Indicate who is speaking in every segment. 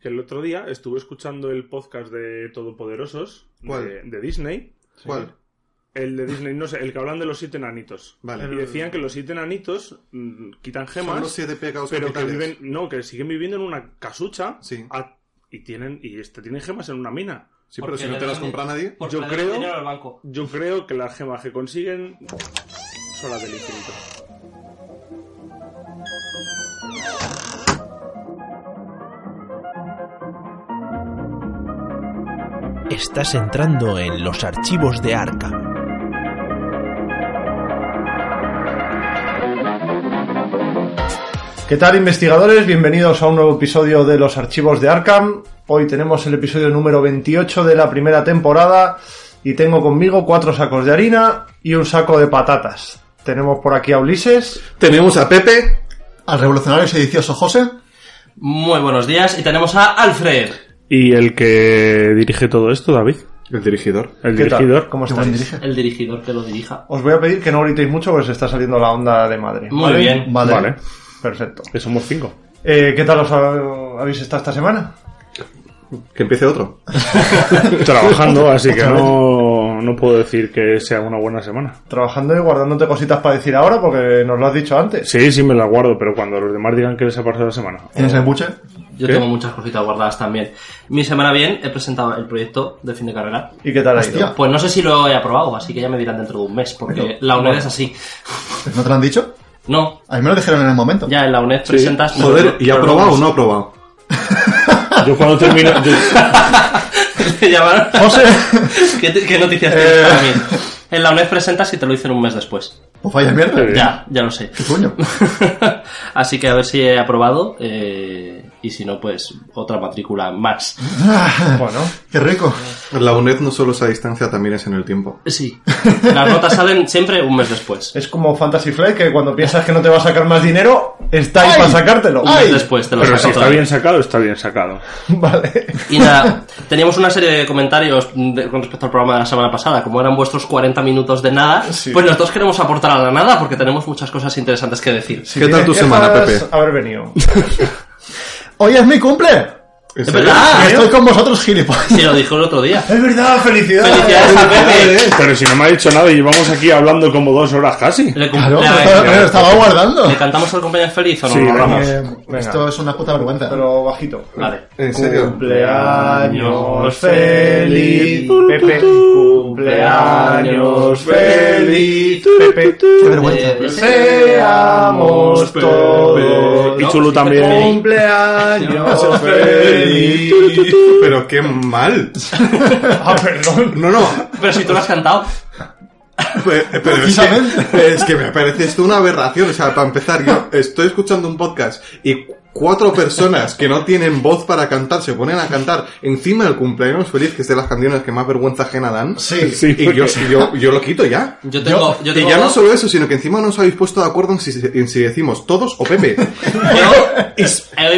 Speaker 1: que el otro día estuve escuchando el podcast de Todopoderosos
Speaker 2: ¿Cuál?
Speaker 1: De, de Disney.
Speaker 2: ¿Cuál?
Speaker 1: El de Disney, no sé, el que hablan de los siete enanitos.
Speaker 2: Vale.
Speaker 1: Y decían que los siete enanitos mm, quitan gemas.
Speaker 2: Son los siete pecados
Speaker 1: pero que
Speaker 2: capitales.
Speaker 1: viven, no, que siguen viviendo en una casucha
Speaker 2: Sí.
Speaker 1: a- y tienen y este tienen gemas en una mina.
Speaker 2: Sí, pero
Speaker 3: Porque
Speaker 2: si no
Speaker 3: le
Speaker 2: te las
Speaker 3: dan-
Speaker 2: compra nadie.
Speaker 3: porque
Speaker 1: Yo
Speaker 3: le dan
Speaker 1: creo-
Speaker 3: dinero al banco.
Speaker 1: Yo creo que las gemas que consiguen son las del infinito.
Speaker 4: Estás entrando en los archivos de Arkham.
Speaker 5: ¿Qué tal investigadores? Bienvenidos a un nuevo episodio de los archivos de Arkham. Hoy tenemos el episodio número 28 de la primera temporada y tengo conmigo cuatro sacos de harina y un saco de patatas. Tenemos por aquí a Ulises.
Speaker 2: Tenemos a Pepe.
Speaker 6: al revolucionario sedicioso José.
Speaker 3: Muy buenos días y tenemos a Alfred.
Speaker 1: Y el que dirige todo esto, David,
Speaker 2: El dirigidor.
Speaker 1: el
Speaker 5: ¿Qué tal?
Speaker 1: dirigidor.
Speaker 5: ¿Cómo
Speaker 6: Qué buen
Speaker 5: estáis?
Speaker 6: dirige.
Speaker 3: El dirigidor que lo dirija.
Speaker 5: Os voy a pedir que no gritéis mucho porque se está saliendo la onda de madre.
Speaker 3: Muy bien.
Speaker 6: Vale.
Speaker 1: Vale,
Speaker 5: Perfecto.
Speaker 1: que somos cinco.
Speaker 5: Eh, ¿Qué tal os ha- habéis estado esta semana?
Speaker 2: Que empiece otro.
Speaker 1: Trabajando, así que no, no puedo decir que sea una buena semana.
Speaker 5: Trabajando y guardándote cositas para decir ahora porque nos lo has dicho antes.
Speaker 1: Sí, sí me la guardo, pero cuando los demás digan que les ha pasado la semana.
Speaker 6: ¿Tienes el buche?
Speaker 3: Yo
Speaker 1: ¿Qué?
Speaker 3: tengo muchas cositas guardadas también. Mi semana bien, he presentado el proyecto de fin de carrera.
Speaker 5: ¿Y qué tal ha
Speaker 6: Hostia.
Speaker 5: ido?
Speaker 3: Pues no sé si lo he aprobado, así que ya me dirán dentro de un mes, porque
Speaker 6: Pero,
Speaker 3: la UNED
Speaker 6: bueno.
Speaker 3: es así.
Speaker 6: ¿No te lo han dicho?
Speaker 3: No,
Speaker 6: A mí me lo dijeron en el momento.
Speaker 3: ya en la UNED presentas...
Speaker 2: Joder, ¿y ha aprobado o no ha aprobado?
Speaker 1: Yo cuando termino, yo-
Speaker 3: Te llamaron.
Speaker 6: José.
Speaker 3: ¿Qué, te- qué noticias
Speaker 2: Eh.
Speaker 3: tienes para mí? En la UNED presentas y te lo dicen un mes después.
Speaker 6: Pues vaya mierda.
Speaker 1: Sí.
Speaker 3: Ya, ya lo sé.
Speaker 6: ¿Qué coño?
Speaker 3: Así que a ver si he aprobado eh, y si no, pues otra matrícula más.
Speaker 5: Bueno,
Speaker 6: Qué rico.
Speaker 2: La UNED no solo es a distancia, también es en el tiempo.
Speaker 3: Sí, las notas salen siempre un mes después.
Speaker 5: es como Fantasy Flight que cuando piensas que no te va a sacar más dinero, está ahí
Speaker 6: ¡Ay!
Speaker 5: para sacártelo.
Speaker 3: Un mes
Speaker 6: ¡Ay!
Speaker 3: después te lo
Speaker 1: pero
Speaker 3: saco
Speaker 1: si está
Speaker 3: todo.
Speaker 1: bien sacado, está bien sacado.
Speaker 5: Vale.
Speaker 3: Y nada, teníamos una serie de comentarios de- con respecto al programa de la semana pasada. Como eran vuestros 40 minutos de nada,
Speaker 5: Sí.
Speaker 3: pues nosotros queremos aportar a la nada porque tenemos muchas cosas interesantes que decir.
Speaker 5: Si
Speaker 2: ¿Qué tal tu
Speaker 5: tienes
Speaker 2: semana,
Speaker 5: quejas,
Speaker 2: Pepe?
Speaker 5: Haber venido.
Speaker 6: ¡Hoy es mi cumple!
Speaker 2: ¿En
Speaker 3: ¡Es
Speaker 2: serio?
Speaker 3: verdad!
Speaker 6: Y Estoy con vosotros, gilipollas.
Speaker 3: Se lo dijo el otro día.
Speaker 5: Es verdad, felicidades.
Speaker 3: ¡Felicidades a Pepe!
Speaker 1: Pero si no me ha dicho nada y llevamos aquí hablando como dos horas casi.
Speaker 3: Le, cum-
Speaker 6: Claro,
Speaker 3: le-
Speaker 6: me lo estaba- me lo estaba guardando.
Speaker 3: le cantamos al compañero feliz o no?
Speaker 1: Sí,
Speaker 3: lo
Speaker 1: venga.
Speaker 3: hablamos?
Speaker 6: Eh,
Speaker 5: Venga.
Speaker 6: esto es una puta vergüenza.
Speaker 5: Pero bajito.
Speaker 3: Vale.
Speaker 2: ¿En serio?
Speaker 5: Cumpleaños feliz. Pepe. Cumpleaños feliz. Pepe.
Speaker 6: Qué vergüenza.
Speaker 3: Eh,
Speaker 5: Seamos todos.
Speaker 1: Y Chulu también.
Speaker 6: Ah,
Speaker 5: Cumpleaños feliz.
Speaker 2: Pero qué mal.
Speaker 5: Ah, perdón.
Speaker 2: No, no.
Speaker 3: Pero si tú lo has cantado.
Speaker 2: Pe- Pero es que,
Speaker 6: Precisamente.
Speaker 2: es que me parece esto una aberración. O sea, para empezar, yo estoy escuchando un podcast y cuatro personas que no tienen voz para cantar se ponen a cantar encima del cumpleaños feliz, que es de las canciones que más vergüenza ajena dan.
Speaker 6: Sí.
Speaker 1: Sí,
Speaker 2: Y yo, yo, yo lo quito ya.
Speaker 3: Yo tengo. Yo,
Speaker 2: y
Speaker 3: tengo
Speaker 2: ya no solo eso, sino que encima no os habéis puesto de acuerdo en si, en si decimos todos o Pepe.
Speaker 3: yo he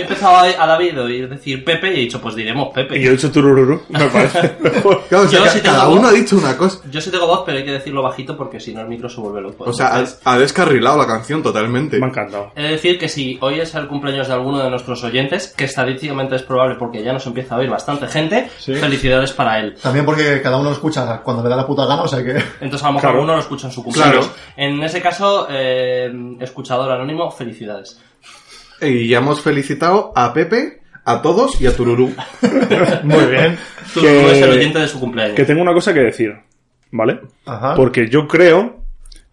Speaker 3: empezado a, a David a oír decir Pepe y he dicho, pues diremos Pepe.
Speaker 1: Y yo he hecho turururu, me parece. mejor.
Speaker 2: Claro, o sea,
Speaker 3: Yo
Speaker 2: ca-
Speaker 3: sí tengo
Speaker 2: cada
Speaker 3: voz.
Speaker 2: uno ha dicho una cosa.
Speaker 3: Yo sí tengo voz, pero hay que decirlo bajito porque si no el micro se vuelve loco.
Speaker 2: O sea,
Speaker 3: Entonces,
Speaker 2: ha, ha descarrilado la canción totalmente.
Speaker 1: me ha encantado.
Speaker 3: he de decir que si hoy es el cumpleaños de alguno de nuestros oyentes, que estadísticamente es probable porque ya nos empieza a oír bastante gente, felicidades para él.
Speaker 6: También porque cada uno escucha cuando le da la puta gana, o sea que...
Speaker 3: Entonces a lo mejor
Speaker 1: Claro.
Speaker 3: uno lo escucha en su cumpleaños.
Speaker 2: Claro.
Speaker 3: En ese caso, eh, escuchador anónimo, felicidades.
Speaker 2: Y ya hemos felicitado a Pepe, a todos y a Tururú.
Speaker 5: Muy bien.
Speaker 3: Tú
Speaker 1: Que-
Speaker 3: eres el oyente de su cumpleaños.
Speaker 1: Que tengo una cosa que decir, ¿vale?
Speaker 5: Ajá.
Speaker 1: Porque yo creo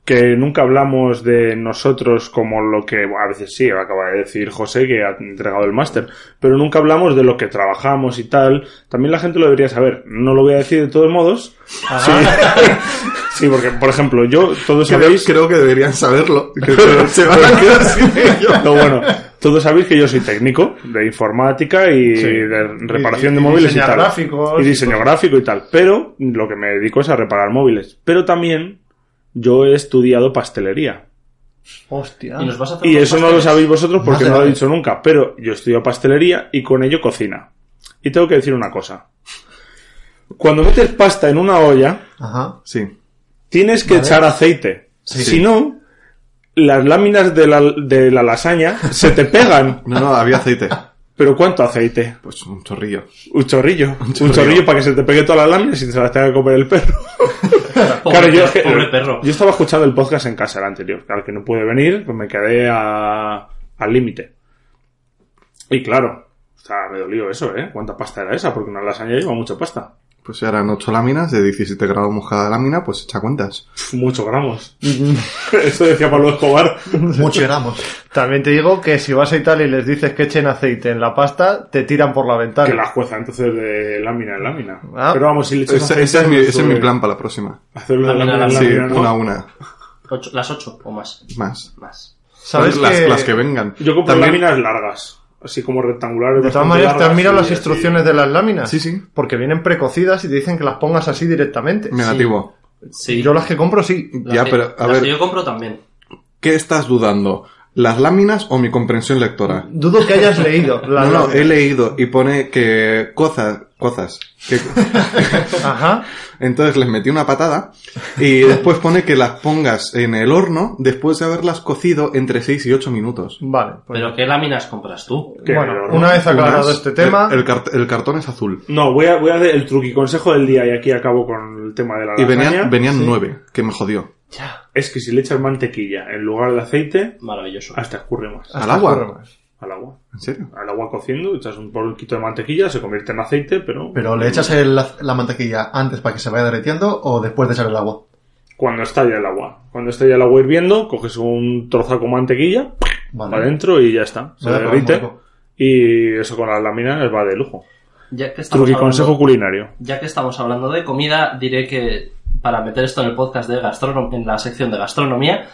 Speaker 1: que nunca hablamos de nosotros como lo que bueno, a veces sí, acaba de decir José que ha entregado el máster, pero nunca hablamos de lo que trabajamos y tal. También la gente lo debería saber. No lo voy a decir de todos modos. Sí. Sí, porque, por ejemplo, yo, todos
Speaker 2: Creo,
Speaker 1: sabéis...
Speaker 2: creo que deberían saberlo. Pero se van a quedar sin ello.
Speaker 1: No, bueno, todos sabéis que yo soy técnico de informática y
Speaker 5: Sí.
Speaker 1: de reparación
Speaker 5: Y- y
Speaker 1: de móviles y
Speaker 5: diseñar
Speaker 1: tal.
Speaker 5: gráficos
Speaker 1: y
Speaker 5: y
Speaker 1: diseño
Speaker 5: cosas.
Speaker 1: gráfico y tal. Pero lo que me dedico es a reparar móviles. Pero también yo he estudiado pastelería.
Speaker 5: Hostia.
Speaker 3: Y nos vas a hacer
Speaker 1: Y
Speaker 3: unos
Speaker 1: eso no lo
Speaker 3: pasteles.
Speaker 1: sabéis vosotros porque
Speaker 6: Vale,
Speaker 1: no lo he
Speaker 6: vale.
Speaker 1: dicho nunca. Pero yo estudio pastelería y con ello cocina. Y tengo que decir una cosa. Cuando metes pasta en una olla,
Speaker 6: Ajá.
Speaker 2: Sí.
Speaker 1: Tienes que echar aceite. Si no, las láminas de la, de la lasaña se te pegan.
Speaker 2: No, no, había aceite.
Speaker 1: ¿Pero cuánto aceite?
Speaker 2: Pues un chorrillo.
Speaker 1: Un chorrillo. Un chorrillo,
Speaker 2: chorrillo.
Speaker 1: para que se te pegue toda la lámina y se las tenga que comer el perro.
Speaker 3: Pobre
Speaker 1: Claro, yo,
Speaker 3: perro, pobre perro.
Speaker 1: yo estaba escuchando el podcast en casa el anterior. Al que no pude venir, pues me quedé a- al límite. Y claro, o sea, me dolió eso, ¿eh? ¿Cuánta pasta era esa? Porque una lasaña lleva mucha pasta.
Speaker 2: Pues eran 8 láminas de 17 gramos cada lámina, pues echa cuentas.
Speaker 1: Pf, Muchos gramos.
Speaker 3: Mm-hmm.
Speaker 1: eso decía Pablo Escobar.
Speaker 6: Mucho gramos.
Speaker 5: También te digo que si vas a Italia y les dices que echen aceite en la pasta, te tiran por la ventana.
Speaker 1: Que la jueza entonces de lámina en lámina.
Speaker 5: Ah.
Speaker 1: Pero vamos, si le echas
Speaker 2: Ese,
Speaker 1: aceite,
Speaker 2: ese es mi,
Speaker 1: no
Speaker 2: ese es mi
Speaker 1: sube.
Speaker 2: plan para la próxima.
Speaker 1: Hacerlo de
Speaker 3: Lámina
Speaker 1: lámina
Speaker 3: a
Speaker 1: en
Speaker 3: lámina.
Speaker 2: Sí,
Speaker 1: lámina, ¿no?
Speaker 2: una a una.
Speaker 3: Ocho- las ocho o más.
Speaker 2: Más.
Speaker 3: Más.
Speaker 5: ¿Sabes
Speaker 2: las,
Speaker 5: que-
Speaker 2: las que vengan.
Speaker 1: Yo compro
Speaker 2: También-
Speaker 1: láminas largas, así como rectangulares.
Speaker 5: De todas
Speaker 1: bastante
Speaker 5: maneras, te has
Speaker 1: largas
Speaker 5: mirado
Speaker 1: y
Speaker 5: las
Speaker 1: así.
Speaker 5: instrucciones de las láminas.
Speaker 2: Sí, sí.
Speaker 5: Porque vienen precocidas y te dicen que las pongas así directamente.
Speaker 2: Negativo.
Speaker 3: Sí.
Speaker 5: Yo las que compro sí.
Speaker 3: Las
Speaker 2: ya,
Speaker 3: que-
Speaker 2: pero a
Speaker 3: las
Speaker 2: ver,
Speaker 3: que yo compro también.
Speaker 2: ¿qué estás dudando? ¿Las láminas o mi comprensión lectora?
Speaker 5: Dudo que hayas leído. las
Speaker 2: No, no,
Speaker 5: láminas.
Speaker 2: he leído y pone que cosas, cosas. que-
Speaker 5: Ajá.
Speaker 2: Entonces les metí una patada y después pone que las pongas en el horno después de haberlas cocido entre 6 y 8 minutos.
Speaker 5: Vale. pues-
Speaker 3: Pero ¿qué láminas compras tú?
Speaker 1: Que
Speaker 5: bueno,
Speaker 1: no-
Speaker 5: una vez aclarado
Speaker 2: Unas-
Speaker 5: este tema,
Speaker 2: El, el cart- el cartón es azul.
Speaker 1: No, voy a, voy a hacer el truqui consejo del día y aquí acabo con el tema de la
Speaker 2: Y
Speaker 1: lasaña.
Speaker 2: venían, venían 9, que me jodió.
Speaker 1: Es que si le echas mantequilla en lugar de aceite,
Speaker 3: Maravilloso.
Speaker 1: hasta escurre más.
Speaker 5: hasta
Speaker 2: al agua.
Speaker 5: ocurre más.
Speaker 1: Al agua.
Speaker 2: ¿En serio?
Speaker 1: Al agua cociendo, echas un poquito de mantequilla, se convierte en aceite, pero...
Speaker 6: Pero le echas el- la, la mantequilla antes para que se vaya derritiendo o después de echar el agua.
Speaker 1: Cuando está ya el agua. Cuando está ya el agua hirviendo, coges un trozo con mantequilla, para adentro y ya está. Se
Speaker 6: Vale, pues,
Speaker 1: derrite.
Speaker 6: un poco.
Speaker 1: Y eso con las láminas va de lujo.
Speaker 3: Ya que estamos
Speaker 1: Truqui
Speaker 3: hablando-
Speaker 1: consejo culinario.
Speaker 3: Ya que estamos hablando de comida, diré que para meter esto en el podcast de gastronom en la sección de gastronomía,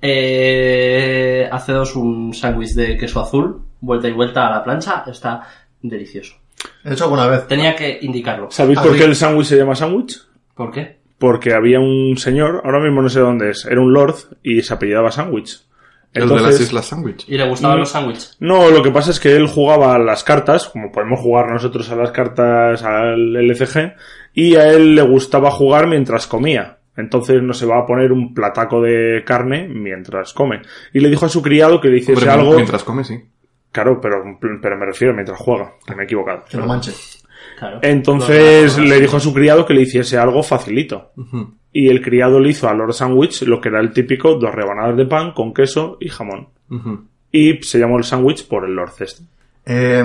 Speaker 3: eh, hacedos un sándwich de queso azul, vuelta y vuelta a la plancha, está delicioso.
Speaker 6: He hecho alguna vez.
Speaker 3: Tenía que indicarlo.
Speaker 1: ¿Sabéis
Speaker 6: Ah,
Speaker 1: por
Speaker 6: sí.
Speaker 1: qué el sándwich se llama sándwich?
Speaker 3: ¿Por qué?
Speaker 1: porque había un señor, ahora mismo no sé dónde es, era un lord y se apellidaba Sandwich.
Speaker 2: el de las
Speaker 1: Entonces,
Speaker 2: Islas Sandwich.
Speaker 3: Y le gustaban
Speaker 1: Mm.
Speaker 3: los sándwiches.
Speaker 1: no, lo que pasa es que él jugaba a las cartas, como podemos jugar nosotros a las cartas al LCG, y a él le gustaba jugar mientras comía. Entonces no se va a poner un plataco de carne mientras come. Y le dijo a su criado que le hiciese
Speaker 2: Hombre,
Speaker 1: algo.
Speaker 2: Mientras come, sí.
Speaker 1: Claro, pero, pero me refiero a mientras juega, que me he equivocado.
Speaker 6: Que no manche.
Speaker 3: Claro.
Speaker 1: Eh, Entonces
Speaker 3: Los- los-
Speaker 1: le dijo a su criado que le hiciese algo facilito.
Speaker 2: Ujú.
Speaker 1: y el criado le hizo a Lord Sandwich lo que era el típico dos rebanadas de pan con queso y jamón.
Speaker 2: Ujú.
Speaker 1: Y se llamó el sándwich por el Lord Cest.
Speaker 6: Eh,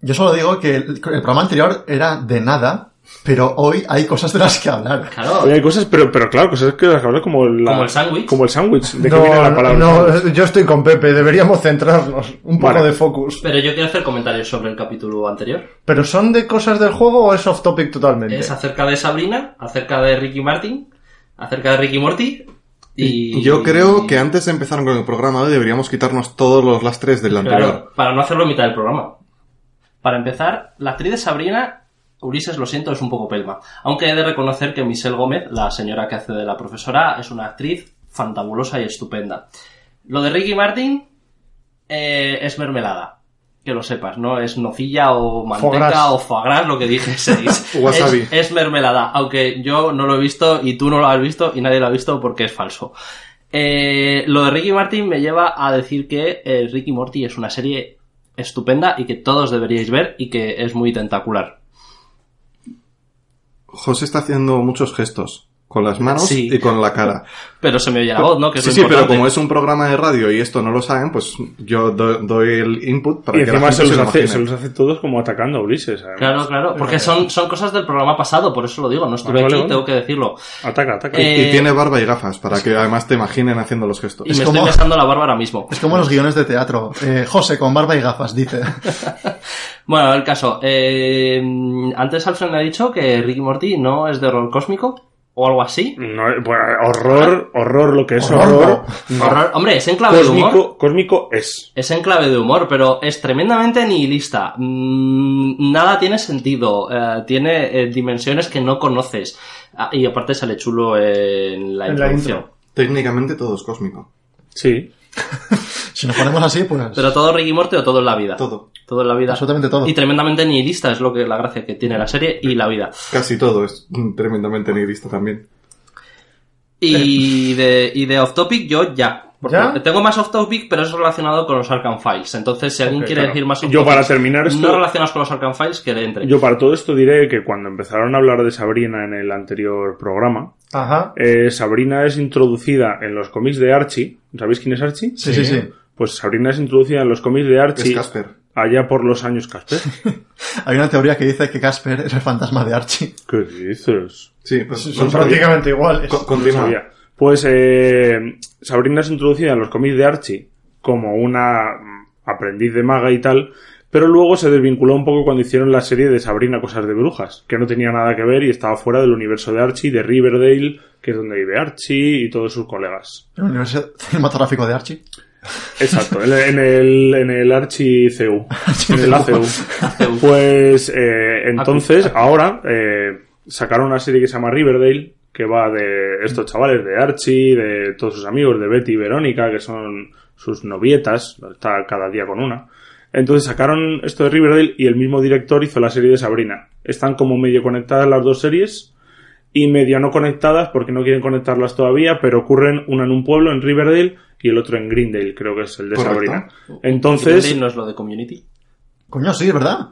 Speaker 6: yo solo digo que el, el programa anterior era de nada, pero hoy hay cosas de las que hablar.
Speaker 3: Claro.
Speaker 1: Oye, Hay cosas, pero, pero claro, cosas que las que hablan como, la-
Speaker 3: Como el sándwich.
Speaker 1: Como el sándwich, de que viene la
Speaker 5: No,
Speaker 1: palabra.
Speaker 5: no,
Speaker 1: sándwich.
Speaker 5: yo estoy con Pepe, deberíamos centrarnos. Un poco
Speaker 1: Vale.
Speaker 5: de focus.
Speaker 3: Pero yo quiero hacer comentarios sobre el capítulo anterior.
Speaker 5: ¿Pero son de cosas del juego o es off topic totalmente?
Speaker 3: Es acerca de Sabrina, acerca de Ricky Martin, acerca de Ricky Morty. Y
Speaker 2: Yo creo que antes de empezar con el programa de hoy deberíamos quitarnos todos los lastres del anterior.
Speaker 3: Claro, para no hacerlo a mitad del programa. Para empezar, la actriz de Sabrina, Ulises, lo siento, es un poco pelma. Aunque he de reconocer que Michelle Gómez, la señora que hace de la profesora, es una actriz fantabulosa y estupenda. Lo de Ricky Martin eh, es mermelada. Que lo sepas, ¿no? Es nocilla o manteca
Speaker 5: Foie gras.
Speaker 3: o foie gras, lo que dijeseis.
Speaker 2: Wasabi.
Speaker 3: Es, es mermelada, aunque yo no lo he visto y tú no lo has visto y nadie lo ha visto porque es falso. Eh, lo de Ricky Martin me lleva a decir que eh, Ricky Morty es una serie estupenda y que todos deberíais ver y que es muy tentacular.
Speaker 2: José está haciendo muchos gestos con las manos
Speaker 3: Sí.
Speaker 2: y con la cara.
Speaker 3: Pero se me oye la voz, ¿no? Que es
Speaker 2: sí,
Speaker 3: lo
Speaker 2: sí, pero
Speaker 3: importante.
Speaker 2: como es un programa de radio y esto no lo saben, pues yo do- doy el input para
Speaker 1: Y
Speaker 2: que la
Speaker 1: encima se
Speaker 2: gente
Speaker 1: los,
Speaker 2: se lo
Speaker 1: hace, se
Speaker 2: imagine.
Speaker 1: los hace todos como atacando a Ulises. además.
Speaker 3: Claro, claro, porque son, son cosas del programa pasado, por eso lo digo, no estuve
Speaker 2: Ah,
Speaker 1: Vale, vale,
Speaker 3: aquí,
Speaker 1: vale.
Speaker 3: tengo que decirlo.
Speaker 1: Ataca, ataca.
Speaker 3: Eh,
Speaker 2: Y tiene barba y gafas para que además te imaginen haciendo los gestos.
Speaker 3: Y
Speaker 6: Es
Speaker 3: me
Speaker 6: como-
Speaker 3: estoy besando la barba ahora mismo.
Speaker 6: Es como los guiones de teatro. Eh, José con barba y gafas dice.
Speaker 3: Bueno, el caso. eh, antes Alfred me ha dicho que Ricky Morty no es de horror cósmico o algo así.
Speaker 1: No, eh, bueno, horror, horror, lo que es
Speaker 6: Horror,
Speaker 1: horror. no.
Speaker 3: Horror- Hombre, es en clave Ah, de humor.
Speaker 1: Cósmico, cósmico es.
Speaker 3: Es en clave de humor, pero es tremendamente nihilista. Mm, nada tiene sentido. eh, tiene eh, dimensiones que no conoces. Ah, y aparte sale chulo en la
Speaker 5: En la
Speaker 3: introducción.
Speaker 5: intro.
Speaker 2: Técnicamente todo es cósmico.
Speaker 1: Sí.
Speaker 6: Si nos ponemos así, pues.
Speaker 3: Pero todo Ricky Morty o todo en la vida.
Speaker 2: Todo.
Speaker 3: Todo en la vida.
Speaker 6: Absolutamente todo.
Speaker 3: Y tremendamente nihilista es lo que la gracia que tiene la serie y la vida.
Speaker 2: Casi todo es mm, tremendamente nihilista también.
Speaker 1: Eh.
Speaker 3: Y de, y de off topic, yo ya. Porque
Speaker 5: ¿Ya?
Speaker 3: Tengo más off topic, pero eso es relacionado con los Arkham Files. Entonces, si alguien
Speaker 5: Ok,
Speaker 3: quiere
Speaker 5: claro.
Speaker 3: decir más off
Speaker 1: Yo para
Speaker 3: topic,
Speaker 1: terminar esto-
Speaker 3: No relacionados con los Arkham Files, que le entre.
Speaker 1: Yo para todo esto diré que cuando empezaron a hablar de Sabrina en el anterior programa,
Speaker 5: Ajá.
Speaker 1: eh, Sabrina es introducida en los cómics de Archie. ¿Sabéis quién es Archie?
Speaker 6: Sí, sí, sí.
Speaker 1: Pues Sabrina es introducida en los cómics de
Speaker 2: Es
Speaker 1: Archie
Speaker 2: Casper.
Speaker 1: allá por los años Casper.
Speaker 6: Hay una teoría que dice que Casper es el fantasma de Archie.
Speaker 1: ¿Qué dices?
Speaker 2: Sí, pues
Speaker 5: Son
Speaker 2: no sabía.
Speaker 5: prácticamente iguales.
Speaker 2: Co-
Speaker 1: No
Speaker 2: continúa.
Speaker 1: sabía. Pues eh, Sabrina es introducida en los cómics de Archie como una mm, aprendiz de maga y tal, pero luego se desvinculó un poco cuando hicieron la serie de Sabrina Cosas de Brujas, que no tenía nada que ver y estaba fuera del universo de Archie, de Riverdale, que es donde vive Archie y todos sus colegas.
Speaker 6: El universo cinematográfico de Archie.
Speaker 1: Exacto, en el, en el, en el Archie CU. en el ACU. Pues eh, entonces, ahora eh, sacaron una serie que se llama Riverdale, que va de estos chavales, de Archie, de todos sus amigos, de Betty y Verónica, que son sus novietas, está cada día con una. Entonces sacaron esto de Riverdale y el mismo director hizo la serie de Sabrina. Están como medio conectadas las dos series y medio no conectadas porque no quieren conectarlas todavía, pero ocurren una en un pueblo, en Riverdale, y el otro en Greendale, creo que es el de
Speaker 2: Correcto.
Speaker 1: Sabrina. Entonces,
Speaker 3: no es lo de Community.
Speaker 6: Coño, sí, es verdad.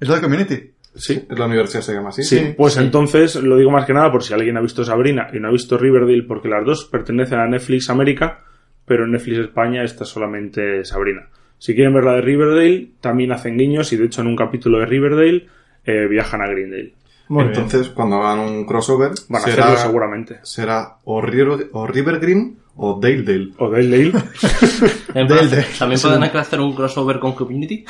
Speaker 6: Es lo de Community.
Speaker 2: Sí, es la universidad se llama así.
Speaker 1: sí, pues
Speaker 3: sí.
Speaker 1: entonces lo digo más que nada por si alguien ha visto Sabrina y no ha visto Riverdale, porque las dos pertenecen a Netflix América, pero en Netflix España está solamente Sabrina. Si quieren ver la de Riverdale, también hacen guiños y de hecho en un capítulo de Riverdale eh, viajan a Greendale.
Speaker 5: Muy bien.
Speaker 2: Entonces, cuando hagan un crossover,
Speaker 1: Van a
Speaker 2: será,
Speaker 1: hacerlo seguramente.
Speaker 2: será o, River, o River Green o Dale Dale.
Speaker 1: O Dale Dale.
Speaker 3: En
Speaker 6: Del-
Speaker 3: plan,
Speaker 6: del-
Speaker 3: También
Speaker 6: sí.
Speaker 3: pueden hacer un crossover con Community.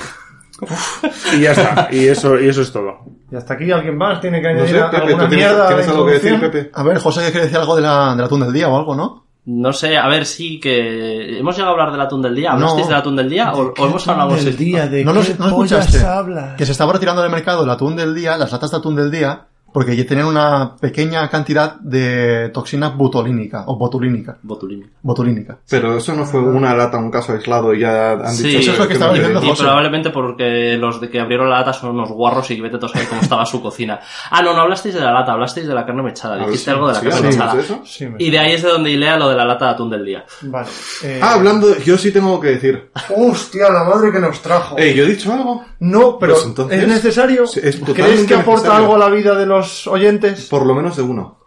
Speaker 1: y ya está. Y eso, y eso es todo.
Speaker 5: Y hasta aquí alguien más tiene que
Speaker 2: No
Speaker 5: añadir
Speaker 2: sé, Pepe,
Speaker 5: alguna
Speaker 2: ¿tú tienes,
Speaker 5: mierda.
Speaker 2: tienes
Speaker 5: de
Speaker 2: algo que decir,
Speaker 5: introducción?
Speaker 2: Pepe?
Speaker 6: A ver, José que quiere decir algo de la, del atún del día o algo, ¿no?
Speaker 3: No sé, a ver, sí, que. ¿Hemos llegado a hablar del atún del día?
Speaker 6: No.
Speaker 3: ¿Hablasteis del atún del día? ¿O, o hemos hablado
Speaker 7: del
Speaker 3: sí?
Speaker 7: día de
Speaker 6: no
Speaker 7: qué
Speaker 6: lo sé, no
Speaker 7: pollas
Speaker 6: escuchaste.
Speaker 7: hablas?
Speaker 6: Que se estaba retirando del mercado el atún del día, las latas de atún del día, porque ya tenían una pequeña cantidad de toxina butolínica o botulínica.
Speaker 3: Botulín.
Speaker 6: Botulínica.
Speaker 2: Pero eso no fue una lata, un caso aislado y ya han
Speaker 3: Sí,
Speaker 2: dicho...
Speaker 3: eso es lo que
Speaker 6: estaba
Speaker 2: no
Speaker 6: diciendo
Speaker 2: te-
Speaker 3: Y
Speaker 6: José.
Speaker 3: probablemente porque los de que abrieron la lata son unos guarros y vete a saber cómo estaba su cocina. Ah, no, no hablasteis de la lata, hablasteis de la carne mechada.
Speaker 2: A ver
Speaker 3: Dijiste
Speaker 2: si-
Speaker 3: algo de la
Speaker 2: Ah, sí,
Speaker 3: carne
Speaker 2: hablamos
Speaker 3: mechada.
Speaker 2: de eso.
Speaker 5: Sí, me-
Speaker 3: Y de ahí es de donde hilea lo de la lata de atún del día.
Speaker 5: Vale. eh,
Speaker 2: Ah, hablando, yo sí tengo algo que decir.
Speaker 3: ah,
Speaker 5: Hostia, la madre que nos trajo.
Speaker 2: Ey, ¿yo he dicho algo?
Speaker 5: No, pero
Speaker 2: Pues entonces,
Speaker 5: ¿es necesario?
Speaker 2: sí, es
Speaker 5: ¿Crees
Speaker 2: totalmente
Speaker 5: que aporta
Speaker 2: necesario.
Speaker 5: algo a la vida de los oyentes?
Speaker 2: Por lo menos de uno.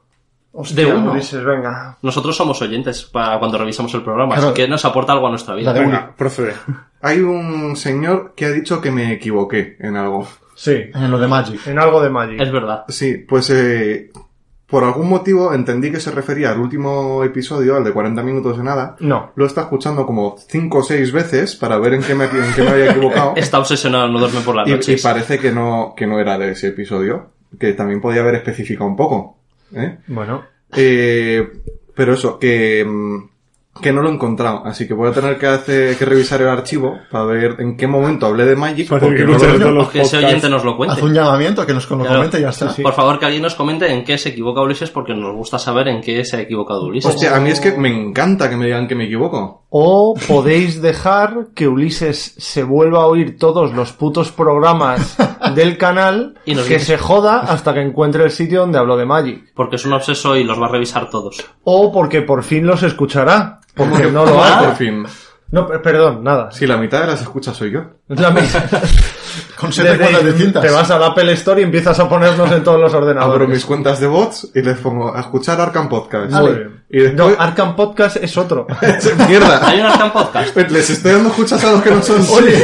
Speaker 5: Hostia,
Speaker 3: de uno.
Speaker 5: Ulises, venga.
Speaker 3: Nosotros somos oyentes para cuando revisamos el programa,
Speaker 6: Claro.
Speaker 3: así que nos aporta algo a nuestra vida.
Speaker 6: La de
Speaker 1: Venga, procede.
Speaker 2: Hay un señor que ha dicho que me equivoqué en algo.
Speaker 5: Sí,
Speaker 6: En lo de Magic.
Speaker 5: en algo de Magic.
Speaker 3: Es verdad.
Speaker 2: Sí, pues eh, por algún motivo entendí que se refería al último episodio, al de 40 minutos de nada.
Speaker 5: No.
Speaker 2: Lo está escuchando como 5 o 6 veces para ver en qué me, en qué me había equivocado.
Speaker 3: Está obsesionado, no duerme por la
Speaker 2: y,
Speaker 3: noche.
Speaker 2: y parece que no, que no era de ese episodio, que también podía haber especificado un poco. ¿eh?
Speaker 5: Bueno.
Speaker 2: Eh, pero eso, que, mm, que no lo he encontrado, así que voy a tener que, hacer, que revisar el archivo para ver en qué momento hablé de Magic.
Speaker 1: Parece
Speaker 2: porque
Speaker 1: que
Speaker 2: no lo
Speaker 1: escuchas
Speaker 2: veo.
Speaker 1: todos los
Speaker 3: que ese oyente
Speaker 1: podcasts.
Speaker 3: nos lo cuente.
Speaker 6: Haz un llamamiento que nos con- lo
Speaker 3: Claro.
Speaker 6: comente y ya está.
Speaker 3: Por favor, que alguien nos comente en qué se equivoca Ulises, porque nos gusta saber en qué se ha equivocado Ulises.
Speaker 2: Hostia, a mí es que me encanta que me digan que me equivoco.
Speaker 5: O podéis dejar que Ulises se vuelva a oír todos los putos programas del canal
Speaker 3: Y nos
Speaker 5: que
Speaker 3: dice.
Speaker 5: se joda hasta que encuentre el sitio donde habló de Magic.
Speaker 3: Porque es un obseso y los va a revisar todos.
Speaker 5: O porque por fin los escuchará. Porque no lo
Speaker 2: Ah,
Speaker 5: hago.
Speaker 2: Por fin.
Speaker 5: No, per- perdón, nada.
Speaker 2: Si la mitad de las escuchas soy yo.
Speaker 5: Es la misma.
Speaker 6: Con siete
Speaker 5: Desde-
Speaker 6: cuerdas distintas.
Speaker 5: Te vas a la Apple Store y empiezas a ponernos en todos los
Speaker 2: Abro
Speaker 5: ordenadores.
Speaker 2: mis cuentas de bots y les pongo a escuchar Arkham Podcast.
Speaker 5: Muy bien.
Speaker 2: Y después...
Speaker 5: No, Arkham Podcast es otro.
Speaker 2: ¡Mierda!
Speaker 3: Hay un Arkham Podcast.
Speaker 2: Les estoy dando escuchas a los que no son...
Speaker 6: Oye,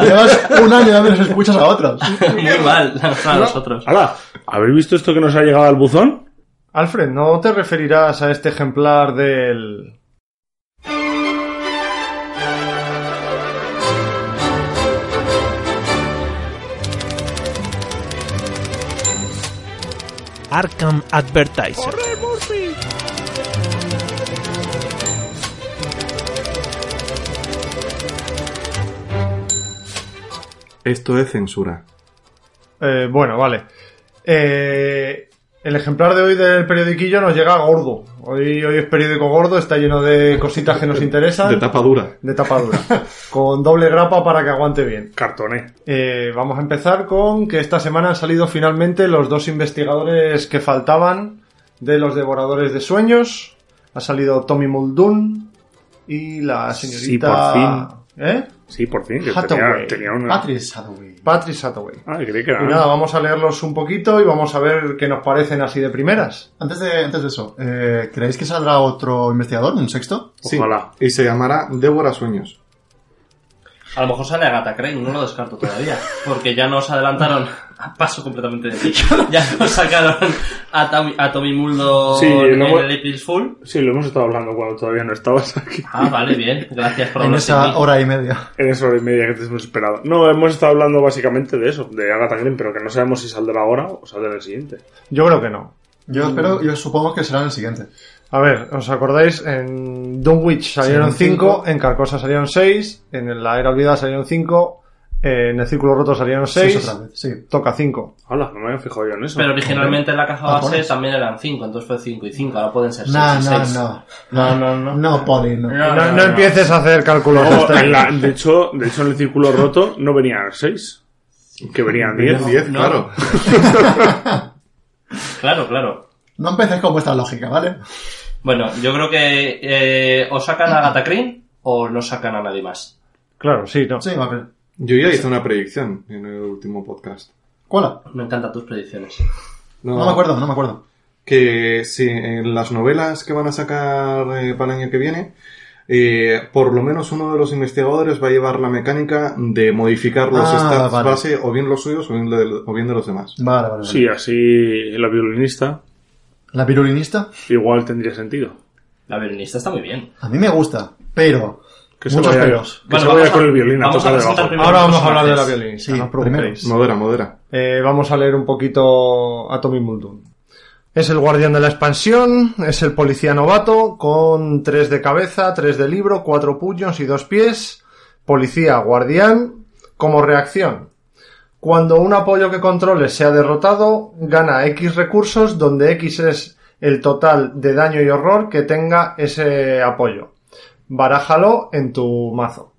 Speaker 6: llevas un año dándoles escuchas a otros.
Speaker 3: Muy mal, a nosotros.
Speaker 1: Hala, ¿habéis visto esto que nos ha llegado al buzón?
Speaker 5: Alfred, ¿no te referirás a este ejemplar del...
Speaker 4: Arkham Advertiser.
Speaker 2: Esto es censura.
Speaker 5: eh, bueno, vale. Eh, el ejemplar de hoy del periodiquillo nos llega gordo. Hoy, hoy es periódico gordo, está lleno de cositas que nos interesan.
Speaker 2: De tapa dura.
Speaker 5: de tapadura. con doble grapa para que aguante bien.
Speaker 1: Cartoné.
Speaker 5: Eh, vamos a empezar con que esta semana han salido finalmente los dos investigadores que faltaban de los devoradores de sueños. Ha salido Tommy Muldoon y la
Speaker 1: Sí,
Speaker 5: señorita...
Speaker 1: por
Speaker 5: ¿Eh?
Speaker 1: Sí, por fin, que tenía,
Speaker 5: Hathaway.
Speaker 1: tenía una...
Speaker 6: Patrice Hathaway.
Speaker 5: Patrice Hathaway.
Speaker 1: Ah, creí que era...
Speaker 5: Y nada, vamos a leerlos un poquito y vamos a ver qué nos parecen así de primeras.
Speaker 6: Antes de, antes de eso, eh, ¿creéis que saldrá otro investigador, un sexto?
Speaker 1: Ojalá.
Speaker 2: Y se llamará Débora Sueños.
Speaker 3: A lo mejor sale Agatha Crane, no lo descarto todavía, porque ya nos adelantaron a paso completamente de ti. Ya nos sacaron a, Tommy- a Tommy Muldo
Speaker 1: Sí,
Speaker 3: en
Speaker 1: luego-
Speaker 3: el April Fool.
Speaker 1: Sí, lo hemos estado hablando cuando todavía no estabas aquí.
Speaker 3: Ah, vale, bien, gracias por
Speaker 6: en
Speaker 3: hablar
Speaker 6: esa
Speaker 3: sin mí.
Speaker 6: hora y media.
Speaker 1: En esa hora y media que te hemos esperado. No, hemos estado hablando básicamente de eso, de Agatha Green, pero que no sabemos si saldrá ahora o saldrá en el siguiente.
Speaker 5: Yo creo que no.
Speaker 6: Yo espero, yo supongo que será en el siguiente.
Speaker 5: A ver, ¿os acordáis? En Dunwich salieron
Speaker 6: Sí, en
Speaker 5: 5,
Speaker 6: cinco.
Speaker 5: en Carcosa salieron 6, en la Era Olvidada salieron 5, en el Círculo Roto salieron
Speaker 6: Sí,
Speaker 5: 6,
Speaker 6: otra vez, sí.
Speaker 5: toca 5.
Speaker 1: Hola, no me había fijado yo en eso.
Speaker 3: Pero originalmente en la caja
Speaker 6: Ah,
Speaker 3: base
Speaker 6: pones.
Speaker 3: también eran 5, entonces fue 5 y 5, ahora pueden ser 6
Speaker 6: No,
Speaker 3: y
Speaker 6: no,
Speaker 3: 6.
Speaker 6: no.
Speaker 5: No, no, no.
Speaker 6: No, Poli, no.
Speaker 5: No,
Speaker 3: No,
Speaker 5: no empieces a hacer cálculos. este.
Speaker 1: Luego,
Speaker 5: hasta-
Speaker 1: en la- de, hecho, de hecho, en el círculo roto no venían seis, que venían diez.
Speaker 2: 10,
Speaker 3: no.
Speaker 2: claro.
Speaker 3: Claro, claro.
Speaker 6: No empecéis con vuestra lógica, ¿vale?
Speaker 3: Bueno, yo creo que eh, o sacan a Agatha Crane o no sacan a nadie más.
Speaker 5: Claro, sí, no.
Speaker 6: Sí, a ver.
Speaker 2: Yo ya hice una predicción en el último podcast.
Speaker 6: ¿Cuál?
Speaker 3: Me encantan tus predicciones.
Speaker 6: No me acuerdo, no me acuerdo.
Speaker 2: que si en las novelas que van a sacar eh, para el año que viene, eh, por lo menos uno de los investigadores va a llevar la mecánica de modificar los
Speaker 6: Ah,
Speaker 2: stats
Speaker 6: vale.
Speaker 2: base, o bien los suyos, o bien, de, o bien de los demás.
Speaker 6: Vale, vale, vale.
Speaker 1: Sí, así la violinista
Speaker 6: La virulinista
Speaker 1: igual tendría sentido.
Speaker 3: La violinista está muy bien.
Speaker 6: a mí me gusta, pero...
Speaker 1: Que se
Speaker 6: Muchos
Speaker 1: vaya,
Speaker 6: pelos.
Speaker 1: que se
Speaker 3: Bueno,
Speaker 1: vaya
Speaker 3: vamos
Speaker 1: con
Speaker 3: a-
Speaker 1: el violín a
Speaker 3: vamos a
Speaker 1: tocar
Speaker 3: presentar
Speaker 1: debajo.
Speaker 3: primero-
Speaker 5: Ahora vamos a
Speaker 3: Los
Speaker 5: hablar de la
Speaker 3: martes.
Speaker 5: violinista,
Speaker 6: Sí,
Speaker 5: no os preocupéis.
Speaker 2: Modera, modera.
Speaker 5: Eh, vamos a leer un poquito a Tommy Muldoon. Es el guardián de la expansión, es el policía novato, con tres de cabeza, tres de libro, cuatro puños y dos pies. Policía, guardián, como reacción. Cuando un apoyo que controle sea derrotado, gana X recursos, donde X es el total de daño y horror que tenga ese apoyo. Barájalo en tu mazo.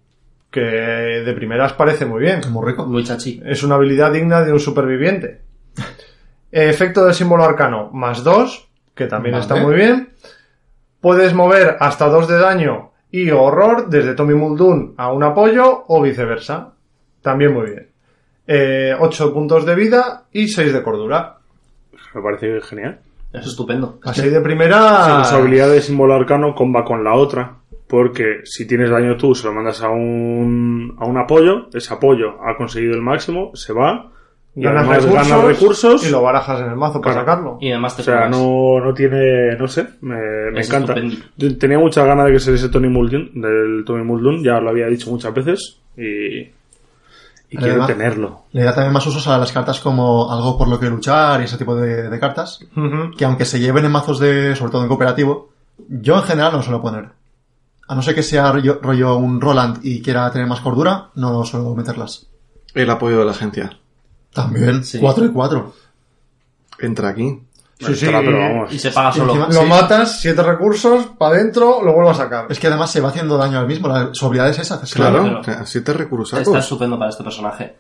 Speaker 5: Que de primeras parece muy bien.
Speaker 6: Es muy rico.
Speaker 3: Muy chachi.
Speaker 5: Es una habilidad digna de un superviviente. Efecto del símbolo arcano, más 2, que también
Speaker 6: Vale.
Speaker 5: está muy bien. Puedes mover hasta 2 de daño y horror desde Tommy Muldoon a un apoyo o viceversa. También muy bien. 8 puntos de vida y 6 de cordura.
Speaker 1: Me parece genial.
Speaker 3: Es estupendo.
Speaker 5: Así de primera...
Speaker 1: ¿Ah, Sí, su habilidad de símbolo arcano comba con la otra. Porque si tienes daño tú, se lo mandas a un, a un apoyo, ese apoyo ha conseguido el máximo, se va, y
Speaker 5: ganas
Speaker 1: además
Speaker 5: recursos,
Speaker 1: gana recursos.
Speaker 5: y lo barajas en el mazo para
Speaker 1: Claro.
Speaker 5: sacarlo.
Speaker 3: Y además te
Speaker 1: O sea,
Speaker 3: curas.
Speaker 1: no, no tiene, no sé, me, me
Speaker 3: Es
Speaker 1: encanta.
Speaker 3: estupendo.
Speaker 1: Yo tenía muchas ganas de que se diese Tony Muldoon, del Tony Muldoon, ya lo había dicho muchas veces y, y quiero
Speaker 6: Además-
Speaker 1: tenerlo.
Speaker 6: Le da también más usos a las cartas como algo por lo que luchar y ese tipo de, de cartas.
Speaker 5: Ujú.
Speaker 6: Que aunque se lleven en mazos de, sobre todo en cooperativo, yo en general no lo suelo poner. A no ser que sea rollo, rollo un Roland y quiera tener más cordura, no suelo meterlas.
Speaker 2: El apoyo de la agencia.
Speaker 6: También,
Speaker 3: Sí.
Speaker 6: 4 y 4.
Speaker 2: Entra aquí.
Speaker 5: Sí, sí.
Speaker 1: Entra, pero vamos.
Speaker 3: Y se paga solo.
Speaker 6: Encima-
Speaker 5: Lo
Speaker 6: Sí.
Speaker 5: matas, 7 recursos, para adentro, lo vuelvo a sacar.
Speaker 6: Es que además se va haciendo daño al mismo, la, su habilidad es esa. hacerse
Speaker 2: Claro,
Speaker 6: daño.
Speaker 3: claro.
Speaker 2: o sea, siete recursos.
Speaker 3: Está estupendo para este personaje.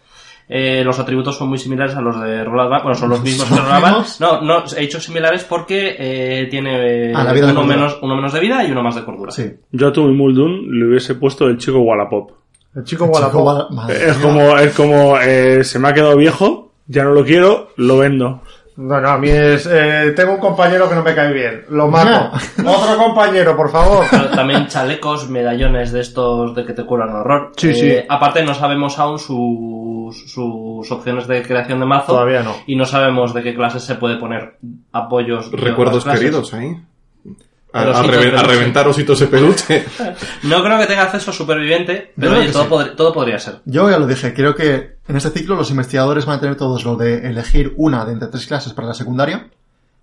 Speaker 3: Eh, los atributos son muy similares a los de Roland Barthes. Bueno, son los mismos que
Speaker 6: ¿Son
Speaker 3: Roland Barthes. No,
Speaker 6: mismos?
Speaker 3: no, he hecho similares porque eh, tiene eh,
Speaker 6: Ah, la vida de
Speaker 3: uno,
Speaker 6: cordura.
Speaker 3: menos, uno menos de vida y uno más de cordura.
Speaker 6: Sí.
Speaker 1: Yo a Tony Muldoon le hubiese puesto el chico Wallapop.
Speaker 5: El chico
Speaker 6: Chico,
Speaker 5: Wallapop.
Speaker 6: vale, madre
Speaker 1: Es
Speaker 6: mía.
Speaker 1: como, es como, eh, se me ha quedado viejo, ya no lo quiero, lo vendo.
Speaker 5: No, no, a mí es... eh, tengo un compañero que no me cae bien. Lo mato. Otro compañero, por favor.
Speaker 3: Pero También chalecos, medallones de estos de que te curan horror. Eh,
Speaker 5: Sí, sí.
Speaker 3: Aparte, no sabemos aún sus, sus opciones de creación de mazo.
Speaker 5: Todavía no.
Speaker 3: Y no sabemos de qué clases se puede poner apoyos. de
Speaker 2: Recuerdos
Speaker 3: otras clases.
Speaker 2: queridos ahí. A, a
Speaker 3: Los hitos
Speaker 2: reve-
Speaker 3: de
Speaker 2: a
Speaker 3: peluche.
Speaker 2: reventar ositos de peluche.
Speaker 3: No creo que tenga acceso superviviente, pero
Speaker 6: creo
Speaker 3: oye,
Speaker 6: que
Speaker 3: todo,
Speaker 6: sí.
Speaker 3: podri- todo podría ser.
Speaker 6: Yo ya lo dije, creo que en este ciclo los investigadores van a tener todos lo de elegir una de entre tres clases para la secundaria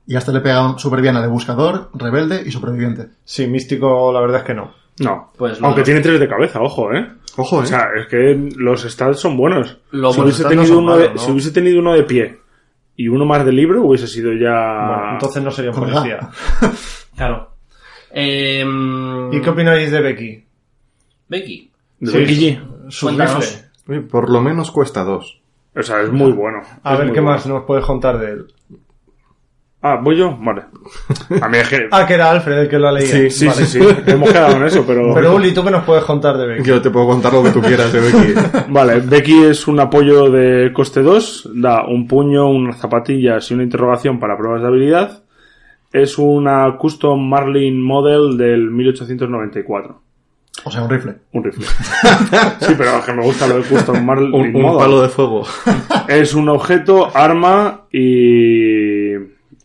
Speaker 6: y hasta le pega un superviana de buscador, rebelde y superviviente.
Speaker 5: Sí, místico, la verdad es que no.
Speaker 1: No.
Speaker 3: Pues lo-
Speaker 1: Aunque tiene tres de cabeza, ojo, eh.
Speaker 2: Ojo, eh.
Speaker 1: O sea, es que los stats son buenos.
Speaker 3: Los
Speaker 1: si,
Speaker 3: buenos
Speaker 1: hubiese
Speaker 5: stats pues no
Speaker 1: tenido
Speaker 5: son
Speaker 1: uno de,
Speaker 5: malos, ¿no?
Speaker 1: si hubiese tenido uno de pie y uno más de libro, hubiese sido ya...
Speaker 5: Bueno, entonces no sería un
Speaker 6: ¿Verdad?
Speaker 5: policía.
Speaker 3: Claro. Em,
Speaker 5: ¿Y qué opináis de Becky?
Speaker 3: Becky.
Speaker 1: de
Speaker 5: Sí.
Speaker 1: Becky G.
Speaker 5: Su
Speaker 3: Cuéntanos.
Speaker 5: rifle.
Speaker 2: Oye, por lo menos cuesta dos.
Speaker 1: O sea, es muy bueno.
Speaker 5: A
Speaker 1: Es
Speaker 5: ver
Speaker 1: muy
Speaker 5: qué
Speaker 1: bueno.
Speaker 5: más nos puedes contar de él.
Speaker 1: Ah, ¿voy yo? Vale. A mí es que...
Speaker 5: Ah, que era Alfred el que lo leía.
Speaker 1: sí, sí,
Speaker 5: Vale.
Speaker 1: sí, sí. Hemos quedado en eso, pero...
Speaker 5: Pero Uli, ¿tú qué nos puedes contar de Beck?
Speaker 2: Yo te puedo contar lo que tú quieras de Becky.
Speaker 1: Vale, Becky es un apoyo de coste 2, da un puño, unas zapatillas y una interrogación para pruebas de habilidad. Es una custom Marlin Model del 1894.
Speaker 6: O sea, un rifle.
Speaker 1: Un rifle. sí, pero es que me gusta lo de custom Marlin
Speaker 2: Un, un
Speaker 1: Model.
Speaker 2: palo de fuego.
Speaker 1: Es un objeto, arma y...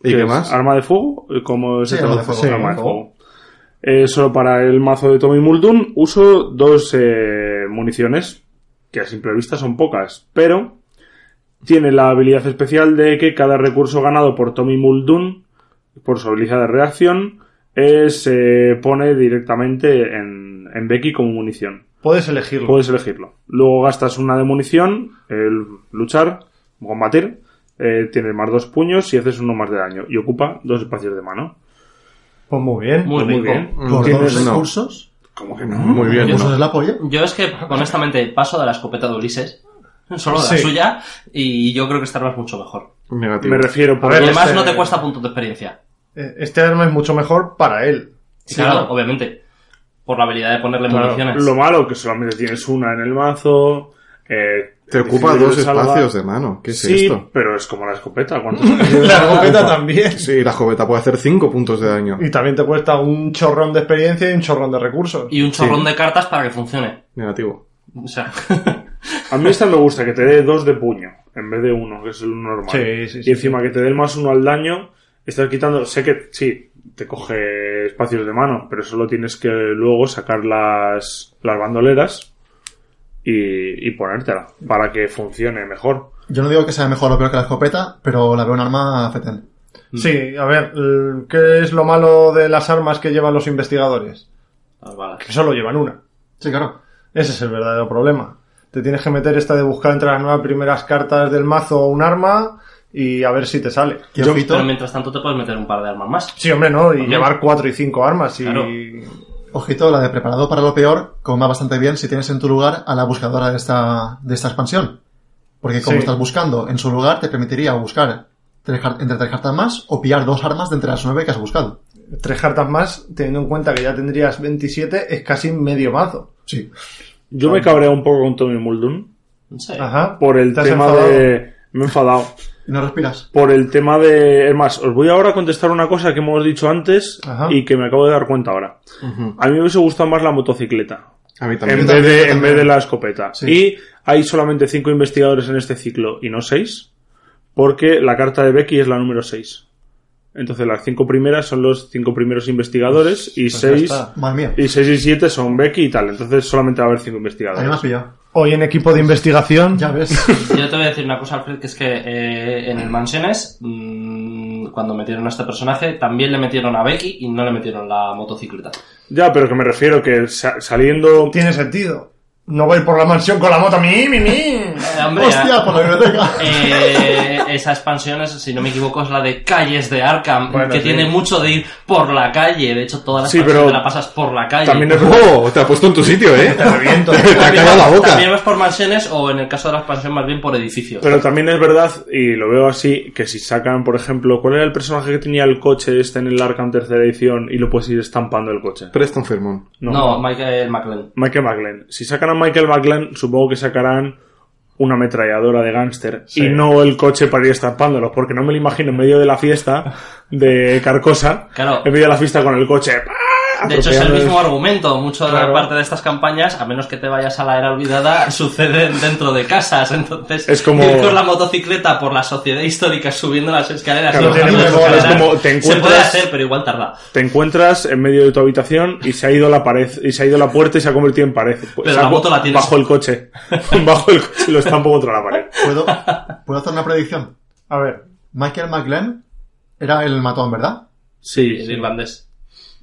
Speaker 2: ¿Y qué
Speaker 1: es?
Speaker 2: más?
Speaker 1: ¿Arma de fuego? eh, ¿Cómo se
Speaker 6: Sí, arma de
Speaker 1: traduce?
Speaker 6: fuego.
Speaker 1: Arma
Speaker 6: Sí,
Speaker 1: de fuego. Eh, solo para el mazo de Tommy Muldoon uso dos eh, municiones, que a simple vista son pocas, pero tiene la habilidad especial de que cada recurso ganado por Tommy Muldoon, por su habilidad de reacción, eh, se pone directamente en, en Becky como munición.
Speaker 5: Puedes
Speaker 3: Mm.
Speaker 5: elegirlo.
Speaker 1: Puedes elegirlo. Luego gastas una de munición, el luchar, combatir, eh, tienes más dos puños y haces uno más de daño. Y ocupa dos espacios de mano.
Speaker 5: Pues muy bien.
Speaker 3: Muy
Speaker 1: Pues
Speaker 3: rico.
Speaker 6: Por
Speaker 1: Tienes-
Speaker 6: dos
Speaker 1: no.
Speaker 6: recursos.
Speaker 1: ¿Cómo que no?
Speaker 2: Muy bien,
Speaker 6: ¿Recursos
Speaker 2: ¿no?
Speaker 6: es la polla?
Speaker 3: Yo es que, honestamente, paso de la escopeta de Ulises, solo de la
Speaker 5: Sí.
Speaker 3: suya, y yo creo que esta arma es mucho mejor.
Speaker 2: Negativo.
Speaker 1: Me refiero por
Speaker 5: A ver,
Speaker 3: Y además
Speaker 5: este-
Speaker 3: no te cuesta puntos de experiencia.
Speaker 5: Eh, Este arma es mucho mejor para él.
Speaker 3: Y claro, obviamente, por la habilidad de ponerle
Speaker 1: Claro,
Speaker 3: municiones.
Speaker 1: lo malo que solamente tienes una en el mazo. eh,
Speaker 2: Te
Speaker 1: es
Speaker 2: ocupa
Speaker 1: difícil
Speaker 2: dos
Speaker 1: de salvar.
Speaker 2: espacios de mano. ¿Qué es
Speaker 1: sí,
Speaker 2: esto?
Speaker 1: pero es como la escopeta. ¿cuántos?
Speaker 5: La escopeta también.
Speaker 2: Sí, la joveta puede hacer cinco puntos de daño.
Speaker 5: Y también te cuesta un chorrón de experiencia y un chorrón de recursos.
Speaker 3: Y un chorrón de cartas para que funcione.
Speaker 2: Negativo.
Speaker 3: O sea,
Speaker 1: A mí esta me gusta, que te dé dos de puño en vez de uno, que es lo normal.
Speaker 5: Sí, sí, sí.
Speaker 1: y encima que te dé el más uno al daño, estás quitando. Sé que sí, te coge espacios de mano, pero solo tienes que luego sacar las, las bandoleras y, y ponértela para que funcione mejor.
Speaker 6: Yo no digo que sea mejor o peor que la escopeta, pero la veo un arma fetén.
Speaker 3: Mm.
Speaker 5: Sí, a ver, l- ¿qué es lo malo de las armas que llevan los investigadores?
Speaker 3: las balas.
Speaker 5: Que solo llevan una.
Speaker 6: Sí, claro.
Speaker 5: Ese es el verdadero problema. Te tienes que meter esta de buscar entre las nueve primeras cartas del mazo un arma y a ver si te sale.
Speaker 6: Y
Speaker 5: Yo-
Speaker 6: ojito,
Speaker 3: Pero mientras tanto te puedes meter un par de armas más.
Speaker 5: Sí, hombre, ¿no? Y
Speaker 3: Hombre.
Speaker 5: llevar cuatro y cinco armas y...
Speaker 3: Claro.
Speaker 6: ojito, la de preparado para lo peor, como va bastante bien si tienes en tu lugar a la buscadora de esta, de esta expansión. Porque como
Speaker 5: Sí.
Speaker 6: estás buscando en su lugar, te permitiría buscar tres car- entre tres cartas más o pillar dos armas de entre las nueve que has buscado.
Speaker 5: Tres cartas más, teniendo en cuenta que ya tendrías 27, es casi medio mazo.
Speaker 6: Sí.
Speaker 1: Yo me cabreo un poco con Tommy Muldoon
Speaker 3: No sé.
Speaker 5: Ajá.
Speaker 1: por el
Speaker 5: ¿Te has
Speaker 1: tema
Speaker 5: enfadado?
Speaker 1: de. Me he enfadado.
Speaker 6: Y no respiras.
Speaker 1: por el tema de... Es más, os voy ahora a contestar una cosa que hemos dicho antes
Speaker 5: Ajá.
Speaker 1: y que me acabo de dar cuenta ahora.
Speaker 2: Ujú.
Speaker 1: A mí me hubiese gustado más la motocicleta
Speaker 2: A mí también.
Speaker 1: en
Speaker 6: también,
Speaker 1: vez, de,
Speaker 6: yo
Speaker 1: en
Speaker 6: también.
Speaker 1: vez de la escopeta.
Speaker 6: Sí.
Speaker 1: Y hay solamente cinco investigadores en este ciclo y no seis, porque la carta de Becky es la número 6. Entonces las cinco primeras son los cinco primeros investigadores y
Speaker 5: Pues ya
Speaker 1: seis...
Speaker 5: está.
Speaker 6: Madre mía.
Speaker 1: Y 6 y 7 son Becky y tal, entonces solamente va a haber cinco
Speaker 6: Ahí me
Speaker 1: investigadores.
Speaker 6: has pillado.
Speaker 5: Hoy en equipo de investigación...
Speaker 6: Ya ves.
Speaker 3: Yo te voy a decir una cosa, Alfred, que es que eh, en el Mansiones, mm, cuando metieron a este personaje, también le metieron a Becky y no le metieron la motocicleta.
Speaker 1: Ya, pero que me refiero que sa- saliendo...
Speaker 5: Tiene sentido. No voy por la mansión con la moto. ¡Mi, mi, mi!
Speaker 3: Eh, hombre,
Speaker 6: ¡Hostia, por la biblioteca!
Speaker 3: eh, esa expansión, es, si no me equivoco, es la de calles de Arkham,
Speaker 5: Bueno,
Speaker 3: que
Speaker 5: sí.
Speaker 3: tiene mucho de ir por la calle. De hecho, toda la
Speaker 1: Sí,
Speaker 3: expansión
Speaker 1: pero
Speaker 3: te la pasas por la calle.
Speaker 1: También es
Speaker 2: ¡Oh! Te ha puesto en tu sitio, ¿eh?
Speaker 5: Te reviento.
Speaker 2: Te ha
Speaker 3: También
Speaker 2: callado la
Speaker 3: vas-
Speaker 2: boca.
Speaker 3: También vas por mansiones o, en el caso de la expansión, más bien por edificios.
Speaker 1: Pero también es verdad, y lo veo así, que si sacan, por ejemplo, ¿cuál era el personaje que tenía el coche este en el Arkham tercera edición y lo puedes ir estampando el coche?
Speaker 2: Preston Fermón.
Speaker 3: no, Michael McLean.
Speaker 1: Michael McLean. Si sacan a Michael McLean, supongo que sacarán una ametralladora de gángster
Speaker 5: Sí.
Speaker 1: y no el coche para ir estampándolos, porque no me lo imagino en medio de la fiesta de Carcosa,
Speaker 3: Claro.
Speaker 1: en medio de la fiesta con el coche. ¡pah!
Speaker 3: De hecho, es el
Speaker 1: atropellándoles.
Speaker 3: mismo argumento. Mucho de
Speaker 1: Claro.
Speaker 3: la parte de estas campañas, a menos que te vayas a la era olvidada, suceden dentro de casas. Entonces,
Speaker 1: Es como-
Speaker 3: ir con la motocicleta por la sociedad histórica subiendo las escaleras.
Speaker 1: Claro,
Speaker 3: y bajando
Speaker 1: tiene
Speaker 3: las
Speaker 1: igual, es
Speaker 3: escaleras,
Speaker 1: como te
Speaker 3: Se puede
Speaker 1: encuentras-
Speaker 3: hacer, pero igual tarda.
Speaker 1: Te encuentras en medio de tu habitación y se ha ido la pared, y se ha ido la puerta y se ha convertido en pared. Pues,
Speaker 3: Pero la moto la tienes.
Speaker 1: Bajo el coche. bajo el coche lo estampo contra la pared.
Speaker 6: ¿Puedo, ¿Puedo hacer una predicción?
Speaker 5: A ver,
Speaker 6: Michael McLean era el matón, ¿verdad?
Speaker 1: Sí,
Speaker 3: El irlandés.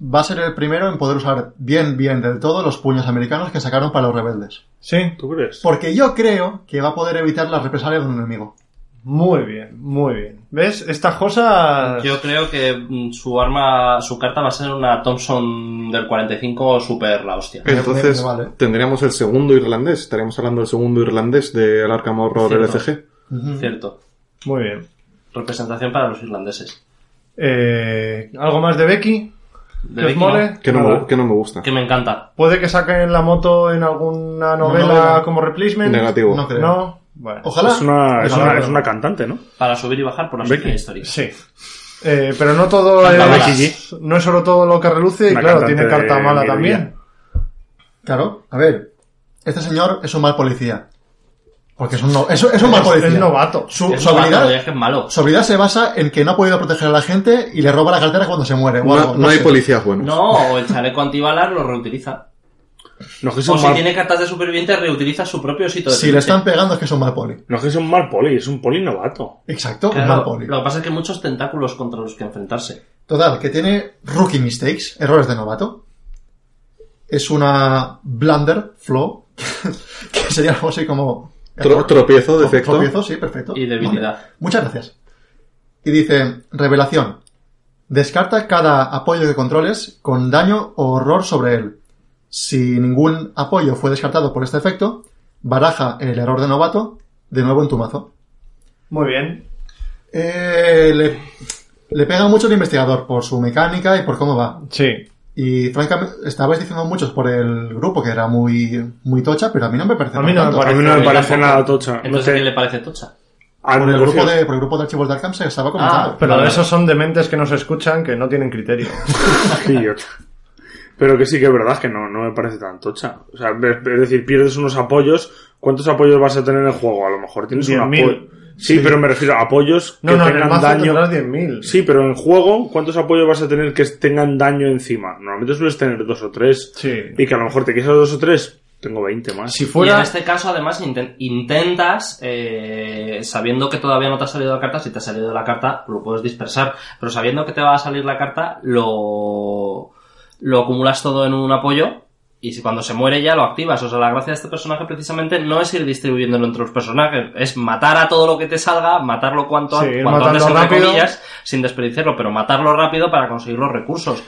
Speaker 6: Va a ser el primero en poder usar bien, bien del todo los puños americanos que sacaron para los rebeldes.
Speaker 5: sí.
Speaker 1: ¿Tú crees?
Speaker 5: Pues,
Speaker 6: Porque yo creo que va a poder evitar las represalias de un enemigo.
Speaker 5: Muy bien, muy bien. ¿Ves? Estas cosas...
Speaker 3: Yo creo que mm, su arma, su carta va a ser una Thompson del 45 super la hostia.
Speaker 6: Me-
Speaker 2: Entonces,
Speaker 6: me vale.
Speaker 2: tendríamos el segundo irlandés. Estaríamos hablando del segundo irlandés del Arkham Horror
Speaker 3: Cierto.
Speaker 1: Mm.
Speaker 2: LCG.
Speaker 3: Cierto.
Speaker 5: Muy bien.
Speaker 3: Representación para los irlandeses.
Speaker 5: Eh, ¿Algo más de Becky?
Speaker 3: De
Speaker 5: ¿Que os
Speaker 3: Becky,
Speaker 5: mole?
Speaker 2: Que no,
Speaker 5: Nada.
Speaker 2: me, que no me gusta.
Speaker 3: Que me encanta.
Speaker 5: ¿Puede que saquen la moto en alguna novela,
Speaker 6: novela.
Speaker 5: como replacement?
Speaker 2: Negativo.
Speaker 6: No creo.
Speaker 5: No. Bueno.
Speaker 6: Ojalá.
Speaker 2: Pues
Speaker 1: Es una, es,
Speaker 5: Ojalá,
Speaker 1: una,
Speaker 5: pero-
Speaker 1: es una cantante, ¿no?
Speaker 3: Para subir y bajar por la
Speaker 1: Becky.
Speaker 3: sociedad histórica.
Speaker 5: Sí. Eh, pero no todo
Speaker 3: Carta
Speaker 5: es-
Speaker 1: Becky G.
Speaker 5: no es solo todo lo que reluce y
Speaker 1: Una
Speaker 5: claro,
Speaker 1: cantante
Speaker 5: tiene carta
Speaker 1: de
Speaker 5: mala
Speaker 1: melodía.
Speaker 5: también.
Speaker 6: Claro, a ver. Este señor es un mal policía. Porque es un, no- es, es un mal
Speaker 5: Es-
Speaker 6: policía.
Speaker 5: es novato.
Speaker 6: Su,
Speaker 3: Es
Speaker 6: su
Speaker 3: malo,
Speaker 6: habilidad,
Speaker 3: es que es malo.
Speaker 6: su habilidad se basa en que no ha podido proteger a la gente y le roba la cartera cuando se muere. o algo,
Speaker 2: No, no hay
Speaker 6: sé.
Speaker 2: policías buenos.
Speaker 3: No, o el chaleco antibalas lo reutiliza.
Speaker 1: No es que es
Speaker 3: O
Speaker 1: un
Speaker 3: si
Speaker 1: mal,
Speaker 3: tiene cartas de superviviente, reutiliza su propio sitio de
Speaker 6: Si le
Speaker 3: trinche.
Speaker 6: están pegando es que es un mal poli.
Speaker 1: no es que es un mal poli, es un poli novato.
Speaker 6: Exacto, un
Speaker 3: Claro,
Speaker 6: mal poli.
Speaker 3: Lo que pasa es que hay muchos tentáculos contra los que enfrentarse.
Speaker 6: Total, que tiene rookie mistakes, errores de novato. Es una blunder, flow, que sería algo así como...
Speaker 2: Tro- tropiezo,
Speaker 6: Tro-
Speaker 2: defecto.
Speaker 6: Tropiezo, sí, perfecto.
Speaker 3: Y debilidad.
Speaker 6: Vale. Muchas gracias. Y dice, revelación. Descarta cada apoyo que controles con daño o horror sobre él. Si ningún apoyo fue descartado por este efecto, baraja el error de novato de nuevo en tu mazo.
Speaker 5: Muy bien.
Speaker 6: Eh, le, le pega mucho el investigador por su mecánica y por cómo va.
Speaker 5: Sí.
Speaker 6: Y francamente, estabais diciendo muchos por el grupo que era muy, muy tocha, pero a mí no me parece
Speaker 5: A mí no me
Speaker 6: tanto.
Speaker 5: parece.
Speaker 1: A mí no me
Speaker 3: Pero
Speaker 1: parece
Speaker 3: tampoco-
Speaker 1: nada tocha. No
Speaker 3: Entonces,
Speaker 1: sé.
Speaker 3: ¿qué le parece tocha?
Speaker 1: Ah,
Speaker 6: Por
Speaker 1: me
Speaker 6: el,
Speaker 1: refiero-
Speaker 6: grupo de, por el grupo de archivos de Arkham se estaba comentando.
Speaker 5: Pero
Speaker 3: Vale.
Speaker 5: esos son dementes que nos escuchan que no tienen criterio.
Speaker 1: Qué idiota. Pero que sí que es verdad que no, no me parece tan tocha. O sea, es es decir, pierdes unos apoyos. ¿Cuántos apoyos vas a tener en el juego? A lo mejor tienes un
Speaker 5: 10.000.
Speaker 1: apoyo. Sí, pero me refiero a apoyos que
Speaker 5: No, no, en el
Speaker 1: tengan
Speaker 5: mazo
Speaker 1: daño.
Speaker 5: tendrás 10.000.
Speaker 1: Sí, pero en juego, ¿cuántos apoyos vas a tener que tengan daño encima? Normalmente sueles tener dos o tres.
Speaker 5: Sí.
Speaker 1: Y que a lo mejor te quieres dos o tres, tengo 20 más.
Speaker 5: Si
Speaker 3: Y en
Speaker 5: fuera...
Speaker 3: este caso, además, inten- intentas, eh, sabiendo que todavía no te ha salido la carta, si te ha salido la carta, lo puedes dispersar. Pero sabiendo que te va a salir la carta, lo, lo acumulas todo en un apoyo. Y si cuando se muere ya lo activas. O sea, la gracia de este personaje precisamente no es ir distribuyéndolo entre los personajes. Es matar a todo lo que te salga, matarlo cuanto,
Speaker 5: Sí,
Speaker 3: an-
Speaker 5: ir
Speaker 3: cuanto antes,
Speaker 5: matando
Speaker 3: entre
Speaker 5: rápido.
Speaker 3: comillas, sin desperdiciarlo, pero matarlo rápido para conseguir los recursos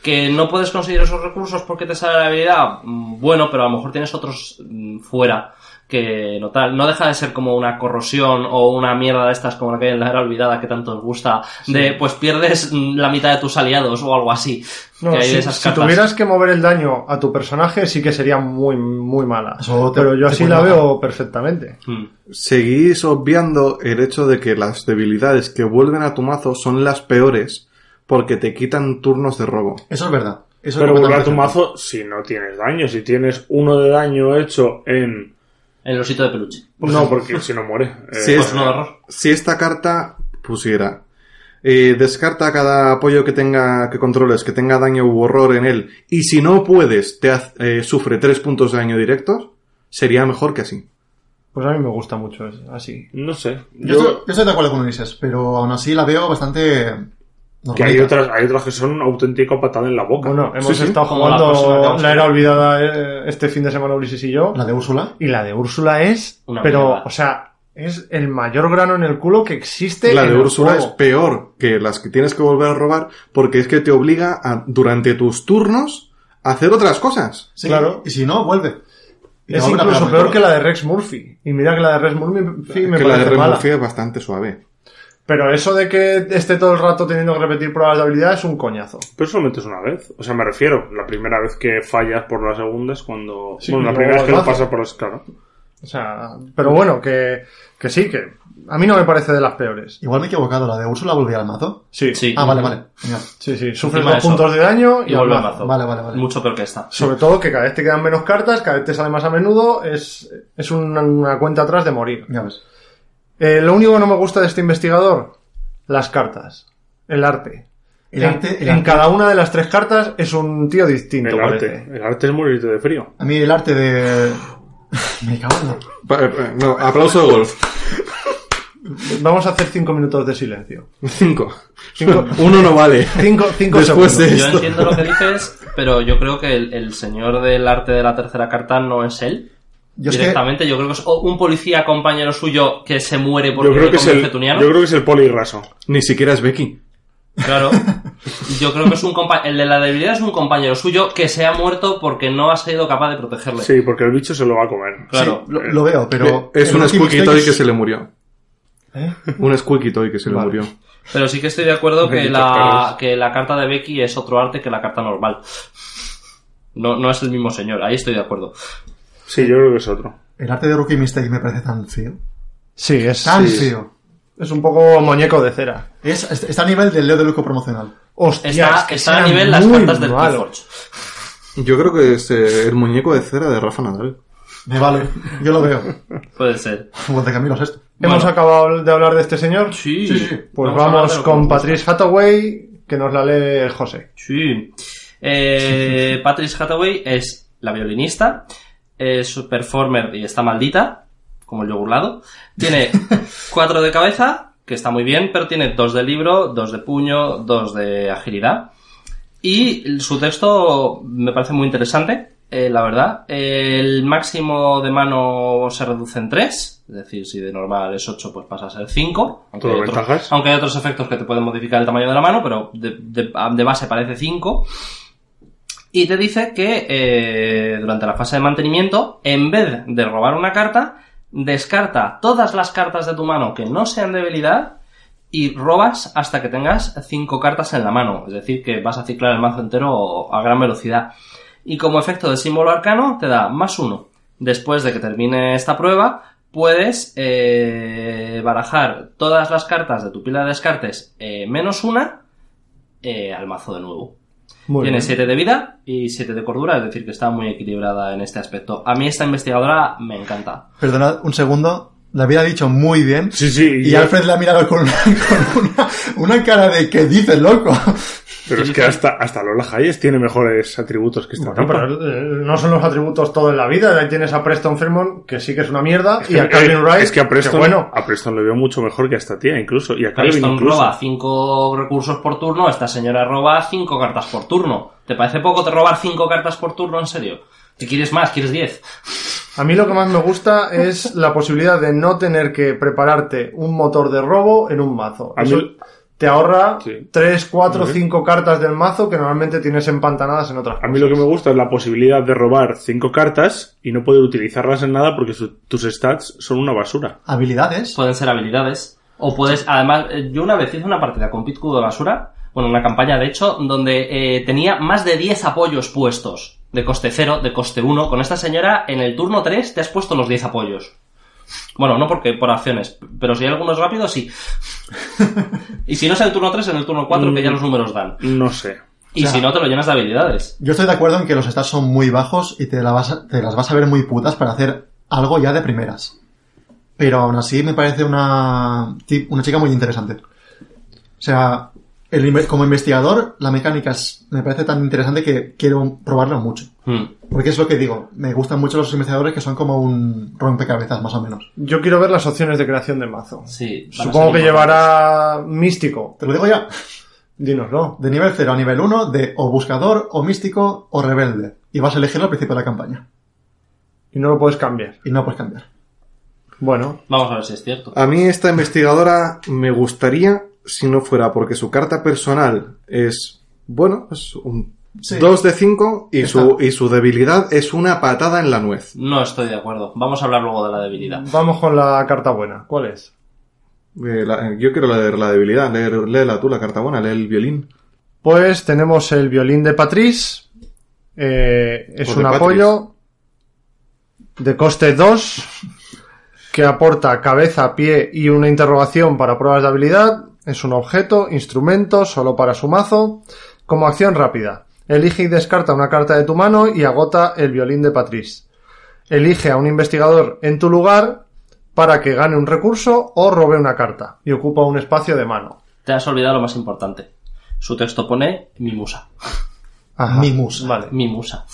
Speaker 3: que no puedes conseguir esos recursos porque te sale la habilidad, mm, bueno, pero a lo mejor tienes otros mm, fuera que no tal. No deja de ser como una corrosión o una mierda de estas como la que hay en la era olvidada que tanto os gusta, de pues pierdes mm, la mitad de tus aliados o algo así.
Speaker 5: No,
Speaker 3: que hay
Speaker 5: si,
Speaker 3: de esas
Speaker 5: si
Speaker 3: cartas.
Speaker 5: tuvieras que mover el daño a tu personaje sí que sería muy, muy mala.
Speaker 6: Eso te-
Speaker 5: pero yo
Speaker 6: te
Speaker 5: así
Speaker 6: puede
Speaker 5: la
Speaker 6: matar.
Speaker 5: veo perfectamente.
Speaker 3: Mm.
Speaker 2: Seguís obviando el hecho de que las debilidades que vuelven a tu mazo son las peores porque te quitan turnos de robo.
Speaker 6: Eso es verdad. Eso es
Speaker 1: pero volver a
Speaker 6: completamente
Speaker 1: tu
Speaker 6: cierto.
Speaker 1: mazo si no tienes daño. Si tienes uno de daño hecho en...
Speaker 3: El osito de peluche.
Speaker 1: no, porque si no muere. Eh,
Speaker 2: Sí, es-
Speaker 3: Pues no, error.
Speaker 2: Si esta carta pusiera eh, descarta cada apoyo que tenga que controles que tenga daño u horror en él y si no puedes te haz- eh, sufre tres puntos de daño directos sería mejor que así.
Speaker 5: Pues a mí me gusta mucho es- así.
Speaker 1: No sé.
Speaker 6: Yo,
Speaker 1: Yo-
Speaker 6: estoy, yo estoy de acuerdo con Ulises, pero aún así la veo bastante.
Speaker 1: que hay
Speaker 6: normalita.
Speaker 1: otras, hay otras que son un auténtico patada en la boca.
Speaker 5: Bueno, hemos
Speaker 2: sí.
Speaker 5: estado
Speaker 3: Como la persona que
Speaker 5: jugando
Speaker 3: vamos
Speaker 5: la
Speaker 3: a
Speaker 5: era
Speaker 3: ver.
Speaker 5: olvidada eh, este fin de semana Ulises y yo.
Speaker 6: La de Úrsula.
Speaker 5: Y la de Úrsula es...
Speaker 3: Una
Speaker 5: pero,
Speaker 3: mierda.
Speaker 5: o sea, es el mayor grano en el culo que existe
Speaker 2: La
Speaker 5: en
Speaker 2: de
Speaker 5: el
Speaker 2: Úrsula es
Speaker 5: juego.
Speaker 2: peor que las que tienes que volver a robar porque es que te obliga a durante tus turnos a hacer otras cosas.
Speaker 6: Sí,
Speaker 5: Claro.
Speaker 6: Y si no, vuelve. Y te
Speaker 5: Es
Speaker 6: vuelve a
Speaker 5: incluso
Speaker 6: pegar
Speaker 5: peor
Speaker 6: mucho.
Speaker 5: que la de Rex Murphy. Y mira que la de Rex Murphy me
Speaker 2: que la de
Speaker 5: parece
Speaker 2: Red
Speaker 5: mala.
Speaker 2: Murphy es bastante suave.
Speaker 5: Pero eso de que esté todo el rato teniendo que repetir pruebas de habilidad es un coñazo.
Speaker 1: Pero solamente es una vez. O sea, me refiero, la primera vez que fallas por la segunda es cuando...
Speaker 5: Sí,
Speaker 1: bueno, la
Speaker 5: luego
Speaker 1: primera vez que
Speaker 5: lo
Speaker 1: lo
Speaker 5: haces.
Speaker 1: pasas por las... Claro.
Speaker 5: O sea, pero bueno, que, que sí, que a mí no me parece de las peores.
Speaker 6: Igual me he equivocado, la de Úrsula volvía al mazo.
Speaker 5: Sí, sí,
Speaker 3: Sí.
Speaker 6: Ah, vale, vale. Genial.
Speaker 5: sí. Sufres
Speaker 3: Encima
Speaker 5: dos
Speaker 3: de eso.
Speaker 5: puntos de daño y,
Speaker 3: Y vuelve
Speaker 5: al
Speaker 3: al
Speaker 5: mazo.
Speaker 3: mazo.
Speaker 6: Vale, vale, vale.
Speaker 3: Mucho peor que esta.
Speaker 5: Sobre todo que cada vez te quedan menos cartas, cada vez te sale más a menudo, es, es una, una cuenta atrás de morir.
Speaker 6: Ya ves.
Speaker 5: Eh, lo único que no me gusta de este investigador, las cartas, el arte.
Speaker 6: El
Speaker 5: en,
Speaker 6: arte- el
Speaker 5: en
Speaker 6: arte.
Speaker 5: cada una de las tres cartas es un tío distinto,
Speaker 1: El arte.
Speaker 5: parece.
Speaker 1: El arte es morirte de frío.
Speaker 6: A mí el arte de. me cago en la-
Speaker 2: Pa- eh, No, aplauso de golf.
Speaker 5: Vamos a hacer cinco minutos de silencio.
Speaker 2: Cinco. Uno no vale.
Speaker 5: Cinco, cinco
Speaker 2: Después
Speaker 5: segundos.
Speaker 2: de
Speaker 3: Yo
Speaker 2: esto.
Speaker 3: entiendo lo que dices, pero yo creo que el, el señor del arte de la tercera carta no es él.
Speaker 6: Yo es que.
Speaker 3: directamente, yo creo que es o un policía compañero suyo que se muere porque
Speaker 1: Yo creo,
Speaker 3: le
Speaker 1: que es
Speaker 3: come
Speaker 1: el,
Speaker 3: petuniano.
Speaker 1: yo creo que es el poli raso.
Speaker 2: Ni siquiera es Becky.
Speaker 3: Claro. Yo creo que es un compa- el de la debilidad es un compañero suyo que se ha muerto porque no ha sido capaz de protegerle.
Speaker 1: Sí, porque el bicho se lo va a comer.
Speaker 3: Claro.
Speaker 6: sí, lo, lo veo, pero.
Speaker 2: es
Speaker 6: el
Speaker 2: un
Speaker 6: rookie
Speaker 2: Squeaky Toy
Speaker 6: mistakes-
Speaker 2: que se le murió.
Speaker 5: ¿Eh?
Speaker 2: Un Squeaky Toy que se le
Speaker 5: Vale.
Speaker 2: murió.
Speaker 3: Pero sí que estoy de acuerdo que
Speaker 1: Benditos
Speaker 3: la,
Speaker 1: perros.
Speaker 3: que la carta de Becky es otro arte que la carta normal. No, no es el mismo señor, ahí estoy de acuerdo.
Speaker 1: Sí, yo creo que es otro.
Speaker 6: El arte de Rookie Mistake me parece tan feo.
Speaker 5: Sí, es,
Speaker 6: Tan
Speaker 5: sí.
Speaker 6: feo.
Speaker 5: es un poco muñeco de cera.
Speaker 6: Es, es- está a nivel del Leo de Luco promocional.
Speaker 5: Hostia,
Speaker 3: Está,
Speaker 5: es que
Speaker 3: está a
Speaker 5: era
Speaker 3: nivel las
Speaker 5: muy
Speaker 3: cartas del
Speaker 5: malo.
Speaker 3: Keyforge.
Speaker 2: Yo creo que es eh, el muñeco de cera de Rafa Nadal.
Speaker 6: Me vale. Yo lo veo.
Speaker 3: Puede ser.
Speaker 6: Como de camino es esto.
Speaker 5: ¿Hemos
Speaker 3: Bueno.
Speaker 5: acabado de hablar de este señor?
Speaker 3: Sí,
Speaker 6: Sí, sí.
Speaker 5: Pues
Speaker 3: a hablar
Speaker 5: vamos,
Speaker 3: de lo que
Speaker 5: con
Speaker 3: nos gusta.
Speaker 5: Patrice Hathaway, que nos la lee José.
Speaker 3: Sí. Eh, Patrice Hathaway es la violinista, es performer y está maldita, como el yogurlado. Tiene cuatro de cabeza, que está muy bien, pero tiene dos de libro, dos de puño, dos de agilidad. Y su texto me parece muy interesante, eh, la verdad. El máximo de mano se reduce en 3, es decir, si de normal es 8, pues pasa a ser 5. Aunque,
Speaker 1: Todo
Speaker 3: hay otros-
Speaker 1: ventajas.
Speaker 3: aunque hay otros efectos que te pueden modificar el tamaño de la mano, pero de, de- de base parece 5. Y te dice que eh, durante la fase de mantenimiento, en vez de robar una carta, descarta todas las cartas de tu mano que no sean de habilidad y robas hasta que tengas cinco cartas en la mano. Es decir, que vas a ciclar el mazo entero a gran velocidad. Y como efecto de símbolo arcano, te da más uno. Después de que termine esta prueba, puedes eh, barajar todas las cartas de tu pila de descartes eh, menos una eh, al mazo de nuevo.
Speaker 5: Muy
Speaker 3: Tiene
Speaker 5: bien.
Speaker 3: 7 de vida y 7 de cordura, es decir, que está muy equilibrada en este aspecto. A mí esta investigadora me encanta.
Speaker 6: Perdonad un segundo. La había dicho muy bien.
Speaker 1: Sí, sí.
Speaker 6: Y
Speaker 1: yo-
Speaker 6: Alfred la ha mirado con una, con una, una cara de ¿qué dices, loco?
Speaker 1: Pero es que hasta, hasta Lola Hayes tiene mejores atributos que esta
Speaker 5: Bueno,
Speaker 1: tipa.
Speaker 5: pero eh, no son los atributos todo en la vida. Ahí tienes a Preston Fremont, que sí que es una mierda, y a
Speaker 1: Eh,
Speaker 5: Calvin Wright,
Speaker 1: es que a Preston,
Speaker 5: que bueno,
Speaker 1: a Preston le veo mucho mejor que a esta tía, incluso. Y a Calvin
Speaker 3: Preston
Speaker 1: incluso.
Speaker 3: roba 5 recursos por turno, esta señora roba 5 cartas por turno. ¿Te parece poco te robar 5 cartas por turno, en serio? Si quieres más, quieres 10.
Speaker 5: a mí lo que más me gusta es la posibilidad de no tener que prepararte un motor de robo en un mazo.
Speaker 1: A
Speaker 5: Eso
Speaker 1: mí-
Speaker 5: te ahorra
Speaker 1: Sí.
Speaker 5: 3, 4,
Speaker 1: Ujú.
Speaker 5: 5 cartas del mazo que normalmente tienes empantanadas en otras
Speaker 1: A mí lo que me gusta es la posibilidad de robar cinco cartas y no poder utilizarlas en nada porque su- tus stats son una basura.
Speaker 6: Habilidades.
Speaker 3: Pueden ser habilidades. O puedes, además, eh, yo una vez hice una partida con Pitcu de basura, bueno, una campaña de hecho, donde eh, tenía más de 10 apoyos puestos, de coste 0, de coste 1. Con esta señora, en el turno 3 te has puesto los 10 apoyos. Bueno, no porque por acciones, pero si hay algunos rápidos, sí. y si no es en el turno 3, en el turno 4, que ya los números dan.
Speaker 1: No sé.
Speaker 3: Y
Speaker 6: O sea-
Speaker 3: si no, te lo llenas de habilidades.
Speaker 6: Yo estoy de acuerdo en que los stats son muy bajos y te, la vas a- te las vas a ver muy putas para hacer algo ya de primeras. Pero aún así me parece una, ti- una chica muy interesante. O sea, el inve- como investigador, la mecánica es- me parece tan interesante que quiero probarlo mucho.
Speaker 3: Hmm.
Speaker 6: Porque es lo que digo, me gustan mucho los investigadores que son como un rompecabezas más o menos.
Speaker 5: Yo quiero ver las opciones de creación de mazo.
Speaker 3: Sí, van a
Speaker 5: Supongo
Speaker 3: ser importantes.
Speaker 5: que llevará místico.
Speaker 6: Te lo digo ya.
Speaker 5: Dínoslo.
Speaker 6: De nivel 0 a nivel 1 de o buscador, o místico, o rebelde. Y vas a elegirlo al principio de la campaña.
Speaker 5: Y no lo puedes cambiar.
Speaker 6: Y no puedes cambiar.
Speaker 5: Bueno,
Speaker 3: Vamos a ver si es cierto.
Speaker 2: A mí esta investigadora me gustaría si no fuera porque su carta personal es, bueno, es un
Speaker 6: Sí.
Speaker 2: 2 de 5 y
Speaker 6: Está.
Speaker 2: su, y su debilidad es una patada en la nuez.
Speaker 3: No estoy de acuerdo. Vamos a hablar luego de la debilidad.
Speaker 5: vamos con la carta buena. ¿Cuál es?
Speaker 2: Eh, la- eh, yo quiero leer la debilidad, leer, léela tú, la carta buena, lee el violín.
Speaker 5: Pues tenemos el violín de Patrice. eh, es
Speaker 2: O Pues de
Speaker 5: un
Speaker 2: Patrice.
Speaker 5: apoyo de coste 2 que aporta cabeza, pie y una interrogación para pruebas de habilidad. Es un objeto, instrumento, solo para su mazo. Como acción rápida, elige y descarta una carta de tu mano y agota el violín de Patrice. Elige a un investigador en tu lugar para que gane un recurso o robe una carta y ocupa un espacio de mano.
Speaker 3: Te has olvidado lo más importante. Su texto pone mi musa.
Speaker 5: Ajá.
Speaker 6: Mi musa.
Speaker 5: Vale,
Speaker 3: Mi musa.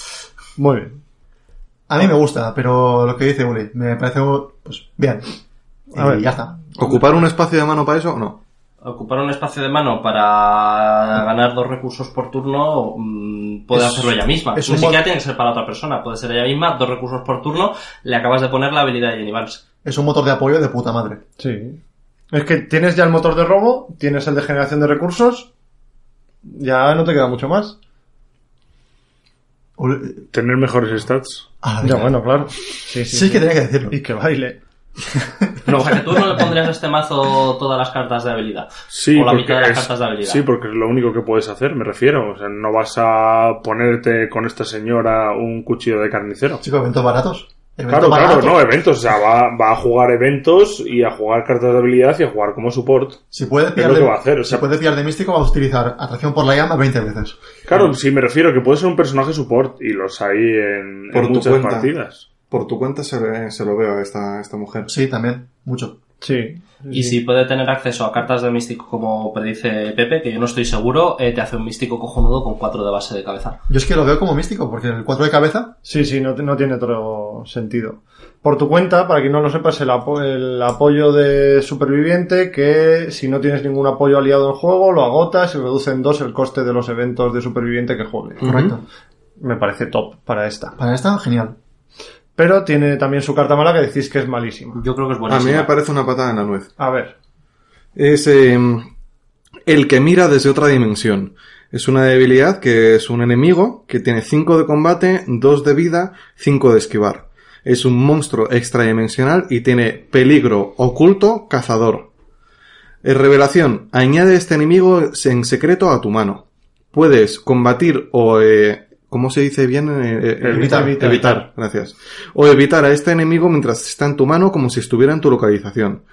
Speaker 5: muy bien.
Speaker 6: A mí me gusta, pero lo que dice Uli, me parece pues bien.
Speaker 5: A
Speaker 6: y
Speaker 5: ver.
Speaker 6: ya está.
Speaker 2: ¿Ocupar un espacio de mano para eso? No.
Speaker 3: Ocupar un espacio de mano para ganar dos recursos por turno mm, puede
Speaker 6: Es-
Speaker 3: hacerlo ella misma.
Speaker 6: es
Speaker 3: Ni
Speaker 6: un
Speaker 3: siquiera
Speaker 6: mod-
Speaker 3: tiene que ser para otra persona. Puede ser ella misma, dos recursos por turno, le acabas de poner la habilidad de Jenny Vance.
Speaker 6: Es un motor de apoyo de puta madre.
Speaker 5: Sí. Es que tienes ya el motor de robo, tienes el de generación de recursos, ya no te queda mucho más.
Speaker 6: Uli-
Speaker 1: Tener mejores stats.
Speaker 6: a la
Speaker 5: Ya
Speaker 6: verga.
Speaker 5: bueno, claro. Sí, sí,
Speaker 6: Ah, Sí, es que tenía que decirlo.
Speaker 5: Y que baile.
Speaker 1: No.
Speaker 3: O sea, que tú no le pondrías a este mazo todas las cartas de habilidad.
Speaker 1: Sí,
Speaker 3: o la
Speaker 1: porque
Speaker 3: mitad de las
Speaker 1: es-
Speaker 3: cartas de habilidad.
Speaker 1: Sí, porque es lo único que puedes hacer, me refiero. O sea, no vas a ponerte con esta señora un cuchillo de carnicero.
Speaker 6: Chico, eventos baratos.
Speaker 1: Claro,
Speaker 6: Eventos
Speaker 1: claro,
Speaker 6: baratos.
Speaker 1: no, eventos. O sea, va, va a jugar eventos y a jugar cartas de habilidad y a jugar como support.
Speaker 6: Si puedes
Speaker 1: Es
Speaker 6: pillar
Speaker 1: lo
Speaker 6: de-
Speaker 1: que va a hacer, o
Speaker 6: si
Speaker 1: sea-
Speaker 6: puedes pillar de místico, vas a utilizar atracción por la llama 20 veces.
Speaker 3: Mm.
Speaker 1: Claro, sí, me refiero que puede ser un personaje support y los hay en, en
Speaker 2: Por tu
Speaker 1: muchas
Speaker 2: cuenta.
Speaker 1: partidas.
Speaker 2: Por tu cuenta se, ve- se lo veo a esta, esta mujer.
Speaker 6: Sí, también, mucho.
Speaker 5: Sí.
Speaker 3: Y si puede tener acceso a cartas de místico como predice Pepe, que yo no estoy seguro, eh, te hace un místico cojonudo con cuatro de base de cabeza.
Speaker 6: Yo es que lo veo como místico, porque el 4 de cabeza,
Speaker 5: Sí, sí, no, te- no tiene otro sentido. Por tu cuenta, para quien no lo sepa, es el, apo- el apoyo de superviviente que si no tienes ningún apoyo aliado en juego, lo agotas y reduce en dos el coste de los eventos de superviviente que juegue.
Speaker 6: correcto.
Speaker 5: Me parece top para esta.
Speaker 6: Para esta, genial.
Speaker 5: Pero tiene también su carta mala que decís que es malísima.
Speaker 3: Yo creo que es
Speaker 2: A mí
Speaker 3: buenísimo.
Speaker 2: me parece una patada en la nuez.
Speaker 5: A ver,
Speaker 2: es eh, el que mira desde otra dimensión. Es una debilidad que es un enemigo que tiene 5 de combate, 2 de vida, 5 de esquivar. Es un monstruo extradimensional y tiene peligro oculto cazador. En revelación, añade este enemigo en secreto a tu mano. Puedes combatir o... eh, ¿Cómo se dice bien? Eh, eh,
Speaker 6: Evitar.
Speaker 2: evitar. Evitar, gracias. O evitar a este enemigo mientras está en tu mano como si estuviera en tu localización.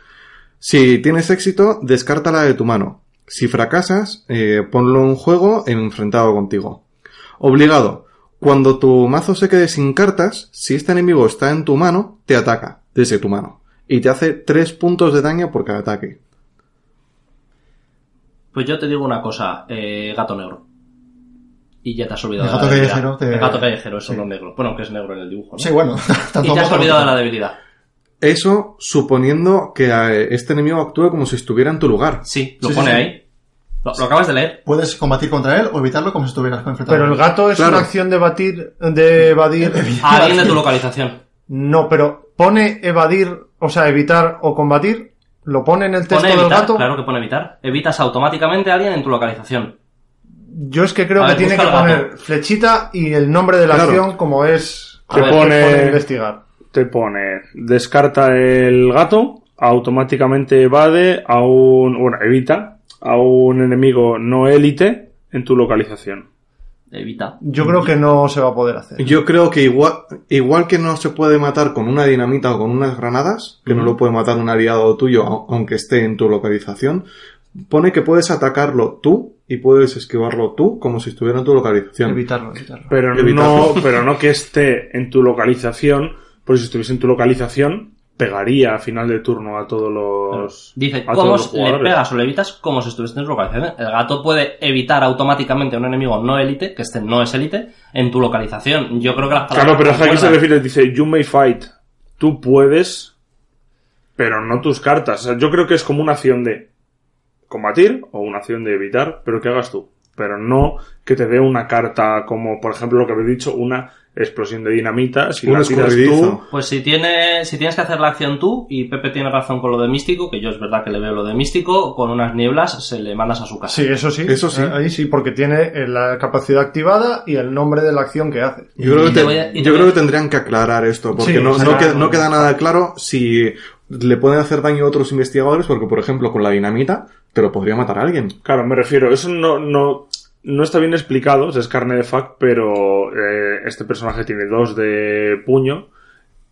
Speaker 2: Si tienes éxito, descártala de tu mano. Si fracasas, eh, ponlo en juego enfrentado contigo. Obligado. Cuando tu mazo se quede sin cartas, si este enemigo está en tu mano, te ataca desde tu mano. Y te hace 3 puntos de daño por cada ataque.
Speaker 3: Pues yo te digo una cosa, eh, gato negro. Y ya te has olvidado
Speaker 6: El
Speaker 3: de
Speaker 6: gato
Speaker 3: la debilidad.
Speaker 6: callejero te-
Speaker 3: El gato callejero, eso
Speaker 6: Sí.
Speaker 3: no es negro. Bueno, que es negro en el dibujo, ¿no?
Speaker 6: Sí, bueno, tanto
Speaker 3: y te has
Speaker 6: moco
Speaker 3: olvidado de
Speaker 6: como-
Speaker 3: la debilidad.
Speaker 2: Eso suponiendo que eh, este enemigo actúe como si estuviera en tu lugar.
Speaker 3: Sí, lo
Speaker 6: Sí, sí,
Speaker 3: pone
Speaker 6: sí.
Speaker 3: ahí. Lo, lo acabas de leer.
Speaker 6: Puedes combatir contra él o evitarlo como si estuvieras enfrentado.
Speaker 5: pero el gato es
Speaker 2: Claro.
Speaker 5: una acción de batir, de evadir.
Speaker 3: A Ah, alguien de tu localización.
Speaker 5: No, pero pone evadir, o sea, evitar o combatir, lo pone en el texto
Speaker 3: Pone
Speaker 5: del
Speaker 3: evitar,
Speaker 5: gato.
Speaker 3: claro que pone evitar. Evitas automáticamente a alguien en tu localización.
Speaker 5: Yo es que creo
Speaker 3: A
Speaker 5: que
Speaker 3: ver,
Speaker 5: tiene que
Speaker 3: busca el gato.
Speaker 5: poner flechita y el nombre de la
Speaker 2: Claro.
Speaker 5: acción como es
Speaker 1: Te
Speaker 3: ver,
Speaker 5: pone
Speaker 1: pone,
Speaker 5: investigar.
Speaker 1: te pone, descarta el gato, automáticamente evade a un, bueno, evita a un enemigo no élite en tu localización.
Speaker 3: Evita.
Speaker 5: Yo creo que no se va a poder hacer.
Speaker 2: Yo creo que igual, igual que no se puede matar con una dinamita o con unas granadas, que no lo puede matar un aliado tuyo au- aunque esté en tu localización, pone que puedes atacarlo tú y puedes esquivarlo tú como si estuviera en tu localización.
Speaker 6: Evitarlo, evitarlo.
Speaker 1: Pero no,
Speaker 2: Evitarlo.
Speaker 1: pero no que esté en tu localización, porque si estuviese en tu localización, pegaría a final de turno a todos los.
Speaker 3: Dice,
Speaker 1: a
Speaker 3: ¿cómo
Speaker 1: todos los
Speaker 3: le
Speaker 1: jugadores.
Speaker 3: pegas o le evitas como si estuviese en tu localización? El gato puede evitar automáticamente a un enemigo no élite, que este no es élite, en tu localización. Yo creo que las
Speaker 1: Claro,
Speaker 3: palabras
Speaker 1: pero ¿a qué se
Speaker 3: concuerdan.
Speaker 1: refiere? Dice, you may fight. Tú puedes, pero no tus cartas. O sea, yo creo que es como una acción de combatir o una acción de evitar, pero que hagas tú. Pero no que te dé una carta como, por ejemplo, lo que habéis dicho, una explosión de dinamita. Si
Speaker 2: Un
Speaker 1: la tiras tú,
Speaker 2: escurridizo.
Speaker 3: Pues si, tiene, si tienes que hacer la acción tú, y Pepe tiene razón con lo de místico, que yo es verdad que le veo lo de místico, con unas nieblas se le mandas a su casa.
Speaker 5: Sí, eso sí.
Speaker 2: Eso sí.
Speaker 5: Eh, Ahí sí, porque tiene eh, la capacidad activada y el nombre de la acción que hace.
Speaker 2: Yo, creo
Speaker 3: Y
Speaker 2: que,
Speaker 3: te
Speaker 2: te-
Speaker 3: voy a- y te
Speaker 2: yo
Speaker 3: voy a-
Speaker 2: creo que tendrían que aclarar esto, porque
Speaker 5: Sí,
Speaker 2: no,
Speaker 5: o sea,
Speaker 2: no queda,
Speaker 5: claro.
Speaker 2: no queda nada claro si le pueden hacer daño a otros investigadores, porque por ejemplo con la dinamita te lo podría matar a alguien.
Speaker 1: Claro, me refiero, eso no, no, no está bien explicado, o sea, es carne de fac, pero eh, este personaje tiene dos de puño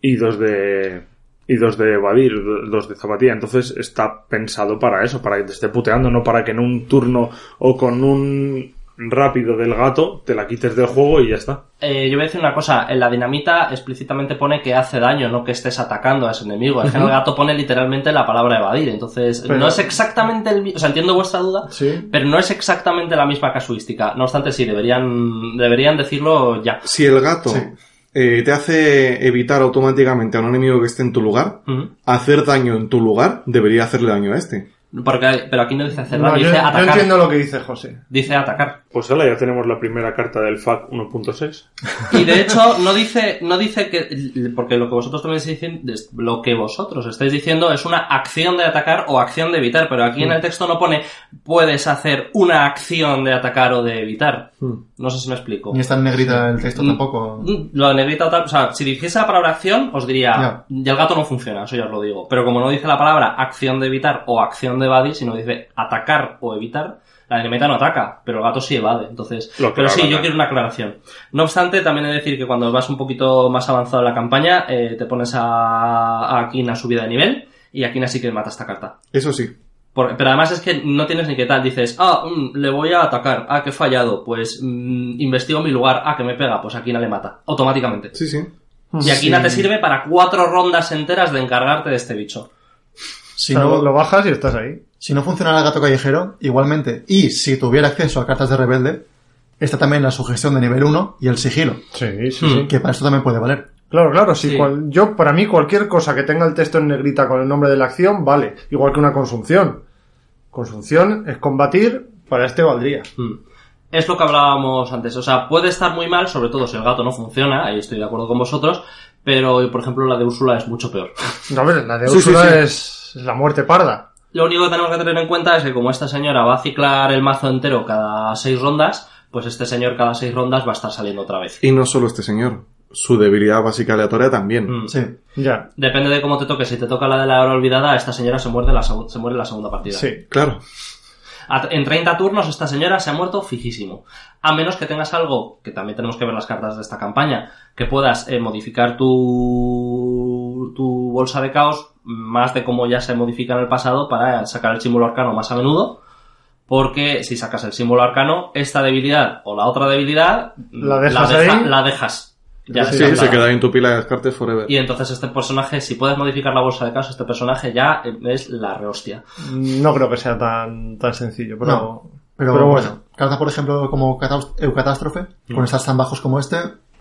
Speaker 1: y dos de y dos de evadir, do- dos de zapatilla, entonces está pensado para eso, para que te esté puteando, no para que en un turno o con un rápido del gato te la quites del juego y ya está.
Speaker 3: Eh, yo voy a decir una cosa, en la dinamita explícitamente pone que hace daño, no que estés atacando a ese enemigo. Es que en el gato pone literalmente la palabra evadir, entonces
Speaker 5: Pero-
Speaker 3: no es exactamente el... mi- O sea, entiendo vuestra duda,
Speaker 5: Sí.
Speaker 3: pero no es exactamente la misma casuística. No obstante, sí, deberían, deberían decirlo ya.
Speaker 2: Si el gato
Speaker 6: Sí.
Speaker 2: eh, te hace evitar automáticamente a un enemigo que esté en tu lugar,
Speaker 3: Ujú.
Speaker 2: hacer daño en tu lugar debería hacerle daño a este.
Speaker 3: Porque, pero aquí no dice cerrar,
Speaker 5: No, yo,
Speaker 3: dice
Speaker 5: yo
Speaker 3: atacar.
Speaker 5: entiendo lo que dice José.
Speaker 3: Dice atacar.
Speaker 1: Pues hala, ya tenemos la primera carta del FAC 1.6.
Speaker 3: Y de hecho, no dice, no dice que, porque lo que vosotros también estáis diciendo, es- lo que vosotros estáis diciendo es una acción de atacar o acción de evitar, pero aquí en el texto no pone puedes hacer una acción de atacar o de evitar. No sé si me explico.
Speaker 6: Ni está en negrita el texto tampoco.
Speaker 3: Mm, Lo de negrita, tal, o sea, si dijese la palabra acción, os diría,
Speaker 6: Ya.
Speaker 3: ya el gato no funciona, eso ya os lo digo. Pero como no dice la palabra acción de evitar o acción de evadir, sino dice atacar o evitar, la negrita no ataca, pero el gato sí evade. Entonces,
Speaker 1: Lo que
Speaker 3: pero
Speaker 1: la
Speaker 3: sí,
Speaker 1: gana.
Speaker 3: yo quiero una aclaración. No obstante, también he de decir que cuando vas un poquito más avanzado en la campaña, eh, te pones a, a Kina subida de nivel, y Akina sí que mata esta carta.
Speaker 2: Eso sí.
Speaker 3: Por- pero además es que no tienes ni qué tal. Dices, ah, mm, le voy a atacar. Ah, que he fallado. Pues mm, investigo mi lugar. Ah, que me pega. Pues Aquina le mata. Automáticamente.
Speaker 2: Sí, sí.
Speaker 3: Y Aquina te sirve para cuatro rondas enteras de encargarte de este bicho.
Speaker 6: Si
Speaker 5: O sea,
Speaker 6: no,
Speaker 5: lo bajas y estás ahí.
Speaker 6: si no funcionara el gato callejero, igualmente, y si tuviera acceso a cartas de rebelde, está también la sugestión de nivel 1 y el sigilo,
Speaker 5: Sí, sí,
Speaker 3: sí.
Speaker 6: que para esto también puede valer.
Speaker 5: Claro, claro, sí.
Speaker 3: Sí.
Speaker 5: cual- yo, para mí, cualquier cosa que tenga el texto en negrita con el nombre de la acción, vale. Igual que una consunción. Consunción es combatir, para este valdría.
Speaker 3: Mm. Es lo que hablábamos antes. O sea, puede estar muy mal, sobre todo si el gato no funciona. Ahí estoy de acuerdo con vosotros. Pero, por ejemplo, la de Úrsula es mucho peor.
Speaker 5: No, a ver, la de
Speaker 2: Sí,
Speaker 5: Úrsula
Speaker 2: sí, sí.
Speaker 5: Es, es la muerte parda.
Speaker 3: Lo único que tenemos que tener en cuenta es que como esta señora va a ciclar el mazo entero cada seis rondas, pues este señor cada seis rondas va a estar saliendo otra vez.
Speaker 2: Y no solo este señor. Su debilidad básica aleatoria también.
Speaker 3: Mm.
Speaker 6: Sí.
Speaker 5: Ya,
Speaker 3: Depende de cómo te toque. Si te toca la de la hora olvidada, esta señora se muerde la, segu- se muere en la segunda partida.
Speaker 5: sí.
Speaker 2: Claro.
Speaker 3: A- en 30 turnos, esta señora se ha muerto fijísimo. A menos que tengas algo, que también tenemos que ver las cartas de esta campaña, que puedas eh, modificar tu, tu bolsa de caos más de como ya se modifica en el pasado para sacar el símbolo arcano más a menudo. Porque si sacas el símbolo arcano, esta debilidad o la otra debilidad
Speaker 5: La dejas ahí.
Speaker 3: la dejas. Ya
Speaker 2: Sí,
Speaker 3: descartada.
Speaker 2: se queda ahí en tu pila de descartes forever.
Speaker 3: Y entonces este personaje, si puedes modificar la bolsa de caso, este personaje ya eh, es la rehostia.
Speaker 5: No creo que sea tan, tan sencillo, pero.
Speaker 6: No, Pero,
Speaker 5: Pero bueno.
Speaker 6: bueno, cartas, por ejemplo, como catas- Eucatástrofe, con estas tan bajos como este,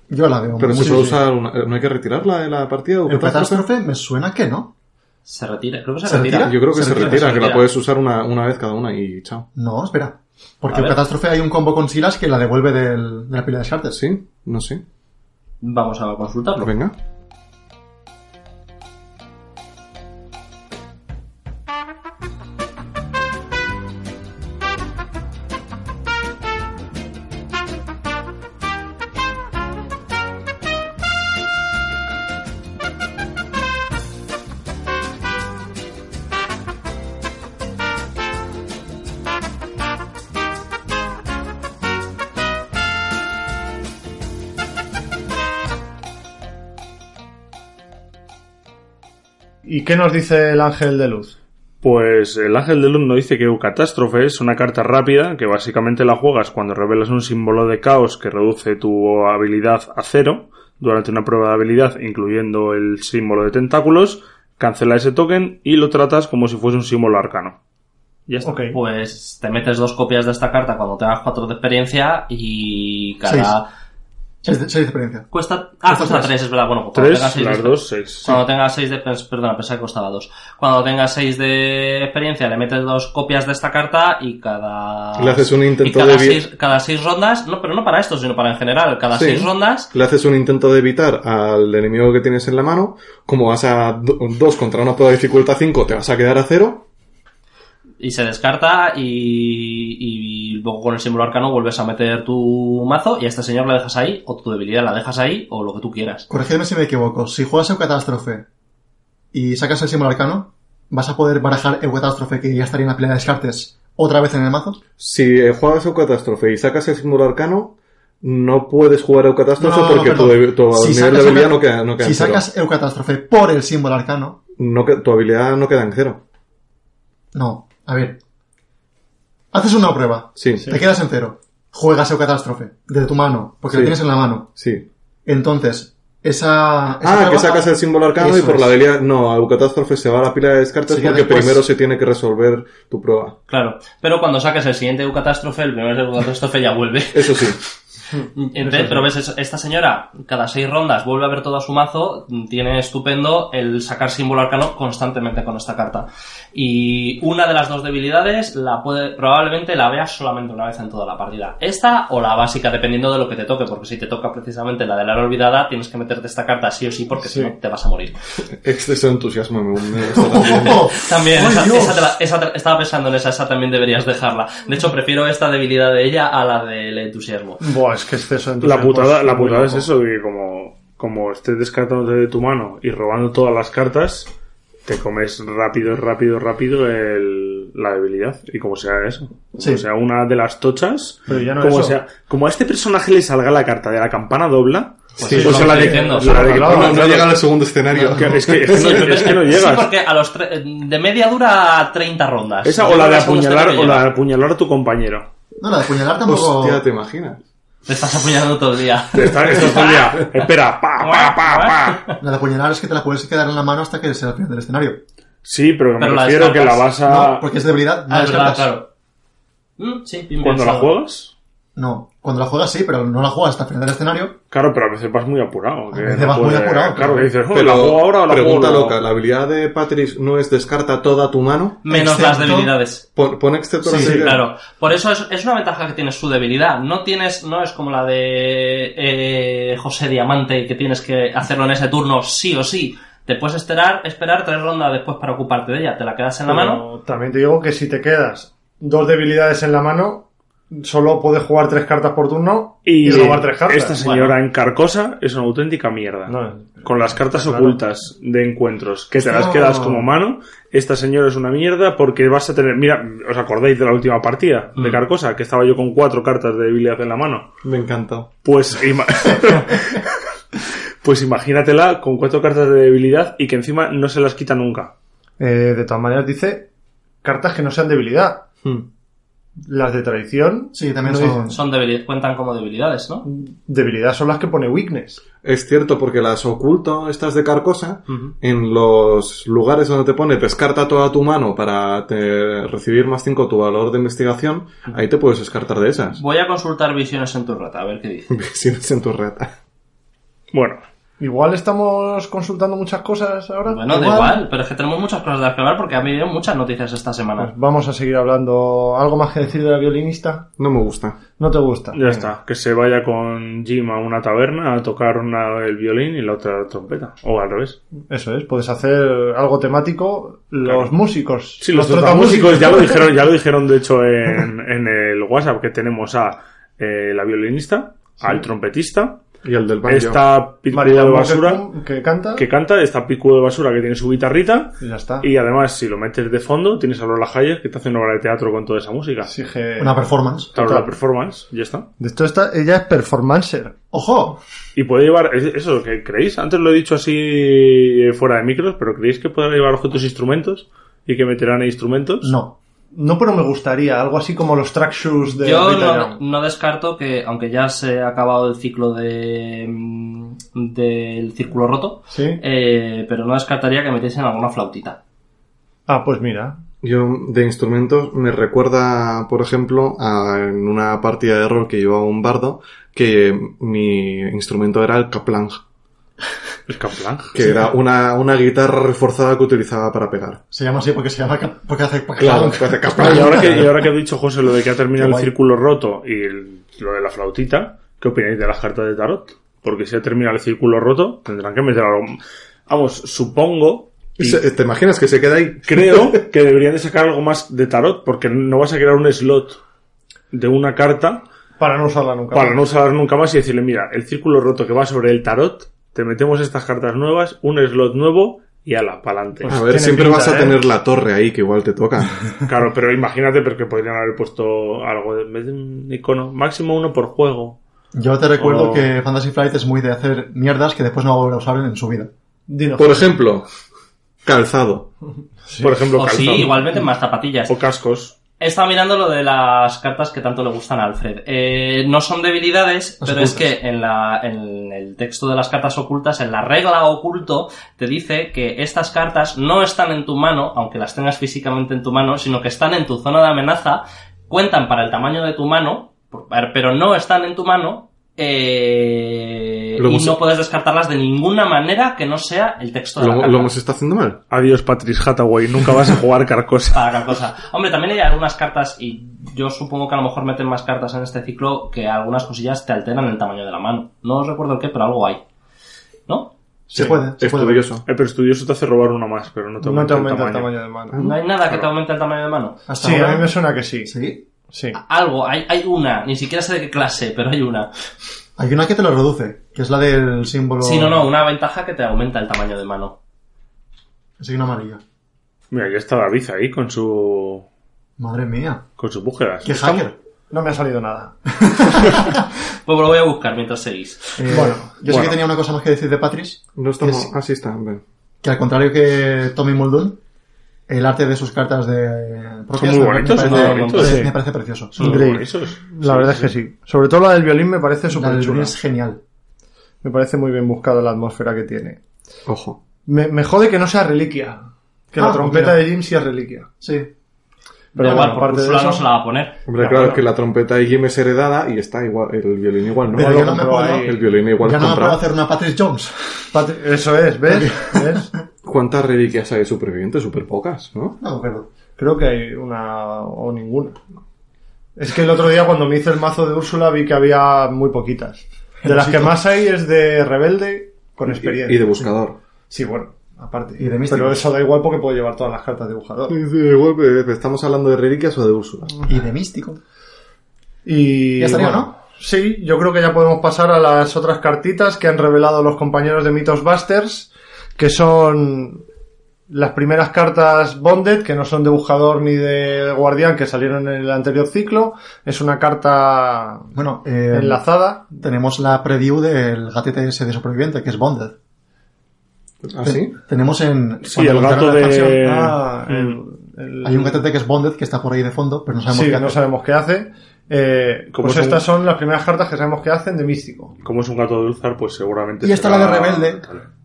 Speaker 6: yo la veo.
Speaker 2: Pero
Speaker 6: muy-
Speaker 2: se puede usar una- ¿No hay que retirarla de la partida? ¿O qué pasa?
Speaker 6: Eucatástrofe me suena que no.
Speaker 3: Se retira, creo que se,
Speaker 6: ¿Se
Speaker 3: retira.
Speaker 6: retira?
Speaker 2: Yo creo que se, retira,
Speaker 3: se
Speaker 2: que la
Speaker 3: retira.
Speaker 2: puedes usar una, una vez cada una y chao.
Speaker 6: No, espera. Porque
Speaker 3: A ver.
Speaker 6: Eucatástrofe hay un combo con Silas que la devuelve del- de la pila de descartes.
Speaker 2: ¿Sí? No sé.
Speaker 3: Vamos a consultarlo.
Speaker 2: Venga.
Speaker 5: ¿Y qué nos dice el ángel de luz?
Speaker 1: Pues el Ángel del Lund nos dice que Eucatástrofe es una carta rápida que básicamente la juegas cuando revelas un símbolo de caos que reduce tu habilidad a cero durante una prueba de habilidad incluyendo el símbolo de tentáculos, cancela ese token y lo tratas como si fuese un símbolo arcano. Ya está.
Speaker 5: Ok.
Speaker 3: Pues te metes dos copias de esta carta cuando tengas cuatro de experiencia y cada...
Speaker 6: Seis, de- seis de experiencia.
Speaker 3: Cuesta... Ah, cuesta tres, es verdad. Bueno, cuando tengas
Speaker 1: Tres,
Speaker 3: seis
Speaker 1: las
Speaker 3: de-
Speaker 1: dos, seis.
Speaker 3: Cuando tengas seis de... pers- Perdona, pensaba que costaba dos. Cuando tengas seis de experiencia le metes dos copias de esta carta y cada...
Speaker 2: Le haces un
Speaker 3: Ah, y
Speaker 2: intento de
Speaker 3: cada
Speaker 2: vi-
Speaker 3: seis, cada seis rondas, no, pero no para esto, sino para en general, cada
Speaker 2: Sí.
Speaker 3: seis rondas
Speaker 2: Le haces un intento de evitar al enemigo que tienes en la mano. Como vas a 2 contra una prueba de dificultad 5, te vas a quedar a 0.
Speaker 3: y se descarta y, y luego con el símbolo arcano vuelves a meter tu mazo y a este señor la dejas ahí o tu debilidad la dejas ahí o lo que tú quieras.
Speaker 6: Corregidme si me equivoco. Si juegas Eucatástrofe y sacas el símbolo arcano, ¿vas a poder barajar Eucatástrofe que ya estaría en la pila de descartes otra vez en el mazo?
Speaker 2: Si eh, juegas Eucatástrofe y sacas el símbolo arcano, no puedes jugar Eucatástrofe
Speaker 6: No, no, no,
Speaker 2: porque tu,
Speaker 6: perdón.
Speaker 2: debi- tu
Speaker 6: Si
Speaker 2: nivel de
Speaker 6: sacas
Speaker 2: habilidad
Speaker 6: una-
Speaker 2: no queda, no queda
Speaker 6: si
Speaker 2: en cero.
Speaker 6: sacas Eucatástrofe por el símbolo arcano,
Speaker 2: No que- tu habilidad no queda en cero.
Speaker 6: no. A ver. Haces una prueba.
Speaker 2: Sí,
Speaker 6: Te quedas en cero. Juegas Eucatástrofe desde tu mano, porque
Speaker 2: Sí.
Speaker 6: lo tienes en la mano.
Speaker 2: sí.
Speaker 6: Entonces, esa. esa
Speaker 2: Ah,
Speaker 6: prueba-
Speaker 2: que sacas el símbolo arcano y
Speaker 6: Eso
Speaker 2: por la
Speaker 6: es.
Speaker 2: habilidad... No, Eucatástrofe se va a la pila de descartes
Speaker 6: Sí, que
Speaker 2: porque
Speaker 6: después-
Speaker 2: primero se tiene que resolver tu prueba.
Speaker 3: Claro, pero cuando saques el siguiente Eucatástrofe, el primer Eucatástrofe ya vuelve.
Speaker 2: Eso sí.
Speaker 3: Entonces, pero ves, es- esta señora, cada seis rondas vuelve a ver todo a su mazo, tiene estupendo el sacar símbolo arcano constantemente con esta carta. Y una de las dos debilidades la puede, probablemente la veas solamente una vez en toda la partida. Esta o la básica, dependiendo de lo que te toque, porque si te toca precisamente la de la hora olvidada, tienes que meterte esta carta sí o sí, porque si no te vas a morir.
Speaker 2: Exceso de Este entusiasmo me, me gusta también.
Speaker 3: También,
Speaker 6: ¡Ay,
Speaker 3: esa,
Speaker 6: Dios!
Speaker 3: esa te la- esa te- estaba pensando en esa, esa también deberías dejarla. De hecho, prefiero esta debilidad de ella a la del entusiasmo.
Speaker 5: Buah, es que exceso de
Speaker 1: La
Speaker 5: entusiasmo
Speaker 1: putada, la
Speaker 5: pues, muy
Speaker 1: putada es
Speaker 5: loco.
Speaker 1: eso, que como, como estés descartándote de tu mano y robando todas las cartas, te comes rápido, rápido, rápido el- la debilidad. Y como sea eso. Como
Speaker 6: Sí.
Speaker 1: sea una de las tochas,
Speaker 5: Pero ya no
Speaker 1: como,
Speaker 5: eso.
Speaker 1: sea, como a este personaje le salga la carta de la campana dobla,
Speaker 3: sí,
Speaker 1: o
Speaker 3: lo
Speaker 1: sea, la
Speaker 3: estoy
Speaker 1: de,
Speaker 3: diciendo,
Speaker 1: la de-
Speaker 5: claro,
Speaker 2: No,
Speaker 1: no,
Speaker 2: no,
Speaker 1: claro,
Speaker 2: llega al segundo escenario.
Speaker 1: que- es que, es que no, es que no
Speaker 3: Sí,
Speaker 1: llegas.
Speaker 3: porque a los tre- de media dura 30 rondas.
Speaker 1: Esa
Speaker 3: Yo
Speaker 1: o la
Speaker 3: creo
Speaker 1: de
Speaker 3: que según
Speaker 1: apuñalar
Speaker 3: este
Speaker 1: o la de
Speaker 3: llega.
Speaker 1: apuñalar a tu compañero.
Speaker 6: No, la de apuñalar tampoco.
Speaker 2: Hostia, ¿te imaginas?
Speaker 3: Te estás apuñalando todo el día.
Speaker 1: Está, está todo el día, Espera, pa, pa, pa, pa.
Speaker 6: La de apuñalar es que te la puedes quedar en la mano hasta que sea el final del escenario.
Speaker 1: Sí, pero que me
Speaker 3: Pero la
Speaker 1: refiero que la vas
Speaker 3: descartas,
Speaker 1: a.
Speaker 6: No, porque es debilidad. No
Speaker 3: Ah,
Speaker 6: la
Speaker 3: es verdad,
Speaker 6: descartas.
Speaker 3: claro. Mm, sí, bien
Speaker 1: Cuando la
Speaker 3: pensado.
Speaker 1: juegas.
Speaker 6: No, cuando la juegas sí, pero no la juegas hasta el final del escenario.
Speaker 1: Claro, pero a veces vas muy apurado. que
Speaker 6: A veces
Speaker 1: no
Speaker 6: vas muy
Speaker 1: puedes-
Speaker 6: apurado,
Speaker 1: Claro,
Speaker 6: pero-
Speaker 1: que dices, "Oh,
Speaker 2: Pero
Speaker 1: ¿la juego ahora o la juego
Speaker 2: pregunta
Speaker 1: luego?".
Speaker 2: loca, ¿la habilidad de Patrick no es descarta toda tu mano?
Speaker 3: Menos las
Speaker 6: Excepto-
Speaker 3: debilidades.
Speaker 2: Pon, pon excepto
Speaker 6: Sí,
Speaker 2: las
Speaker 3: Sí,
Speaker 2: habilidades.
Speaker 3: claro. Por eso es, es una ventaja que tiene su debilidad. No tienes, no es como la de eh, José Diamante que tienes que hacerlo en ese turno sí o sí. Te puedes esperar, esperar tres rondas después para ocuparte de ella. Te la quedas en la
Speaker 5: Pero
Speaker 3: mano.
Speaker 5: También te digo que si te quedas dos debilidades en la mano, solo puedes jugar tres cartas por turno y,
Speaker 1: Y
Speaker 5: robar tres cartas.
Speaker 1: esta señora en Carcosa es una auténtica mierda.
Speaker 5: No,
Speaker 1: Con las cartas
Speaker 5: claro.
Speaker 1: ocultas de encuentros, que te las
Speaker 6: No.
Speaker 1: quedas como mano, esta señora es una mierda porque vas a tener... Mira, ¿os acordáis de la última partida de
Speaker 3: Mm.
Speaker 1: Carcosa? Que estaba yo con cuatro cartas de debilidad en la mano.
Speaker 2: Me encantó.
Speaker 1: Pues, ima- pues imagínatela con cuatro cartas de debilidad y que encima no se las quita nunca.
Speaker 5: Eh, de todas maneras, dice cartas que no sean debilidad.
Speaker 3: Hmm.
Speaker 5: Las de traición,
Speaker 6: Sí, también
Speaker 5: No
Speaker 6: son.
Speaker 3: Son debilidades, cuentan como debilidades, ¿no?
Speaker 5: debilidad son las que pone weakness.
Speaker 2: Es cierto, porque las oculto, estas de Carcosa, en los lugares donde te pone descarta toda tu mano para te- recibir más 5 tu valor de investigación, ahí te puedes descartar de esas.
Speaker 3: Voy a consultar visiones en tu rata, a ver qué dice.
Speaker 2: Si no es en tu reta.
Speaker 1: Bueno,
Speaker 5: Igual estamos consultando muchas cosas ahora.
Speaker 3: Bueno, da igual, pero es que tenemos muchas cosas de aclarar porque han venido muchas noticias esta
Speaker 5: Pues
Speaker 3: semana.
Speaker 5: vamos a seguir hablando. ¿Algo más que decir de la violinista?
Speaker 2: No me gusta.
Speaker 5: ¿No te gusta?
Speaker 1: Ya está, que se vaya con Jim a una taberna a tocar una, el violín y la otra la trompeta. O al revés.
Speaker 5: Eso es, puedes hacer algo temático. Los músicos.
Speaker 1: Sí, los músicos ya lo dijeron, ya lo dijeron de hecho en, en el WhatsApp que tenemos a eh, la violinista, al trompetista,
Speaker 2: Y el del banjo.
Speaker 1: esta pico
Speaker 5: María
Speaker 1: de basura
Speaker 5: Basura. Que canta.
Speaker 1: que canta, esta pico de basura que tiene su guitarrita
Speaker 5: Y ya está.
Speaker 1: y además si lo metes de fondo tienes a Lola Hayes que te hace una obra de teatro con toda esa música.
Speaker 5: Exige-
Speaker 6: Una performance.
Speaker 1: Claro,
Speaker 5: total.
Speaker 1: la performance, ya está.
Speaker 5: De esto está, ella es performancer.
Speaker 6: ¡Ojo!
Speaker 1: Y puede llevar, es- eso, que creéis? Antes lo he dicho así eh, fuera de micros, pero ¿creéis que podrá llevar objetos e instrumentos? ¿Y que meterán instrumentos?
Speaker 6: No.
Speaker 5: No, pero me gustaría algo así como los track shoes de
Speaker 3: Yo
Speaker 5: Rita
Speaker 3: no,
Speaker 5: Young.
Speaker 3: no descarto que, aunque ya se ha acabado el ciclo de mm, del círculo roto,
Speaker 5: Sí.
Speaker 3: eh, pero no descartaría que metiesen alguna flautita.
Speaker 5: Ah, pues mira.
Speaker 2: Yo de instrumentos me recuerda, por ejemplo, a en una partida de rol que llevaba un bardo, que mi instrumento era el caplang,
Speaker 1: El Kaplan.
Speaker 2: que era una, una guitarra reforzada que utilizaba para pegar.
Speaker 6: Se llama así porque se llama. ca- Porque hace.
Speaker 2: que hace
Speaker 1: Y
Speaker 2: caplang.
Speaker 1: ahora, que, y ahora que ha dicho José lo de que ha terminado
Speaker 6: Qué
Speaker 1: el
Speaker 6: guay.
Speaker 1: círculo roto y el- lo de la flautita, ¿qué opináis de las cartas de tarot? Porque si ha terminado el círculo roto, tendrán que meter algo... Vamos, supongo... y
Speaker 2: Se- ¿Te imaginas que se queda ahí?
Speaker 1: creo que deberían de sacar algo más de tarot, porque no vas a crear un slot de una carta
Speaker 5: Para no usarla nunca.
Speaker 1: para no usar nunca más y decirle, mira, el círculo roto que va sobre el tarot, te metemos estas cartas nuevas, un slot nuevo y ala, pa'lante.
Speaker 5: Pues
Speaker 2: A ver,
Speaker 5: tiene
Speaker 2: siempre
Speaker 5: pinta,
Speaker 2: vas a
Speaker 5: ¿eh?
Speaker 2: tener la torre ahí que igual te toca.
Speaker 1: Claro, pero imagínate porque podrían haber puesto algo de, en vez de un icono, máximo uno por juego.
Speaker 6: Yo te recuerdo
Speaker 1: Oh.
Speaker 6: que Fantasy Flight es muy de hacer mierdas que después no va a volver a usar en su vida.
Speaker 5: Dinos.
Speaker 2: Por ejemplo, calzado.
Speaker 1: Por ejemplo,
Speaker 3: O sí,
Speaker 1: calzón.
Speaker 3: igualmente más zapatillas.
Speaker 1: O cascos.
Speaker 3: He estado mirando lo de las cartas que tanto le gustan a Alfred. Eh, no son debilidades,
Speaker 6: Las
Speaker 3: pero es
Speaker 6: ocultas.
Speaker 3: que en, la, en el texto de las cartas ocultas, en la regla oculto, te dice que estas cartas no están en tu mano, aunque las tengas físicamente en tu mano, sino que están en tu zona de amenaza, cuentan para el tamaño de tu mano, por- pero no están en tu mano, eh,
Speaker 2: Lo
Speaker 3: y
Speaker 2: hemos-
Speaker 3: no puedes descartarlas de ninguna manera que no sea el texto de la
Speaker 2: Lo,
Speaker 3: carta.
Speaker 2: lo hemos está haciendo mal.
Speaker 1: Adiós, Patrick Hathaway. Nunca vas a jugar Carcosa.
Speaker 3: para cada cosa. Hombre, también hay algunas cartas y yo supongo que a lo mejor meten más cartas en este ciclo que algunas cosillas te alteran el tamaño de la mano. No os recuerdo el qué, pero algo hay. ¿No?
Speaker 6: Se puede, se puede.
Speaker 2: Estudioso.
Speaker 1: Eh, pero estudioso te hace robar una más, pero no te
Speaker 5: No
Speaker 1: aumenta,
Speaker 5: te aumenta el
Speaker 1: el tamaño.
Speaker 5: tamaño de mano.
Speaker 3: No hay nada que te aumente el tamaño de mano.
Speaker 6: Hasta
Speaker 5: Sí, a
Speaker 6: ahora.
Speaker 5: mí me suena que sí.
Speaker 6: Sí. Ah,
Speaker 5: Sí.
Speaker 3: Algo, hay, hay una, ni siquiera sé de qué clase, pero hay una.
Speaker 6: Hay una que te lo reduce, que es la del símbolo.
Speaker 3: Sí, no, no, una ventaja que te aumenta el tamaño de mano.
Speaker 6: El signo amarillo.
Speaker 1: Mira, ya está David ahí con su.
Speaker 6: Madre mía.
Speaker 1: con sus búsquedas.
Speaker 6: Qué hacker.
Speaker 5: No me ha salido nada.
Speaker 3: Pues lo voy a buscar mientras seguís.
Speaker 6: Eh,
Speaker 5: Bueno,
Speaker 6: yo sé
Speaker 1: bueno.
Speaker 6: que tenía una cosa más que decir de Patrice,
Speaker 2: No estamos.
Speaker 6: Es-
Speaker 2: Así está. bien.
Speaker 6: que al contrario que Tommy Muldoon, el arte de sus cartas de propias
Speaker 1: muy
Speaker 6: me-
Speaker 1: bonitos,
Speaker 6: me
Speaker 1: son
Speaker 6: parece,
Speaker 1: muy bonitos,
Speaker 6: me-
Speaker 1: sí.
Speaker 6: me parece precioso.
Speaker 1: Son
Speaker 5: Increíble.
Speaker 1: muy bonitos.
Speaker 5: La verdad es que sí. Sobre todo la del violín me parece
Speaker 6: La
Speaker 5: súper
Speaker 6: del Junior
Speaker 5: chula.
Speaker 6: es genial.
Speaker 5: Me parece muy bien buscada la atmósfera que tiene.
Speaker 2: Ojo.
Speaker 5: Me, me jode que no sea reliquia. Que
Speaker 6: Ah,
Speaker 5: la trompeta
Speaker 6: mira.
Speaker 5: de Jim sí es reliquia.
Speaker 6: Sí.
Speaker 5: Pero
Speaker 3: da igual,
Speaker 5: bueno,
Speaker 3: por
Speaker 5: aparte de
Speaker 3: Úrsula no
Speaker 5: eso-
Speaker 3: se la va a poner.
Speaker 2: Hombre,
Speaker 5: Ya,
Speaker 2: claro,
Speaker 5: bueno.
Speaker 2: que la trompeta de Jim es heredada y está igual. El violín igual, ¿no?
Speaker 6: Pero
Speaker 5: lo
Speaker 6: yo no me
Speaker 5: compró
Speaker 6: puedo,
Speaker 5: ahí.
Speaker 2: El violín igual
Speaker 6: ya
Speaker 2: es
Speaker 6: no me puedo
Speaker 2: comprado.
Speaker 6: hacer una Patrice Jones.
Speaker 5: Pat- Eso es, ¿ves? ¿Ves?
Speaker 2: ¿Cuántas reliquias hay de supervivientes? Súper pocas, ¿no?
Speaker 6: No, pero.
Speaker 5: Creo que hay una o ninguna. Es que el otro día cuando me hice el mazo de Úrsula vi que había muy poquitas. De las que más hay es de rebelde con experiencia.
Speaker 2: Y de buscador.
Speaker 5: Sí, bueno, aparte.
Speaker 6: Y de místico.
Speaker 5: Pero eso da igual porque puedo llevar todas las cartas de dibujador.
Speaker 2: Igual, eh, ¿Estamos hablando de reliquias o de Úrsula?
Speaker 6: Y de místico.
Speaker 5: Y,
Speaker 6: Ya estaría, ¿no?
Speaker 5: Sí, yo creo que ya podemos pasar a las otras cartitas que han revelado los compañeros de Mythos Busters, que son las primeras cartas Bonded, que no son de buscador ni de guardián, que salieron en el anterior ciclo. Es una carta
Speaker 6: Bueno, eh,
Speaker 5: enlazada.
Speaker 6: tenemos la preview del gatete ese de superviviente, que es Bonded.
Speaker 2: ¿Ah, sí?
Speaker 6: Tenemos en.
Speaker 1: Sí,
Speaker 6: cuando
Speaker 1: el
Speaker 6: montaron
Speaker 1: gato
Speaker 6: la
Speaker 1: de-
Speaker 6: expansión,
Speaker 1: Eh,
Speaker 5: Ah, el- el-
Speaker 6: Hay un gatete que es Bonded que está por ahí de fondo, pero no sabemos
Speaker 5: sí,
Speaker 6: qué
Speaker 5: no
Speaker 6: hace.
Speaker 5: sabemos qué hace. Eh,
Speaker 1: Como
Speaker 5: pues
Speaker 1: son-
Speaker 5: estas son las primeras cartas que sabemos que hacen de místico.
Speaker 1: Como es un gato de Ulzar, pues seguramente.
Speaker 6: Y esta
Speaker 1: será-
Speaker 6: la de Rebelde.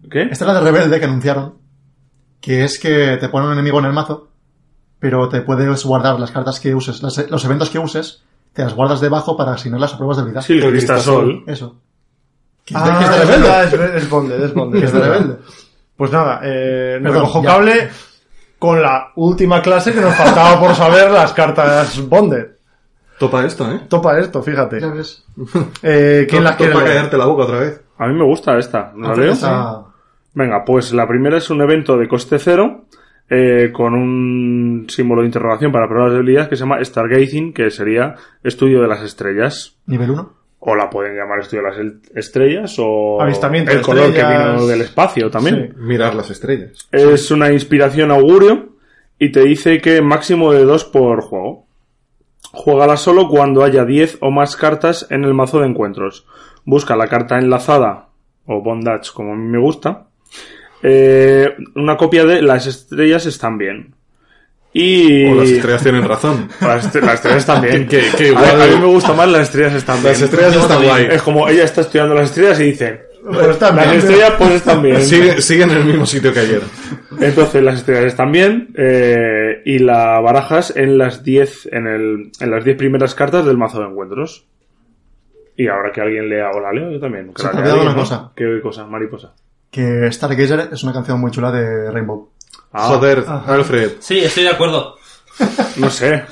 Speaker 1: ¿Qué?
Speaker 6: Esta es la de Rebelde que anunciaron. Que es que te ponen un enemigo en el mazo, pero te puedes guardar las cartas que uses, las- e-, los eventos que uses, te las guardas debajo para asignarlas a pruebas de habilidad.
Speaker 1: Sí, el Cristasol.
Speaker 6: Eso. Que,
Speaker 5: Ah,
Speaker 6: que es de
Speaker 5: es
Speaker 6: rebelde.
Speaker 5: verdad, es, ver- es Bonded, es Bonded,
Speaker 6: Que es de
Speaker 5: es verdad.
Speaker 6: rebelde.
Speaker 5: Pues nada, eh,
Speaker 6: Perdón,
Speaker 5: recojo
Speaker 6: ya.
Speaker 5: cable con la última clase que nos faltaba por saber las cartas Bonded.
Speaker 2: Topa esto, ¿eh?
Speaker 5: Topa esto, fíjate.
Speaker 6: Ya ves.
Speaker 5: Eh, ¿Quién las quiere
Speaker 2: Topa
Speaker 5: leer?
Speaker 2: callarte la boca otra vez.
Speaker 1: A mí me gusta esta. ¿La leo?
Speaker 6: Esa-
Speaker 1: Venga, pues la primera es un evento de coste cero eh, con un símbolo de interrogación para pruebas de habilidad que se llama Stargazing, que sería estudio de las estrellas.
Speaker 6: Nivel 1.
Speaker 1: O la pueden llamar estudio de las el- estrellas o
Speaker 5: Avistamiento de
Speaker 1: el color que
Speaker 5: estrellas.
Speaker 1: vino del espacio también.
Speaker 2: Mirar las estrellas.
Speaker 1: Es una inspiración augurio y te dice que máximo de dos por juego. Juégala solo cuando haya 10 o más cartas en el mazo de encuentros. Busca la carta enlazada, o bondage como a mí me gusta, eh, una copia de Las estrellas están bien. Y...
Speaker 2: O las estrellas tienen razón.
Speaker 1: Las, est- las estrellas también.
Speaker 2: Que- que- que
Speaker 1: a,
Speaker 2: igual-
Speaker 1: a mí me gusta más las estrellas están bien.
Speaker 2: Las estrellas están guay.
Speaker 1: Es como ella está estudiando las estrellas y dice...
Speaker 5: Pues también.
Speaker 1: Las estrellas pues están bien.
Speaker 2: Sigue, sigue en el mismo sitio que ayer.
Speaker 1: Entonces las estrellas también eh, y la barajas en las 10 en, el- en las 10 primeras cartas del mazo de encuentros. Y ahora que alguien lea o la leo yo también. que
Speaker 6: Se
Speaker 1: la
Speaker 6: te ha
Speaker 1: lea
Speaker 6: olvidado
Speaker 1: alguien,
Speaker 6: una
Speaker 1: ¿no?
Speaker 6: cosa.
Speaker 1: ¿Qué cosa? Mariposa.
Speaker 6: Que Stargazer es una canción muy chula de Rainbow.
Speaker 1: Ah,
Speaker 2: Joder, Alfred.
Speaker 3: Sí, estoy de acuerdo.
Speaker 1: No sé.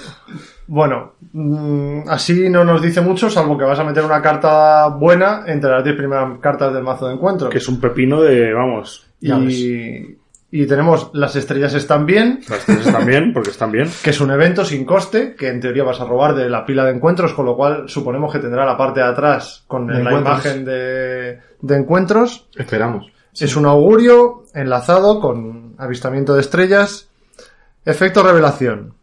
Speaker 5: Bueno, mm, así no nos dice mucho, salvo que vas a meter una carta buena entre las 10 primeras cartas del mazo de encuentro.
Speaker 1: Que es un pepino de, vamos,
Speaker 6: Ya
Speaker 5: y, y tenemos las estrellas están bien,
Speaker 1: las estrellas están bien porque están bien.
Speaker 5: que es un evento sin coste, que en teoría vas a robar de la pila de encuentros, con lo cual suponemos que tendrá la parte de atrás con
Speaker 6: De
Speaker 5: la
Speaker 6: encuentros.
Speaker 5: imagen de, de encuentros.
Speaker 2: Esperamos.
Speaker 5: Es un augurio enlazado con avistamiento de estrellas. Efecto revelación.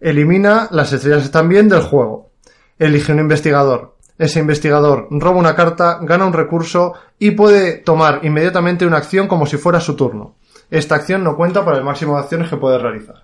Speaker 5: Elimina las estrellas están bien del juego. Elige un investigador. Ese investigador roba una carta, gana un recurso y puede tomar inmediatamente una acción como si fuera su turno. Esta acción no cuenta para el máximo de acciones que puede realizar.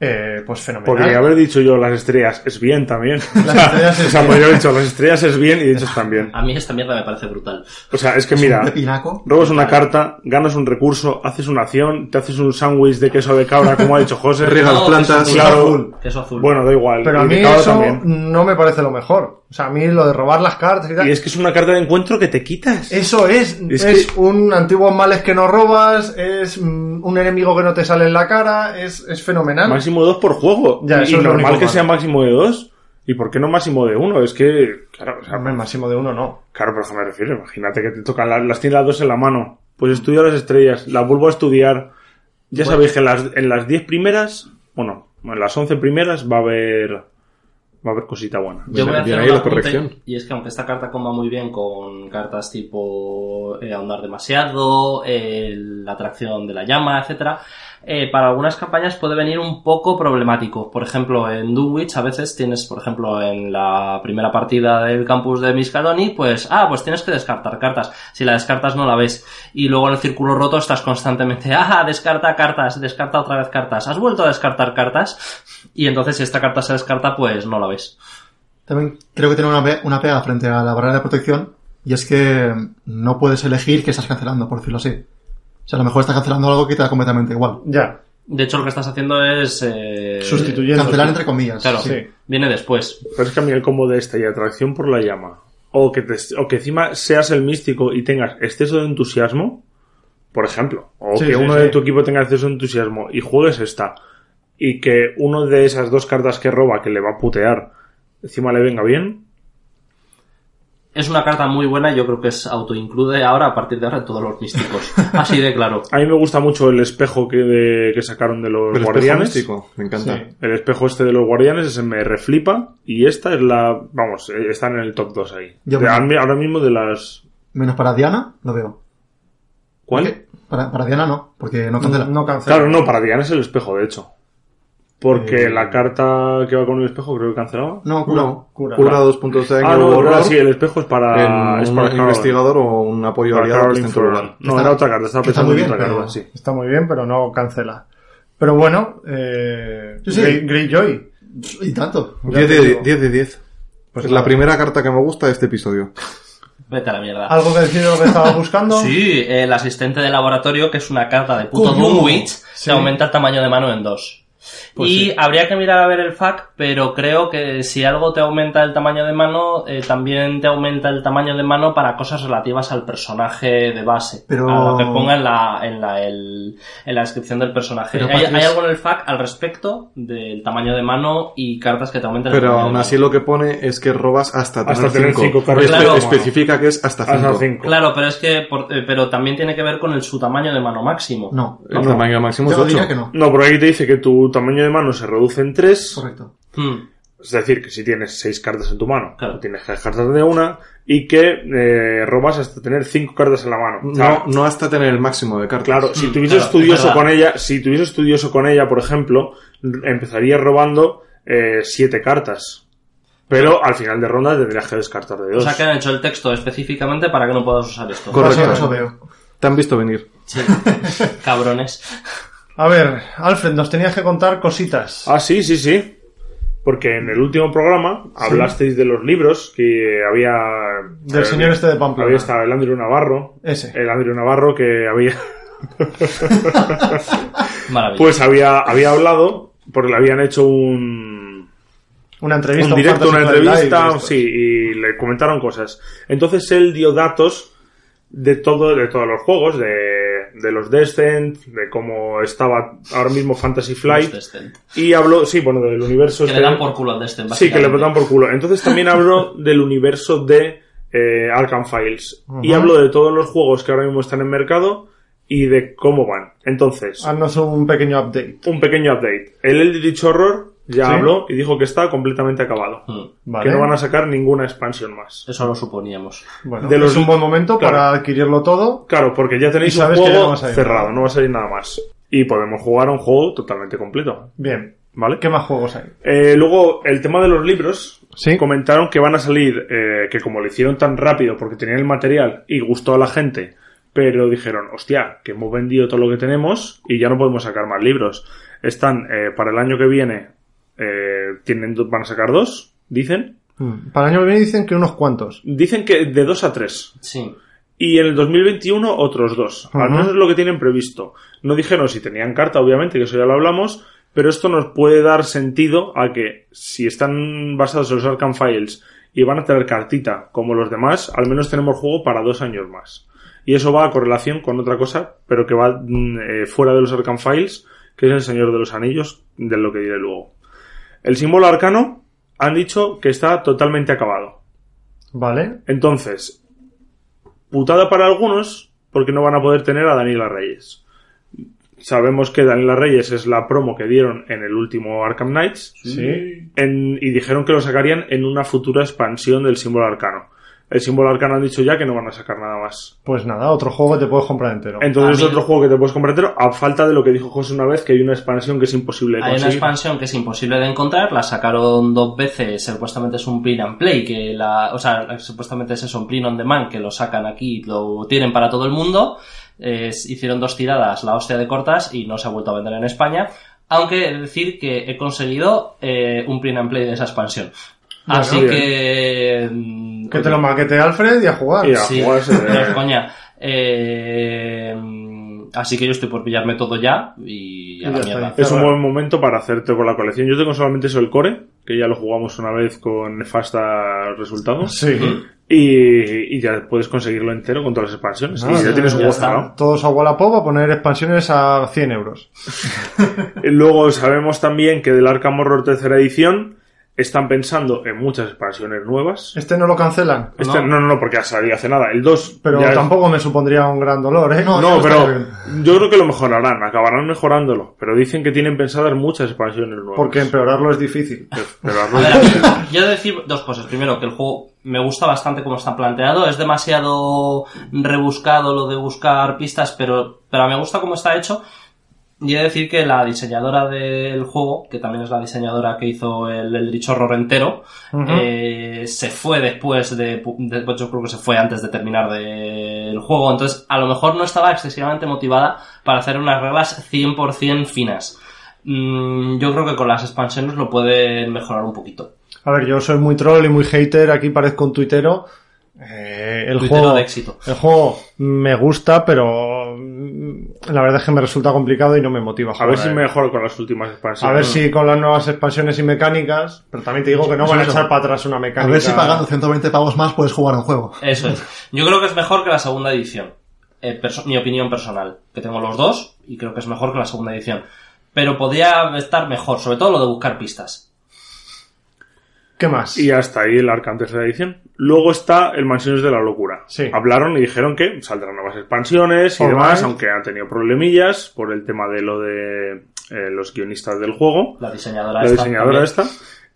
Speaker 5: Eh, pues
Speaker 1: Porque
Speaker 5: fenomenal.
Speaker 1: haber dicho yo las estrellas es bien también. o sea,
Speaker 6: estrellas es
Speaker 1: o sea,
Speaker 6: bien.
Speaker 1: podría haber dicho las estrellas es bien y dicho están bien.
Speaker 3: A mí esta mierda me parece brutal.
Speaker 1: O sea, es que
Speaker 6: De
Speaker 1: mira,
Speaker 6: Pinaco.
Speaker 1: robas una carta, ganas un recurso, haces una acción, te haces un sándwich de queso de cabra como ha dicho José.
Speaker 2: Riega las
Speaker 3: No,
Speaker 2: plantas.
Speaker 3: queso
Speaker 1: claro.
Speaker 3: azul, Queso azul.
Speaker 1: Bueno, da igual.
Speaker 5: Pero a
Speaker 1: Y de
Speaker 5: mí
Speaker 1: cabra
Speaker 5: eso
Speaker 1: también.
Speaker 5: no me parece lo mejor. O sea, a mí lo de robar las cartas y tal.
Speaker 1: Y es que es una carta de encuentro que te quitas.
Speaker 5: Eso es, es,
Speaker 1: Es
Speaker 5: un antiguo males que no robas, es mm, un enemigo que no te sale en la cara, es, es fenomenal.
Speaker 1: Máximo de dos por juego.
Speaker 5: Ya, eso
Speaker 1: y
Speaker 5: es lo
Speaker 1: normal
Speaker 5: único
Speaker 1: que
Speaker 5: malo.
Speaker 1: sea máximo de dos. ¿Y por qué no máximo de uno? Es que, claro, o sea,
Speaker 5: Hombre, máximo de uno no.
Speaker 1: Claro, pero ¿a qué me refiero? Imagínate que te tocan la- las, tiendas dos en la mano. Pues estudio las estrellas, las vuelvo a estudiar. Ya sabéis que en las, en las 10 primeras, bueno, en las 11 primeras va a haber va a haber cosita buena.
Speaker 3: Yo voy a
Speaker 2: Bien
Speaker 3: hacer
Speaker 2: ahí
Speaker 3: un
Speaker 2: la
Speaker 3: apunte,
Speaker 2: corrección.
Speaker 3: y es que aunque esta carta comba muy bien con cartas tipo eh, ahondar demasiado, eh, la atracción de la llama, etcétera, eh, para algunas campañas puede venir un poco problemático. Por ejemplo, en Dunwich a veces tienes, por ejemplo, en la primera partida del campus de Miskadoni, pues, ah, pues tienes que descartar cartas. Si la descartas no la ves. Y luego en el círculo roto estás constantemente, ah, descarta cartas, descarta otra vez cartas, has vuelto a descartar cartas. Y entonces si esta carta se descarta, pues no la ves.
Speaker 6: También creo que tiene una, pe- una pega frente a la barrera de protección y es que no puedes elegir que estás cancelando, por decirlo así. O sea, a lo mejor estás cancelando algo que te da completamente igual.
Speaker 5: Ya,
Speaker 3: De hecho, lo que estás haciendo es. eh,
Speaker 5: sustituyendo.
Speaker 6: Cancelar entre comillas.
Speaker 3: Claro,
Speaker 6: sí.
Speaker 5: Sí.
Speaker 3: viene después.
Speaker 1: Pero es que a mí el combo de esta y atracción por la llama, o que, te- o que encima seas el místico y tengas exceso de entusiasmo, por ejemplo, o
Speaker 5: Sí,
Speaker 1: que
Speaker 5: sí,
Speaker 1: uno
Speaker 5: sí.
Speaker 1: de tu equipo tenga exceso de entusiasmo y juegues esta, y que uno de esas dos cartas que roba, que le va a putear, encima le venga bien,
Speaker 3: Es una carta muy buena, yo creo que es autoinclude ahora, a partir de ahora, en todos los místicos. Así de claro.
Speaker 1: A mí me gusta mucho el espejo que, de- que sacaron de los
Speaker 2: Pero espejo
Speaker 1: guardianes.
Speaker 2: místico, me encanta.
Speaker 5: Sí.
Speaker 1: el espejo este de los guardianes, ese me reflipa. Y esta es la. Vamos, eh, están en el top 2 ahí.
Speaker 6: Yo
Speaker 1: De-
Speaker 6: me-
Speaker 1: ahora mi- ahora mismo de las.
Speaker 6: Menos para Diana, lo veo.
Speaker 1: ¿Cuál?
Speaker 6: Para, para Diana no, porque no cancela.
Speaker 5: No cancela.
Speaker 1: Claro, no, para Diana es el espejo, de hecho. Porque la carta que va con el espejo creo que cancelaba.
Speaker 6: No, cura.
Speaker 2: No,
Speaker 5: Cura.
Speaker 2: cura, dos puntos de daño
Speaker 1: ah, no,
Speaker 2: o
Speaker 1: es verdad,
Speaker 2: horror
Speaker 1: sí, el espejo es para.
Speaker 2: en
Speaker 1: es
Speaker 2: un
Speaker 1: para Carol-
Speaker 2: investigador o un apoyo
Speaker 1: para
Speaker 2: aliado
Speaker 1: Carol
Speaker 2: que esté en tu
Speaker 1: Infernal.
Speaker 2: lugar.
Speaker 1: No,
Speaker 6: Está-
Speaker 1: era otra carta, estaba
Speaker 6: que está
Speaker 1: pensando
Speaker 6: muy
Speaker 1: en otra
Speaker 6: bien,
Speaker 1: carta,
Speaker 6: pero-
Speaker 1: sí.
Speaker 5: Está muy bien, pero no cancela. Pero bueno, eh,
Speaker 6: Sí, sí.
Speaker 5: Grey- Greyjoy.
Speaker 6: Y tanto.
Speaker 2: 10
Speaker 5: te
Speaker 2: de
Speaker 5: digo.
Speaker 2: 10. de 10.
Speaker 5: Pues
Speaker 2: es la
Speaker 5: nada.
Speaker 2: primera carta que me gusta de este episodio.
Speaker 3: Vete a la mierda.
Speaker 5: ¿Algo que decir de lo que estaba buscando?
Speaker 3: Sí, el asistente de laboratorio, que es una carta de puto
Speaker 6: Coño.
Speaker 3: Dunwich,
Speaker 5: Sí.
Speaker 3: se aumenta el tamaño de mano en dos.
Speaker 5: Pues
Speaker 3: y
Speaker 5: sí.
Speaker 3: habría que mirar a ver el FAC, pero creo que si algo te aumenta el tamaño de mano, eh, también te aumenta el tamaño de mano para cosas relativas al personaje de base.
Speaker 6: Pero-
Speaker 3: A lo que ponga en la, en la, el- en la descripción del personaje.
Speaker 6: Pero,
Speaker 3: ¿Hay,
Speaker 6: Patrick,
Speaker 3: hay
Speaker 6: es-
Speaker 3: algo en el FAC al respecto del tamaño de mano y cartas que te aumentan el
Speaker 1: Ah.
Speaker 2: Pero
Speaker 3: tamaño de
Speaker 2: aún
Speaker 3: mano?
Speaker 2: así lo que pone es que robas hasta tener
Speaker 1: Hasta tener
Speaker 2: cinco.
Speaker 1: cinco cartas.
Speaker 2: Espe-
Speaker 3: Claro.
Speaker 2: Especifica que es hasta
Speaker 1: Hasta
Speaker 2: 5.
Speaker 1: 5.
Speaker 3: Claro, pero es que, por- eh, pero también tiene que ver con el, su tamaño de mano máximo.
Speaker 6: No.
Speaker 2: El tamaño máximo es
Speaker 6: Yo diría
Speaker 2: 8.
Speaker 6: que no.
Speaker 1: No, pero ahí te dice que tu tamaño de mano se reduce en 3.
Speaker 6: Correcto.
Speaker 3: Hmm.
Speaker 1: Es decir, que si tienes seis cartas en tu mano,
Speaker 3: Claro.
Speaker 1: tienes que dejarte de una y que eh, robas hasta tener cinco cartas en la mano. O sea,
Speaker 2: No, no hasta tener el máximo de cartas.
Speaker 1: Claro, si
Speaker 3: Mm,
Speaker 1: tuviese
Speaker 3: claro, es
Speaker 1: estudioso
Speaker 3: verdad.
Speaker 1: con ella, si tuviese estudioso con ella, por ejemplo, r- empezarías robando eh, siete cartas. Pero al final de ronda tendrías que descartar de
Speaker 3: O
Speaker 1: dos.
Speaker 3: sea que han hecho el texto específicamente para que no puedas usar esto.
Speaker 2: Correcto.
Speaker 6: Eso, eso veo.
Speaker 2: Te han visto venir.
Speaker 3: Sí. Cabrones.
Speaker 5: A ver, Alfred, nos tenías que contar cositas.
Speaker 1: Ah, sí, sí, sí. Porque en el último programa hablasteis de los libros que había... eh,
Speaker 5: Del señor este de Pamplona.
Speaker 1: Había estado el Andrew Navarro.
Speaker 5: Ese.
Speaker 1: El Andrew Navarro que había...
Speaker 3: Maravilloso.
Speaker 1: Pues había, había hablado, porque le habían hecho un,
Speaker 5: Una entrevista.
Speaker 1: un
Speaker 5: un
Speaker 1: directo, una
Speaker 5: Fantasy Flight Live,
Speaker 1: entrevista,
Speaker 5: esto.
Speaker 1: sí, y le comentaron cosas. Entonces él dio datos de todo, de todos los juegos, de, de los Descent, de cómo estaba ahora mismo Fantasy Flight, y habló, sí, bueno, del universo.
Speaker 3: Pues Que le
Speaker 1: este-
Speaker 3: dan por culo al de este.
Speaker 1: pues Sí, que le
Speaker 3: básicamente.
Speaker 1: dan por culo. Entonces también habló del universo de eh, Arkham Files. Y
Speaker 5: Ujú.
Speaker 1: habló de todos los juegos que ahora mismo están en mercado y de cómo van. Entonces,
Speaker 5: Haznos un pequeño update.
Speaker 1: un pequeño update. El Eldritch Horror ya
Speaker 5: Sí.
Speaker 1: habló y dijo que está completamente acabado.
Speaker 3: Mm,
Speaker 5: Vale.
Speaker 1: Que no van a sacar ninguna expansión más.
Speaker 3: Eso lo suponíamos.
Speaker 5: Bueno,
Speaker 1: de los-
Speaker 5: es un buen momento
Speaker 1: claro.
Speaker 5: para adquirirlo todo.
Speaker 1: Claro, porque ya tenéis
Speaker 5: Y
Speaker 1: un
Speaker 5: sabes que ya
Speaker 1: juego
Speaker 5: no va a salir
Speaker 1: cerrado,
Speaker 5: nada.
Speaker 1: no va a salir nada más. Y podemos jugar a un juego totalmente completo.
Speaker 5: Bien.
Speaker 1: ¿Vale?
Speaker 5: ¿Qué más juegos hay?
Speaker 1: Eh, luego, el tema de los libros.
Speaker 5: Sí.
Speaker 1: Comentaron que van a salir, eh, que como lo hicieron tan rápido porque tenían el material y gustó a la gente, pero dijeron, hostia, que hemos vendido todo lo que tenemos y ya no podemos sacar más libros. Están, eh, para el año que viene, eh, tienen, van a sacar dos, dicen.
Speaker 5: Mm, Para el año que viene dicen que unos cuantos.
Speaker 1: Dicen que de dos a tres.
Speaker 3: Sí.
Speaker 1: Y en el 2021 otros dos. Al
Speaker 5: Ujú.
Speaker 1: menos es lo que tienen previsto. No dijeron si tenían carta, obviamente, que eso ya lo hablamos, pero esto nos puede dar sentido a que si están basados en los Arkham Files y van a tener cartita. Como los demás, al menos tenemos juego para dos años más. Y eso va a correlación con otra cosa, pero que va mm, eh, fuera de los Arkham Files, que es el Señor de los Anillos, de lo que diré luego. El símbolo arcano han dicho que está totalmente acabado.
Speaker 5: Vale.
Speaker 1: Entonces, putada para algunos, porque no van a poder tener a Daniela Reyes. Sabemos que Daniela Reyes es la promo que dieron en el último Arkham Knights
Speaker 5: Sí.
Speaker 1: en- y dijeron que lo sacarían en una futura expansión del símbolo arcano. El símbolo arcano han dicho ya que no van a sacar nada más.
Speaker 5: Pues nada, otro juego que te puedes comprar entero.
Speaker 1: Entonces
Speaker 3: A
Speaker 1: es
Speaker 3: mí-
Speaker 1: otro juego que te puedes comprar entero, a falta de lo que dijo José una vez, que hay una expansión que es imposible de
Speaker 3: Hay una
Speaker 1: conseguir.
Speaker 3: expansión que es imposible de encontrar, la sacaron dos veces, supuestamente es un print and play, que la, o sea, supuestamente es eso, un print on demand, que lo sacan aquí, lo tienen para todo el mundo, Eh, hicieron dos tiradas, la hostia de cortas, y no se ha vuelto a vender en España, aunque he de decir que he conseguido eh, un print and play de esa expansión.
Speaker 1: Bueno,
Speaker 3: Así
Speaker 1: bien.
Speaker 3: que... mm,
Speaker 5: Que
Speaker 3: oye,
Speaker 5: te lo maquete Alfred y a jugar.
Speaker 1: pues, Y a
Speaker 3: Sí,
Speaker 1: jugar se
Speaker 3: no es
Speaker 1: debe.
Speaker 3: coña. Eh, mm, así que yo estoy por pillarme todo ya y a
Speaker 5: Y
Speaker 3: la
Speaker 5: ya
Speaker 3: mierda.
Speaker 5: está.
Speaker 1: Es un buen momento para hacerte por la colección. Yo tengo solamente eso el core, que ya lo jugamos una vez con nefasta resultados.
Speaker 5: Sí.
Speaker 1: Y, y ya puedes conseguirlo entero con todas las expansiones.
Speaker 5: Ah,
Speaker 1: y ya
Speaker 5: ya,
Speaker 1: tienes un
Speaker 3: ya
Speaker 1: gozo,
Speaker 3: está.
Speaker 1: ¿no?
Speaker 5: Todos a Wallapop a poner expansiones a 100 euros.
Speaker 1: Y Luego sabemos también que del Arkham Horror tercera edición están pensando en muchas expansiones nuevas.
Speaker 5: Este no lo cancelan.
Speaker 1: Este,
Speaker 3: No.
Speaker 1: no, no, no, porque ha salido hace nada. El 2.
Speaker 5: Pero
Speaker 1: ya es-
Speaker 5: tampoco me supondría un gran dolor, ¿eh?
Speaker 6: No,
Speaker 1: No,
Speaker 6: está
Speaker 1: pero
Speaker 6: bien.
Speaker 1: yo creo que lo mejorarán, acabarán mejorándolo. Pero dicen que tienen pensadas muchas expansiones nuevas.
Speaker 5: Porque empeorarlo es difícil.
Speaker 1: Pero- pero
Speaker 3: A ver,
Speaker 1: hazlo-
Speaker 3: a ver, yo he de decir dos cosas. Primero, que el juego me gusta bastante como está planteado. Es demasiado rebuscado lo de buscar pistas, pero, pero me gusta cómo está hecho. Y he de decir que la diseñadora del juego, que también es la diseñadora que hizo el Eldritch Horror entero,
Speaker 5: Ujú.
Speaker 3: eh, se fue después de, de- pues Yo creo que se fue antes de terminar de- el juego. Entonces, a lo mejor no estaba excesivamente motivada para hacer unas reglas 100% finas. Mm, yo creo que con las expansiones lo pueden mejorar un poquito.
Speaker 5: A ver, yo soy muy troll y muy hater, aquí parezco un tuitero. Eh, el
Speaker 3: Tuitero
Speaker 5: juego
Speaker 3: de éxito.
Speaker 5: El juego me gusta, pero mm, la verdad es que me resulta complicado y no me motiva.
Speaker 1: a
Speaker 5: jugar
Speaker 1: ver si
Speaker 5: él.
Speaker 1: mejor con las últimas expansiones.
Speaker 5: A ver si con las nuevas expansiones y mecánicas, pero también te digo que no
Speaker 6: Eso,
Speaker 5: van a
Speaker 6: eso.
Speaker 5: echar para atrás una
Speaker 6: A
Speaker 5: mecánica.
Speaker 6: ver si pagando 120 pavos más puedes jugar un juego.
Speaker 3: Eso es. Yo creo que es mejor que la segunda edición. Eh, perso- mi opinión personal. Que tengo los dos y creo que es mejor que la segunda edición. Pero podría estar mejor, sobre todo lo de buscar pistas.
Speaker 5: ¿Qué más?
Speaker 1: Y hasta ahí el Arkham tercera edición. Luego está el Mansiones de la Locura.
Speaker 5: Sí.
Speaker 1: Hablaron y dijeron que saldrán nuevas expansiones y
Speaker 5: Alright.
Speaker 1: demás, aunque han tenido problemillas por el tema de lo de eh, los guionistas del juego,
Speaker 3: La diseñadora
Speaker 1: la
Speaker 3: esta
Speaker 1: diseñadora
Speaker 3: también.
Speaker 1: esta.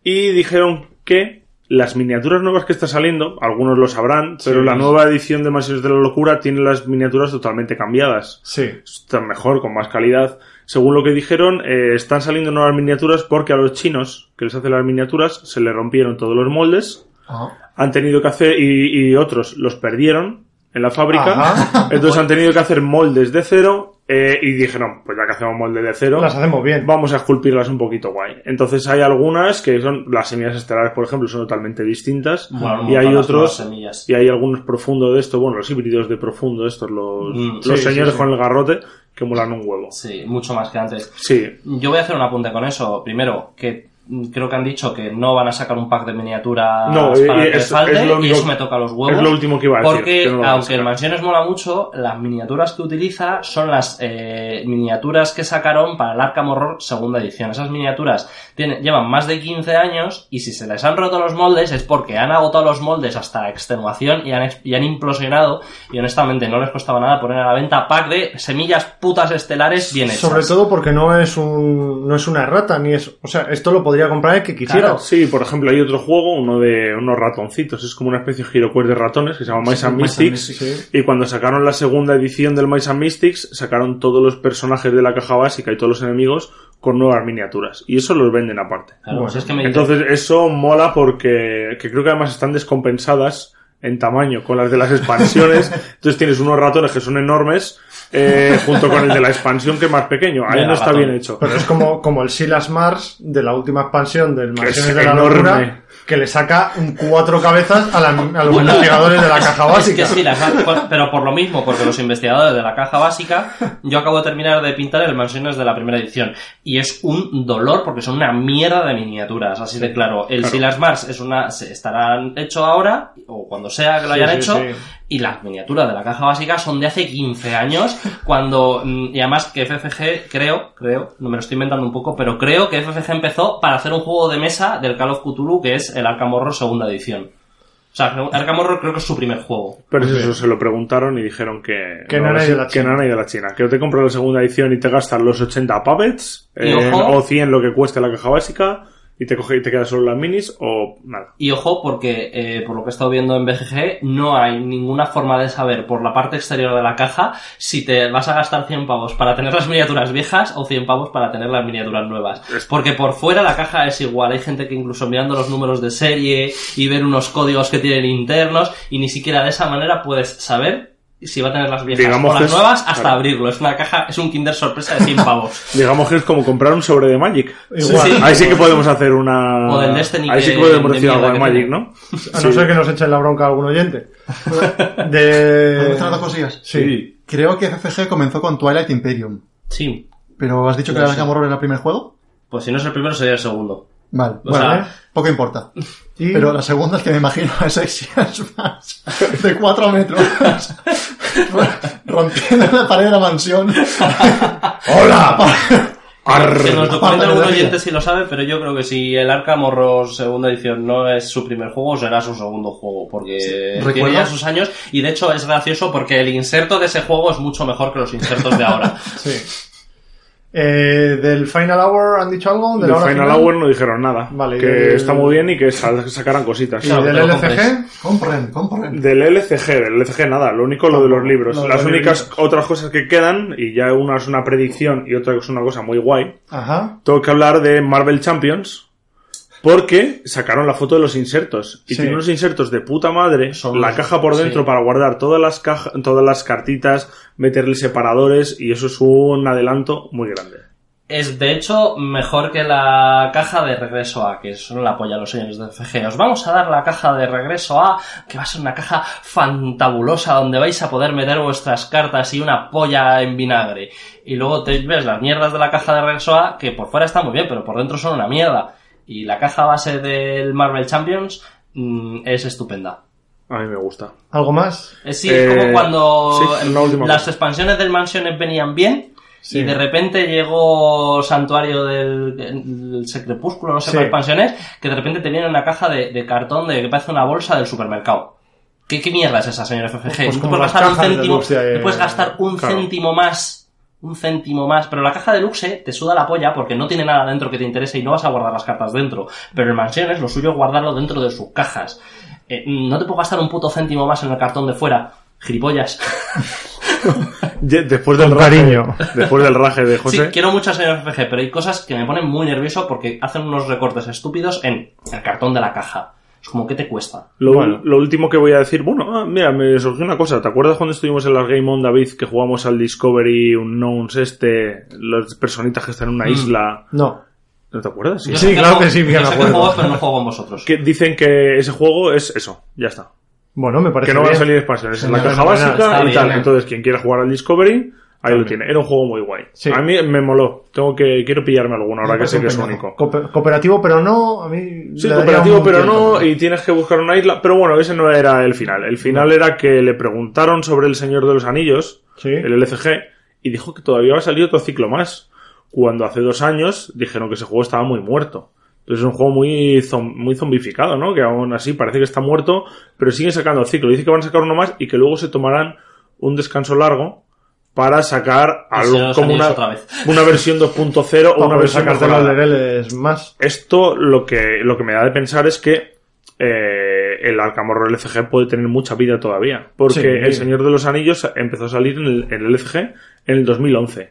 Speaker 1: Y dijeron que las miniaturas nuevas que está saliendo, algunos lo sabrán, pero la nueva edición de Mansiones de la Locura tiene las miniaturas totalmente cambiadas
Speaker 5: Sí.
Speaker 1: están mejor, con más calidad. Según lo que dijeron, eh, están saliendo nuevas miniaturas porque a los chinos que les hacen las miniaturas se le rompieron todos los moldes,
Speaker 6: Ah,
Speaker 1: han tenido que hacer y, y otros los perdieron en la fábrica,
Speaker 5: Ajá.
Speaker 1: entonces han tenido que hacer moldes de cero eh, y dijeron, pues ya que hacemos molde de cero,
Speaker 5: Las hacemos bien.
Speaker 1: vamos a esculpirlas un poquito guay. Entonces hay algunas que son las semillas estelares, por ejemplo, son totalmente distintas
Speaker 3: Bueno,
Speaker 1: y hay
Speaker 3: montar las nuevas
Speaker 1: otros
Speaker 3: semillas.
Speaker 1: y hay algunos profundos de esto, bueno, los híbridos de profundo, estos, los,
Speaker 3: Mm,
Speaker 1: los
Speaker 5: sí,
Speaker 1: señores
Speaker 5: sí, sí.
Speaker 1: con el garrote, que molan un huevo.
Speaker 3: Sí, mucho más que antes.
Speaker 1: Sí,
Speaker 3: Yo voy a hacer un apunte con eso. Primero, que mm, creo que han dicho que no van a sacar un pack de miniaturas
Speaker 1: No, y-
Speaker 3: para
Speaker 1: y
Speaker 3: el que
Speaker 1: es-
Speaker 3: falte,
Speaker 1: es lo
Speaker 3: y
Speaker 1: único-
Speaker 3: eso me toca los huevos.
Speaker 1: es lo último que iba a decir.
Speaker 3: Porque
Speaker 1: que no lo van a
Speaker 3: aunque el
Speaker 1: sacar.
Speaker 3: Mansiones mola mucho, las miniaturas que utiliza son las eh, miniaturas que sacaron para el Arkham Horror segunda edición. Esas miniaturas tienen, llevan más de 15 años y si se les han roto los moldes es porque han agotado los moldes hasta la extenuación y han, ex- y han implosionado y honestamente no les costaba nada poner a la venta pack de semillas putas estelares bien hechas.
Speaker 5: Sobre todo porque no es un no es una errata ni es, o sea, esto lo podría comprar el que quisiera.
Speaker 3: Claro.
Speaker 1: Sí, por ejemplo, hay otro juego, uno de unos ratoncitos, es como una especie de girocuer de ratones que se llama Mice and
Speaker 6: Mice and
Speaker 1: Mystics.
Speaker 5: Sí.
Speaker 1: Y cuando sacaron la segunda edición del Mice and Mystics, sacaron todos los personajes de la caja básica y todos los enemigos con nuevas miniaturas. Y eso los venden aparte.
Speaker 3: Claro,
Speaker 5: Bueno,
Speaker 3: si es que me
Speaker 1: Entonces, eso mola porque que creo que además están descompensadas en tamaño con las de las expansiones. Entonces tienes unos ratones que son enormes eh, junto con el de la expansión que es más pequeño. Ahí
Speaker 3: Mega
Speaker 1: no está
Speaker 3: ratón.
Speaker 1: bien hecho.
Speaker 5: Pero es como, como el Silas Mars de la última expansión del
Speaker 1: Que es
Speaker 5: Mansiones de la
Speaker 1: enorme.
Speaker 5: Locura, que le saca un cuatro cabezas a, la- a los investigadores de la caja básica.
Speaker 3: Es que sí, la caja- pero por lo mismo, porque los investigadores de la caja básica, yo acabo de terminar de pintar el Mansiones de la primera edición. Y es un dolor porque son una mierda de miniaturas, así de claro. El Silas Mars es una, se estarán hecho ahora, o cuando sea que lo hayan
Speaker 5: sí,
Speaker 3: hecho,
Speaker 5: sí.
Speaker 3: y las miniaturas de la caja básica son de hace 15 años, cuando, mm, y además que FFG, creo, creo, no me lo estoy inventando un poco, pero creo que FFG empezó para hacer un juego de mesa del Call of Cthulhu, que es el Arkham Horror segunda edición. O sea, Arkham Horror creo que es su primer juego.
Speaker 1: Pero es eso se lo preguntaron y dijeron que,
Speaker 5: Que no era
Speaker 1: es-
Speaker 5: de la
Speaker 1: que no
Speaker 5: China.
Speaker 1: era de la China. Que te compras la segunda edición y te gastas los 80 puppets
Speaker 3: Y
Speaker 1: eh,
Speaker 3: ojo.
Speaker 1: o 100 lo que cueste la caja básica y te coge y te quedas solo las minis o nada.
Speaker 3: Y ojo, porque eh, por lo que he estado viendo en BGG, no hay ninguna forma de saber por la parte exterior de la caja si te vas a gastar 100 pavos para tener las miniaturas viejas o 100 pavos para tener las miniaturas nuevas. Porque por fuera la caja es igual. Hay gente que incluso mirando los números de serie y ver unos códigos que tienen internos y ni siquiera de esa manera puedes saber si va a tener las viejas
Speaker 1: Digamos
Speaker 3: o
Speaker 1: que
Speaker 3: las
Speaker 1: es-
Speaker 3: nuevas hasta
Speaker 1: claro.
Speaker 3: abrirlo. Es una caja, es un Kinder sorpresa de 100 pavos.
Speaker 1: Digamos que es como comprar un sobre de Magic.
Speaker 5: Igual.
Speaker 3: Sí, sí.
Speaker 1: Ahí sí que podemos hacer una.
Speaker 3: O del Destiny
Speaker 1: Ahí sí que
Speaker 3: que-
Speaker 1: podemos
Speaker 3: de
Speaker 1: decir algo
Speaker 3: mierda
Speaker 1: de
Speaker 3: que
Speaker 1: Magic,
Speaker 3: tiene.
Speaker 1: ¿no?
Speaker 5: A no ser que nos echen la bronca a algún oyente.
Speaker 6: ¿Puedo
Speaker 5: De...
Speaker 6: mencionar dos cosillas?
Speaker 5: Sí.
Speaker 6: Creo que FFG comenzó con Twilight Imperium.
Speaker 3: Sí.
Speaker 6: Pero has dicho que
Speaker 3: No
Speaker 6: era
Speaker 3: sé.
Speaker 6: Arkham Horror era el primer juego.
Speaker 3: Pues si no es el primero, sería el segundo.
Speaker 6: Vale,
Speaker 3: O
Speaker 6: bueno,
Speaker 3: sea-
Speaker 6: poco importa.
Speaker 5: Y-
Speaker 6: Pero la segunda es que me imagino a Sexias más de 4 metros rompiendo la pared de la mansión. ¡Hola!
Speaker 3: Que nos documente
Speaker 6: Aparte de
Speaker 3: algún
Speaker 6: decir.
Speaker 3: oyente si lo sabe, pero yo creo que si el Arkham Horror segunda edición no es su primer juego, será su segundo juego, porque tiene
Speaker 6: ¿Recuerdas?
Speaker 3: ya sus años y de hecho es gracioso porque el inserto de ese juego es mucho mejor que los insertos de ahora.
Speaker 5: Sí. Eh, ¿Del Final Hour han dicho algo? ¿De
Speaker 1: Del
Speaker 5: la hora
Speaker 1: Final
Speaker 5: final?
Speaker 1: Hour no dijeron nada.
Speaker 5: Vale,
Speaker 1: que
Speaker 5: y del-
Speaker 1: está muy bien y que sal- sacarán cositas.
Speaker 5: ¿Y
Speaker 3: Claro,
Speaker 5: del
Speaker 3: te lo
Speaker 5: LCG?
Speaker 6: Compren, compren.
Speaker 1: Del LCG, del LCG nada, lo único lo de los libros.
Speaker 5: Lo de
Speaker 1: Las
Speaker 5: los
Speaker 1: únicas
Speaker 5: libritos.
Speaker 1: otras cosas que quedan, y ya una es una predicción y otra es una cosa muy guay,
Speaker 5: Ajá.
Speaker 1: tengo que hablar de Marvel Champions, porque sacaron la foto de los insertos. Y
Speaker 5: Sí.
Speaker 1: tiene unos insertos de puta madre,
Speaker 3: Son
Speaker 1: la
Speaker 3: los-
Speaker 1: caja por dentro
Speaker 3: sí.
Speaker 1: para guardar todas las, caja, todas las cartitas, meterle separadores, y eso es un adelanto muy grande.
Speaker 3: Es de hecho mejor que la caja de regreso A, que son la polla de los señores de FG. Os vamos a dar la caja de regreso A, que va a ser una caja fantabulosa donde vais a poder meter vuestras cartas y una polla en vinagre. Y luego te ves las mierdas de la caja de regreso A, que por fuera está muy bien, pero por dentro son una mierda. Y la caja base del Marvel Champions mm, es estupenda.
Speaker 1: A mí me gusta.
Speaker 5: ¿Algo más?
Speaker 3: Eh, Sí, es
Speaker 1: Eh,
Speaker 3: como cuando
Speaker 1: sí, la última
Speaker 3: las
Speaker 1: cosa.
Speaker 3: expansiones del Mansiones venían bien
Speaker 5: Sí.
Speaker 3: y de repente llegó Santuario del, del Secrepúsculo, no sé
Speaker 5: Sí.
Speaker 3: cuál expansiones, que de repente tenían una caja de, de cartón de que parece una bolsa del supermercado. ¿Qué, qué mierda es esa, señor FFG?
Speaker 5: Pues
Speaker 3: Tú
Speaker 5: como
Speaker 3: puedes
Speaker 5: las
Speaker 3: gastar un
Speaker 5: cajas de
Speaker 3: céntimo,
Speaker 5: Deluxe de-
Speaker 3: tú puedes gastar un
Speaker 1: claro.
Speaker 3: céntimo más, un céntimo más, pero la caja de luxe te suda la polla porque no tiene nada dentro que te interese y no vas a guardar las cartas dentro. Pero en mansiones lo suyo es guardarlo dentro de sus cajas. Eh, no te puedo gastar un puto céntimo más en el cartón de fuera. Gilipollas.
Speaker 1: Ye- Después del
Speaker 5: Con
Speaker 1: raje,
Speaker 5: cariño.
Speaker 1: Después del raje de José.
Speaker 3: Sí, quiero mucho a señor FG, pero hay cosas que me ponen muy nervioso porque hacen unos recortes estúpidos en el cartón de la caja. Es como, ¿qué te cuesta?
Speaker 1: Lo,
Speaker 5: Bueno.
Speaker 1: lo último que voy a decir, bueno, ah, mira, me surgió una cosa. ¿Te acuerdas cuando estuvimos en las Game On, David, que jugamos al Discovery Unknowns este, los personitas que están en una isla?
Speaker 5: No.
Speaker 1: ¿No te acuerdas? Sí.
Speaker 3: Yo
Speaker 5: Sí,
Speaker 3: sé
Speaker 5: claro
Speaker 3: juego-
Speaker 5: que sí,
Speaker 3: yo
Speaker 5: bien
Speaker 3: sé que
Speaker 5: acuerdo.
Speaker 3: juego, pero no juego con vosotros.
Speaker 1: Que dicen que ese juego es eso, ya está.
Speaker 5: Bueno, me parece
Speaker 1: que no van a
Speaker 5: bien.
Speaker 1: salir expansiones, es la
Speaker 6: Señor,
Speaker 1: caja
Speaker 5: bueno,
Speaker 1: básica
Speaker 3: está
Speaker 1: y
Speaker 3: bien,
Speaker 1: tal.
Speaker 3: eh.
Speaker 1: Entonces, quien quiera jugar al Discovery, ahí lo tiene. Era un juego muy guay.
Speaker 5: Sí.
Speaker 1: A mí me moló. Tengo que, quiero pillarme alguno ahora que
Speaker 6: parece
Speaker 1: sé que
Speaker 6: un
Speaker 1: es
Speaker 6: peñazo.
Speaker 1: único.
Speaker 5: Cooper- Cooperativo, pero no. A mí
Speaker 1: Sí,
Speaker 5: le daría
Speaker 1: cooperativo,
Speaker 5: un
Speaker 1: pero
Speaker 5: tiempo.
Speaker 1: no, y tienes que buscar una isla. Pero bueno, ese no era el final. El final era que le preguntaron sobre el Señor de los Anillos,
Speaker 5: Sí. Ah,
Speaker 1: el LCG, y dijo que todavía había salido otro ciclo más. Cuando hace dos años dijeron que ese juego estaba muy muerto. Entonces es un juego muy, zom- muy zombificado, ¿no? Que aún así parece que está muerto, pero siguen sacando ciclo. Dice que van a sacar uno más y que luego se tomarán un descanso largo para sacar
Speaker 3: El Señor de
Speaker 1: algo
Speaker 3: los
Speaker 1: como
Speaker 3: Anillos
Speaker 1: una,
Speaker 3: otra vez.
Speaker 1: una versión 2.0 o
Speaker 5: Para
Speaker 1: una
Speaker 5: poder
Speaker 1: versión
Speaker 5: sacarte los
Speaker 1: mejorada
Speaker 5: leveles más.
Speaker 1: esto lo que, lo que me da de pensar es que eh, el Arkham Horror LCG puede tener mucha vida todavía. Porque
Speaker 5: Sí.
Speaker 1: El Señor de los Anillos empezó a salir en el, en el LCG en el 2011.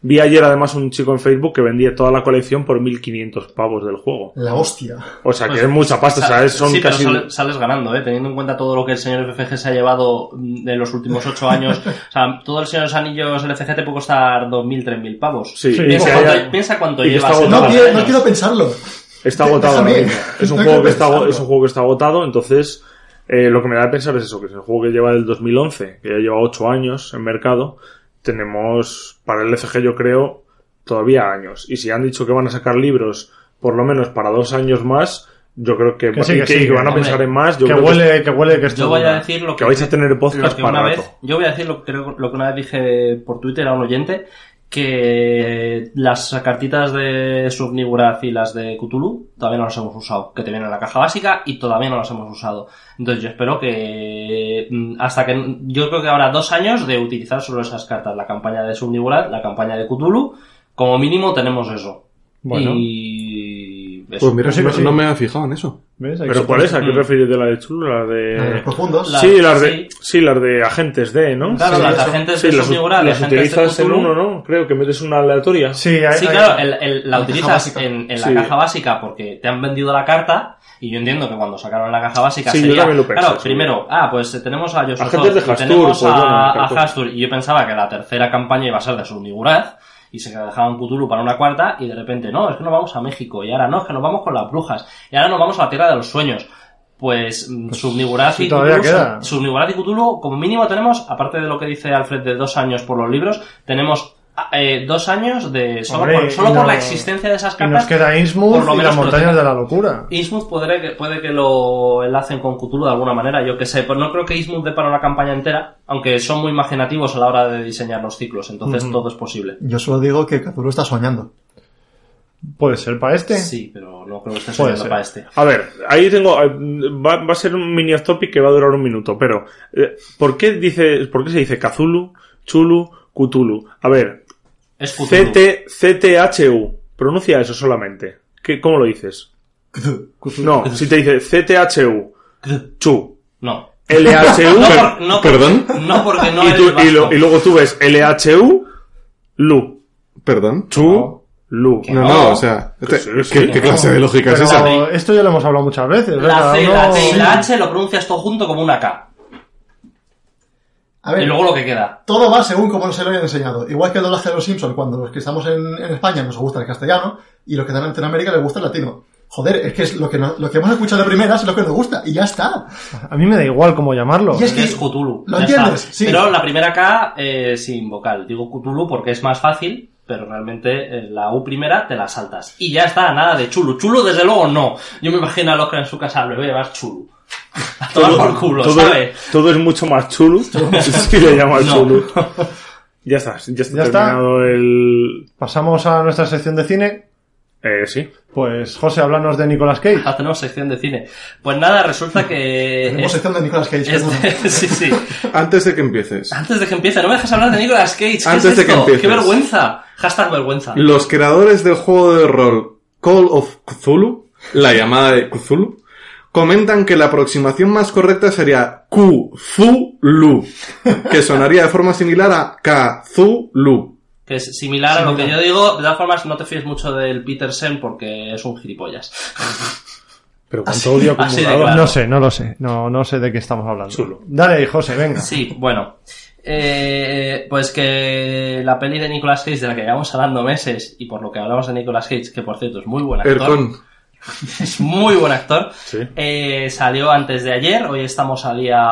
Speaker 1: Vi ayer además un chico en Facebook que vendía toda la colección por 1500 pavos del juego.
Speaker 6: La hostia.
Speaker 1: O sea,
Speaker 3: Pues,
Speaker 1: que es mucha pasta, ¿sabes? Son
Speaker 3: sí,
Speaker 1: casi...
Speaker 3: pero sale- sales ganando, ¿eh? teniendo en cuenta todo lo que el señor FFG se ha llevado mm, de los últimos ocho años. o sea, todo el señor de los anillos LCG te puede costar 2.000, 3.000 pavos.
Speaker 1: Sí,
Speaker 5: Sí,
Speaker 1: y
Speaker 5: ojo,
Speaker 1: si
Speaker 3: Piensa
Speaker 1: haya-
Speaker 3: cuánto, piensa cuánto
Speaker 1: y que
Speaker 3: llevas.
Speaker 1: está
Speaker 3: en
Speaker 1: agotado.
Speaker 6: No
Speaker 3: los
Speaker 6: quiero,
Speaker 3: años.
Speaker 6: no quiero pensarlo.
Speaker 1: Está
Speaker 6: Te-
Speaker 1: agotado ahora
Speaker 6: déjame.
Speaker 1: mismo. Es un,
Speaker 6: Tengo
Speaker 1: juego que
Speaker 6: que
Speaker 1: está, ago-
Speaker 6: pensarlo.
Speaker 1: es un juego que está agotado, entonces eh, lo que me da a pensar es eso, que es un juego que lleva del 2011, que ya lleva 8 años en mercado. Tenemos para el FG yo creo todavía años. Y si han dicho que van a sacar libros por lo menos para dos años más, yo creo que,
Speaker 5: Que sí,
Speaker 1: y
Speaker 5: que sí,
Speaker 1: y van a
Speaker 3: hombre,
Speaker 1: pensar en más. Yo
Speaker 5: Que
Speaker 1: creo que-
Speaker 5: huele, que huele que esto
Speaker 3: Yo voy a
Speaker 5: dura.
Speaker 3: decir lo
Speaker 1: que vais a tener
Speaker 3: lo
Speaker 1: podcast
Speaker 3: que
Speaker 1: para
Speaker 3: una
Speaker 1: rato.
Speaker 3: vez, yo voy a decir lo que, creo- lo que una vez dije por Twitter a un oyente, que las cartitas de Subniguraz y las de Cthulhu todavía no las hemos usado, que te vienen en la caja básica y todavía no las hemos usado. Entonces yo espero que mm, hasta que yo creo que habrá dos años de utilizar solo esas cartas, la campaña de Subniguraz, la campaña de Cthulhu, como mínimo tenemos eso.
Speaker 5: Bueno.
Speaker 3: Y eso.
Speaker 2: Pues mira,
Speaker 5: Pero sí,
Speaker 2: no,
Speaker 5: sí.
Speaker 2: no me había fijado en eso.
Speaker 5: ¿Ves? Hay
Speaker 1: Pero
Speaker 5: que-
Speaker 1: ¿cuál es? ¿A qué
Speaker 3: Mm.
Speaker 1: refieres de la de Chulu? La
Speaker 6: Eh,
Speaker 1: de...
Speaker 6: los profundos.
Speaker 3: la-
Speaker 1: Sí, las de,
Speaker 3: sí.
Speaker 1: sí, las de agentes de, ¿no?
Speaker 3: Claro,
Speaker 6: Sí,
Speaker 3: las
Speaker 6: eso.
Speaker 3: agentes
Speaker 1: Sí,
Speaker 3: de
Speaker 1: las,
Speaker 3: Subniguraz,
Speaker 1: las
Speaker 3: las agentes de
Speaker 1: utilizas en
Speaker 3: Cthulhu,
Speaker 1: uno, ¿no? Creo que metes una aleatoria.
Speaker 5: Sí, hay-
Speaker 3: Sí,
Speaker 5: hay-
Speaker 3: claro, el- el- la
Speaker 6: La caja
Speaker 3: utilizas
Speaker 6: básica.
Speaker 3: en, en la
Speaker 1: Sí.
Speaker 3: caja básica porque te han vendido la carta y yo entiendo que cuando sacaron la caja básica
Speaker 1: Sí, yo
Speaker 3: sería...
Speaker 1: también lo pensé,
Speaker 3: claro,
Speaker 1: sí.
Speaker 3: primero, ah, pues eh, tenemos a Yosuzor,
Speaker 1: Agentes de
Speaker 3: y
Speaker 1: Hastur,
Speaker 3: tenemos
Speaker 1: pues, bueno,
Speaker 3: a, a
Speaker 1: tampoco.
Speaker 3: Hastur y yo pensaba que la tercera campaña iba a ser de Subniguraz y se dejaban Cthulhu para una cuarta y de repente, no, es que nos vamos a México y ahora no, es que nos vamos con las brujas y ahora nos vamos a la Tierra de los Sueños. Pues, mm, Subniguraz
Speaker 5: sí,
Speaker 3: y
Speaker 5: todavía
Speaker 3: Cthulhu son-
Speaker 5: queda.
Speaker 3: Subnigurat y Cthulhu, como mínimo tenemos, aparte de lo que dice Alfred de dos años por los libros, tenemos ah, eh, dos años de solo,
Speaker 5: Hombre,
Speaker 3: por, solo
Speaker 5: y
Speaker 3: por
Speaker 5: no-
Speaker 3: la existencia de esas
Speaker 5: y nos
Speaker 3: cartas.
Speaker 5: queda
Speaker 3: por
Speaker 5: Innsmouth
Speaker 3: lo
Speaker 5: y
Speaker 3: menos
Speaker 5: las montañas de la locura.
Speaker 3: Innsmouth puede que, puede que lo enlacen con Cthulhu de alguna manera, yo que sé, pero no creo que Innsmouth dé para una campaña entera, aunque son muy imaginativos a la hora de diseñar los ciclos, entonces
Speaker 5: Ujú.
Speaker 3: todo es posible.
Speaker 6: Yo solo digo que Cthulhu está soñando.
Speaker 5: Puede ser para este.
Speaker 3: Sí, pero no creo que esté
Speaker 5: Puede
Speaker 3: soñando
Speaker 5: ser.
Speaker 3: para este.
Speaker 1: A ver, ahí tengo, eh, va, va a ser un mini off topic que va a durar un minuto, pero eh, ¿por qué dice, por qué se dice Kazulu, Chulu, Cthulhu? A ver,
Speaker 3: Es Cthulhu.
Speaker 1: CT, CTHU, pronuncia eso solamente. ¿Qué, ¿Cómo lo dices? No, si te dice CTHU, Chu,
Speaker 3: No.
Speaker 1: LHU,
Speaker 5: Uh,
Speaker 3: No, por- no por-
Speaker 2: ¿Perdón?
Speaker 3: no porque no
Speaker 1: y, tú-
Speaker 3: eres
Speaker 1: y lo-
Speaker 3: vasco.
Speaker 1: y luego tú ves LHU, Lu,
Speaker 2: Perdón.
Speaker 1: Chu, Lu.
Speaker 2: No, no, o sea,
Speaker 1: Que
Speaker 2: te-
Speaker 1: sí,
Speaker 2: ¿qué,
Speaker 1: sí,
Speaker 2: qué
Speaker 1: no.
Speaker 2: clase de lógica es
Speaker 5: Pero
Speaker 2: esa?
Speaker 5: esto ya lo hemos hablado muchas veces.
Speaker 3: La
Speaker 5: ¿verdad?
Speaker 3: C, la T y
Speaker 5: Uno-
Speaker 3: la H lo pronuncias todo junto como una K.
Speaker 6: A
Speaker 3: Y
Speaker 6: ver,
Speaker 3: luego lo que queda.
Speaker 6: todo va según como se lo hayan enseñado. Igual que el doblaje de los Simpsons, cuando los que estamos en, en España nos gusta el castellano y los que están en Latinoamérica les gusta el latino. Joder, es que es lo que, no- lo que hemos escuchado de primeras es lo que nos gusta y ya está.
Speaker 5: A mí me da igual cómo llamarlo.
Speaker 6: Y es
Speaker 3: Es
Speaker 6: que
Speaker 3: Cthulhu.
Speaker 6: ¿Lo
Speaker 3: ya
Speaker 6: entiendes?
Speaker 3: está.
Speaker 6: Sí.
Speaker 3: Pero la primera K eh, sin vocal. Digo Cthulhu porque es más fácil, pero realmente eh, la U primera te la saltas. Y ya está, nada de chulo. Chulo, desde luego, no. Yo me imagino a los que en su casa le voy a llevar chulo. A tomar por culo,
Speaker 1: todo,
Speaker 3: ¿sabes?
Speaker 1: todo es mucho más chulo si le llamas
Speaker 3: No.
Speaker 1: chulo. Ya está, ya está
Speaker 5: Ya está.
Speaker 1: terminado el...
Speaker 5: Pasamos a nuestra sección de cine.
Speaker 1: Eh, sí.
Speaker 5: Pues, José, háblanos de Nicolas Cage.
Speaker 3: Ah, tenemos sección de cine. Pues nada, resulta que...
Speaker 6: Tenemos
Speaker 3: Eh, es-
Speaker 6: sección de Nicolas Cage. perdón.
Speaker 3: este- sí, sí.
Speaker 2: Antes de que empieces,
Speaker 3: Antes de que empiece, no me dejes hablar de Nicolas Cage. ¿Qué
Speaker 2: Antes
Speaker 3: es
Speaker 2: de que
Speaker 3: esto?
Speaker 2: empieces.
Speaker 3: ¡Qué vergüenza! Hashtag vergüenza.
Speaker 2: los creadores del juego de rol Call of Cthulhu, la llamada de Cthulhu, comentan que la aproximación más correcta sería Cthulhu, que sonaría de forma similar a Cthulhu.
Speaker 3: que es similar a lo que yo digo. De todas formas, no te fíes mucho del Petersen porque es un gilipollas.
Speaker 1: Pero
Speaker 3: Ah,
Speaker 1: cuánto odio
Speaker 3: así de
Speaker 1: acumulado.
Speaker 3: claro.
Speaker 5: No sé, no lo sé. No, no sé de qué estamos hablando.
Speaker 1: Chulo.
Speaker 5: Dale ahí, José, venga.
Speaker 3: Sí, bueno. Eh, pues que la peli de Nicolas Cage, de la que llevamos hablando meses, y por lo que hablamos de Nicolas Cage, que por cierto es muy buen actor,
Speaker 2: Ercon.
Speaker 3: es muy buen actor,
Speaker 1: Sí.
Speaker 3: eh, salió antes de ayer, hoy estamos a día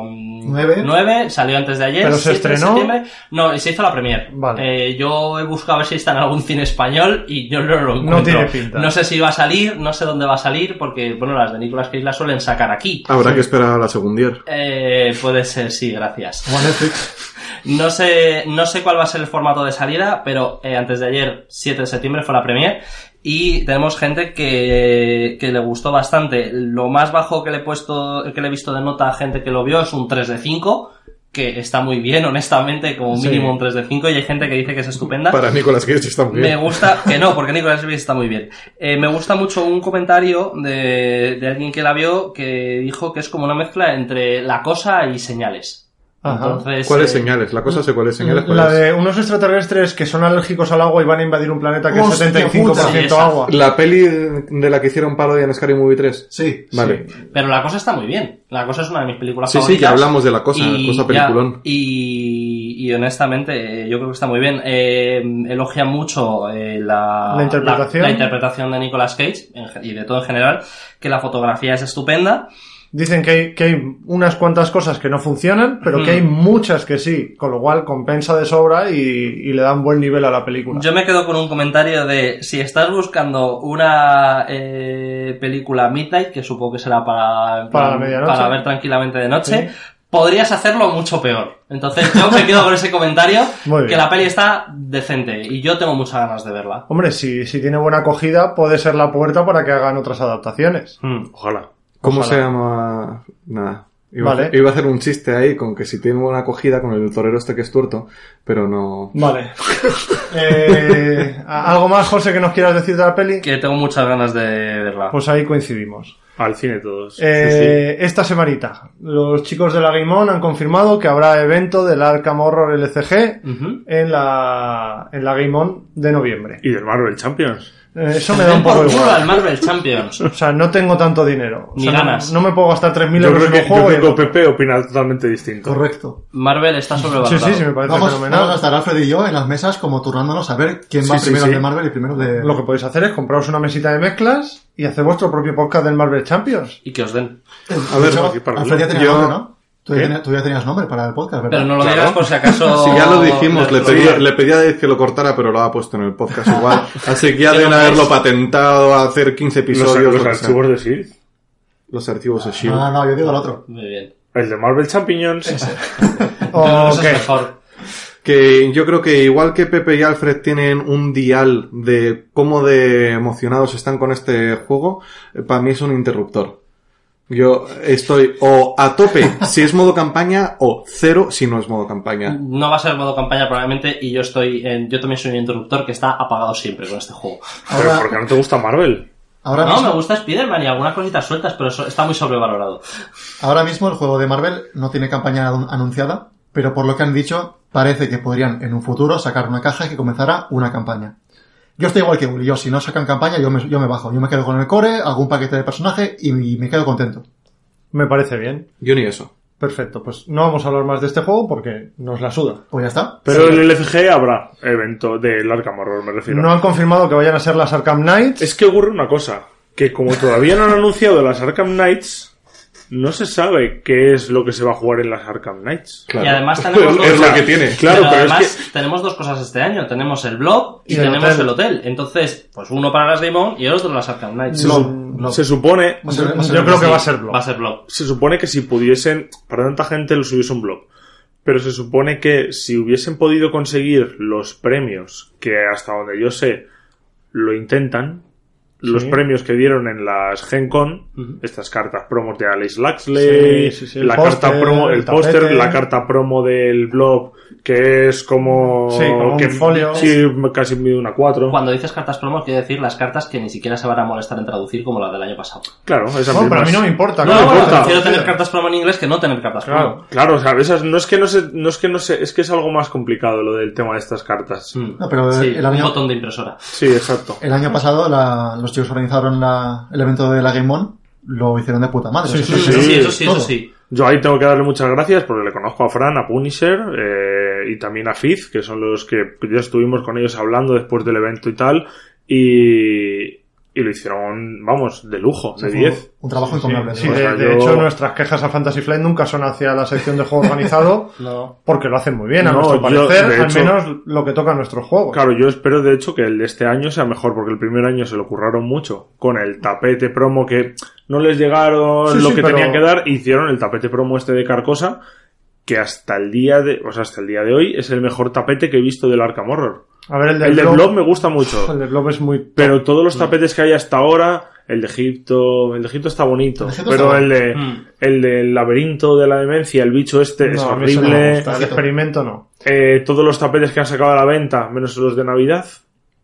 Speaker 3: mm,
Speaker 6: Nueve.
Speaker 3: nueve, salió antes de ayer,
Speaker 5: Pero se
Speaker 3: 7 de
Speaker 5: estrenó.
Speaker 3: septiembre. No, y se hizo la premier.
Speaker 5: Vale.
Speaker 3: Eh, yo he buscado a ver si está en algún cine español y yo no lo encuentro.
Speaker 5: tiene pinta.
Speaker 3: No sé si va a salir, no sé dónde va a salir, porque bueno, las de Nicolas Cage las suelen sacar aquí.
Speaker 2: Habrá que esperar a la segundier.
Speaker 3: Eh, puede ser, sí, gracias.
Speaker 6: Como Netflix.
Speaker 3: No sé, no sé cuál va a ser el formato de salida, pero eh, antes de ayer, 7 de septiembre, fue la premier. Y tenemos gente que, que le gustó bastante. Lo más bajo que le he puesto, que le he visto de nota a gente que lo vio es un 3 de 5, que está muy bien, honestamente, como
Speaker 5: Sí.
Speaker 3: mínimo un 3 de 5, y hay gente que dice que es estupenda.
Speaker 2: Para Nicolas Cage está muy
Speaker 3: Ah. Me
Speaker 2: bien.
Speaker 3: gusta, que no, porque Nicolas Cage está muy bien. Eh, me gusta mucho un comentario de, de alguien que la vio que dijo que es como una mezcla entre la cosa y señales.
Speaker 5: Ajá.
Speaker 3: Entonces,
Speaker 2: ¿Cuáles
Speaker 3: eh,
Speaker 2: señales? La cosa es cuáles señales.
Speaker 5: La
Speaker 2: ¿cuál es?
Speaker 5: de unos extraterrestres que son alérgicos al agua y van a invadir un planeta que
Speaker 6: Hostia
Speaker 5: es 75%
Speaker 3: puta.
Speaker 5: agua.
Speaker 2: La peli de la que hicieron parodia en Scary Movie 3.
Speaker 6: Sí.
Speaker 2: Vale.
Speaker 3: Pero la cosa está muy bien. La cosa es una de mis películas
Speaker 2: Sí, sí,
Speaker 3: favoritas.
Speaker 2: ya hablamos de La Cosa,
Speaker 3: Y
Speaker 2: cosa
Speaker 3: ya-
Speaker 2: peliculón.
Speaker 3: y, y honestamente, eh, yo creo que está muy bien. Eh, elogia mucho eh, la,
Speaker 5: La interpretación.
Speaker 3: la- la interpretación de Nicolas Cage en ge- y de todo en general, que la fotografía es estupenda.
Speaker 5: Dicen que hay, que hay unas cuantas cosas que no funcionan, pero que hay
Speaker 3: Mm.
Speaker 5: muchas que sí, con lo cual compensa de sobra y, y le dan buen nivel a la película.
Speaker 3: Yo me quedo con un comentario de si estás buscando una eh, película Midnight, que supongo que será para, en
Speaker 5: Para la
Speaker 3: plan,
Speaker 5: medianoche.
Speaker 3: para ver tranquilamente de noche, podrías hacerlo mucho peor. Entonces yo me quedo con ese comentario,
Speaker 5: Muy bien.
Speaker 3: que la peli está decente y yo tengo muchas ganas de verla.
Speaker 5: Hombre, si, si tiene buena acogida, puede ser la puerta para que hagan otras adaptaciones.
Speaker 1: Ojalá.
Speaker 2: ¿Cómo
Speaker 5: Ojalá.
Speaker 2: se llama? Nada. Iba,
Speaker 5: Vale.
Speaker 2: a, iba a hacer un chiste ahí con que si tiene buena acogida con el torero este que es tuerto, pero no.
Speaker 5: Vale. Eh, ¿Algo más, José, que nos quieras decir de la peli?
Speaker 3: Que tengo muchas ganas de verla.
Speaker 5: Pues ahí coincidimos.
Speaker 1: Al cine todos.
Speaker 5: Eh, Esta semanita, los chicos de la Game On han confirmado que habrá evento del Arkham Horror LCG
Speaker 3: Ujú.
Speaker 5: en la, en la Game On de noviembre.
Speaker 1: Y del Marvel Champions.
Speaker 5: Eh, Eso me da
Speaker 3: Ven
Speaker 5: un
Speaker 3: por
Speaker 5: poco
Speaker 3: culo
Speaker 5: igual.
Speaker 3: al Marvel Champions.
Speaker 5: O sea, no tengo tanto dinero. O
Speaker 3: Ni
Speaker 5: sea, no-
Speaker 3: ganas.
Speaker 5: No, me puedo gastar 3.000
Speaker 1: Yo creo
Speaker 5: euros en un
Speaker 1: que, yo
Speaker 5: juego. y-
Speaker 1: creo que Pepe opina totalmente distinto.
Speaker 6: Correcto.
Speaker 3: Marvel está
Speaker 5: Sí,
Speaker 3: sobrevalorado.
Speaker 5: sí, sí, me parece
Speaker 6: Vamos,
Speaker 5: fenomenal.
Speaker 6: vamos a estar Alfred y yo en las mesas como turnándonos a ver quién va
Speaker 1: Sí, sí,
Speaker 6: primero
Speaker 1: sí.
Speaker 6: de Marvel y primero de...
Speaker 5: Lo que podéis hacer es compraros una mesita de mezclas y hacer vuestro propio podcast del Marvel Champions.
Speaker 3: Y que os den.
Speaker 2: A ver,
Speaker 6: De hecho,
Speaker 1: aquí para
Speaker 6: Alfred ya
Speaker 1: hablar.
Speaker 6: tenía
Speaker 2: Yo-
Speaker 6: nombre, ¿no? Tú ya,
Speaker 1: ¿Qué?
Speaker 6: tenías, tú ya tenías nombre para el podcast, ¿verdad?
Speaker 3: Pero no lo digas por si acaso...
Speaker 2: Si ya lo dijimos, le
Speaker 3: Sí.
Speaker 2: pedí, le pedí a Dave que lo cortara, pero lo ha puesto en el podcast igual. Así que ya
Speaker 3: Que
Speaker 2: deben
Speaker 3: no
Speaker 2: haberlo
Speaker 3: es.
Speaker 2: patentado, hacer 15
Speaker 1: Los,
Speaker 2: episodios.
Speaker 1: los
Speaker 2: lo que sea.
Speaker 1: archivos de Sith.
Speaker 2: Los archivos de Shield.
Speaker 6: No, no, yo digo el otro.
Speaker 3: Muy bien.
Speaker 1: El de Marvel Champions.
Speaker 5: ¿O
Speaker 3: Eso
Speaker 5: qué?
Speaker 3: es mejor.
Speaker 2: Que yo creo que igual que Pepe y Alfred tienen un dial de cómo de emocionados están con este juego, para mí es un interruptor. Yo estoy o a tope si es modo campaña o cero si no es modo campaña.
Speaker 3: No va a ser modo campaña probablemente y yo estoy en- yo también soy un interruptor que está apagado siempre con este juego.
Speaker 1: Pero
Speaker 6: Ahora,
Speaker 1: ¿por qué no te gusta Marvel?
Speaker 6: ahora,
Speaker 3: No, me
Speaker 6: mismo,
Speaker 3: gusta Spider-Man y algunas cositas sueltas, pero eso está muy sobrevalorado.
Speaker 6: ahora mismo el juego de Marvel no tiene campaña anun- anunciada, pero por lo que han dicho, parece que podrían en un futuro sacar una caja que comenzara una campaña. Yo estoy igual que Uli, yo si no sacan campaña, yo me, yo me bajo. Yo me quedo con el core, algún paquete de personaje y, y me quedo contento.
Speaker 5: Me parece bien.
Speaker 2: Yo ni eso.
Speaker 5: Perfecto, pues no vamos a hablar más de este juego porque nos la suda.
Speaker 6: Pues ya está.
Speaker 1: Pero en el LFG habrá evento del Arkham Horror, me refiero.
Speaker 5: No han confirmado que vayan a ser las Arkham Knights.
Speaker 1: Es que ocurre una cosa, que como todavía no han anunciado las Arkham Knights, no se sabe qué es lo que se va a jugar en las Arkham Knights.
Speaker 2: Claro.
Speaker 3: Y además tenemos
Speaker 2: Es-
Speaker 3: dos
Speaker 2: es lo
Speaker 3: cosas.
Speaker 2: que tiene.
Speaker 1: Claro, pero es
Speaker 3: además tenemos dos cosas este año. Tenemos el blog y,
Speaker 5: Y el
Speaker 3: tenemos
Speaker 5: hotel.
Speaker 3: el hotel. Entonces, pues uno para las Game On y el otro las Arkham Knights.
Speaker 1: Se, su- se supone,
Speaker 6: Va a ser- va a ser-
Speaker 5: Yo creo que
Speaker 3: Sí,
Speaker 5: va a ser Blob.
Speaker 3: Va a ser blog.
Speaker 1: se supone que si pudiesen, para tanta gente lo subiese un blog. Pero se supone que si hubiesen podido conseguir los premios, que hasta donde yo sé lo intentan, los premios que dieron en las Gen Con, estas cartas promos de Alice Laxley,
Speaker 5: Sí, sí, sí, el
Speaker 1: la carta
Speaker 5: póster,
Speaker 1: promo,
Speaker 5: el
Speaker 1: el póster,
Speaker 5: tapete.
Speaker 1: la carta promo del blog, que es como,
Speaker 5: Sí, como
Speaker 1: que
Speaker 5: un folio.
Speaker 1: sí, casi mide una 4.
Speaker 3: Cuando dices cartas promos, quiere decir las cartas que ni siquiera se van a molestar en traducir como las del año pasado.
Speaker 1: Claro, esas
Speaker 5: No, pero a
Speaker 1: mismas.
Speaker 5: mí no me importa.
Speaker 3: No,
Speaker 5: ¿no?
Speaker 1: me
Speaker 3: bueno,
Speaker 1: importa.
Speaker 3: prefiero tener cartas promo en inglés que no tener cartas promo.
Speaker 5: Claro.
Speaker 1: Claro, o sea, esas, no es que no se, no es que no se, es que es algo más complicado lo del tema de estas cartas.
Speaker 3: Mm.
Speaker 6: No, pero eh,
Speaker 3: Sí,
Speaker 6: el
Speaker 3: un
Speaker 6: año-
Speaker 3: botón de impresora.
Speaker 1: Sí, exacto.
Speaker 6: El año pasado la- los chicos organizaron la- el evento de la Game On, lo hicieron de puta madre.
Speaker 5: Sí,
Speaker 6: Eso
Speaker 5: sí,
Speaker 6: se-
Speaker 3: Eso sí, eso
Speaker 1: es
Speaker 3: sí, eso
Speaker 6: todo.
Speaker 3: sí.
Speaker 1: Yo ahí tengo que darle muchas gracias porque le conozco a Fran, a Punisher eh, y también a Fizz, que son los que ya estuvimos con ellos hablando después del evento y tal. Y, y lo hicieron, vamos, de lujo, de
Speaker 6: fue
Speaker 1: 10.
Speaker 6: Un trabajo encomiable.
Speaker 5: Sí,
Speaker 1: O
Speaker 5: de,
Speaker 1: sea,
Speaker 5: de
Speaker 1: pues yo-
Speaker 5: hecho nuestras quejas a Fantasy Flight nunca son hacia la sección de juego organizado porque lo hacen muy bien, a
Speaker 1: No,
Speaker 5: nuestro
Speaker 1: yo,
Speaker 5: parecer,
Speaker 1: de
Speaker 5: al
Speaker 1: hecho-
Speaker 5: menos lo que toca a nuestros juegos.
Speaker 1: Claro, yo espero de hecho que el de este año sea mejor, porque el primer año se lo curraron mucho con el tapete promo que no les llegaron
Speaker 5: Sí,
Speaker 1: lo
Speaker 5: sí,
Speaker 1: que
Speaker 5: pero-
Speaker 1: tenían que dar, hicieron el tapete promo este de Carcosa, que hasta el día de, o sea, hasta el día de hoy es el mejor tapete que he visto del Arkham Horror.
Speaker 5: A ver, el del
Speaker 1: El de
Speaker 5: blog-
Speaker 1: Blob me gusta mucho.
Speaker 5: el del blog Mm. es muy...
Speaker 1: Pero todos los tapetes que hay hasta ahora, el de Egipto, el de Egipto está bonito,
Speaker 6: El de Egipto
Speaker 1: pero
Speaker 6: está
Speaker 1: el de,
Speaker 3: Mm.
Speaker 1: el del laberinto de la demencia, el bicho este es
Speaker 5: No, a mí eso no me
Speaker 1: horrible.
Speaker 5: gusta, el experimento no.
Speaker 1: Eh, todos los tapetes que han sacado a la venta, menos los de Navidad,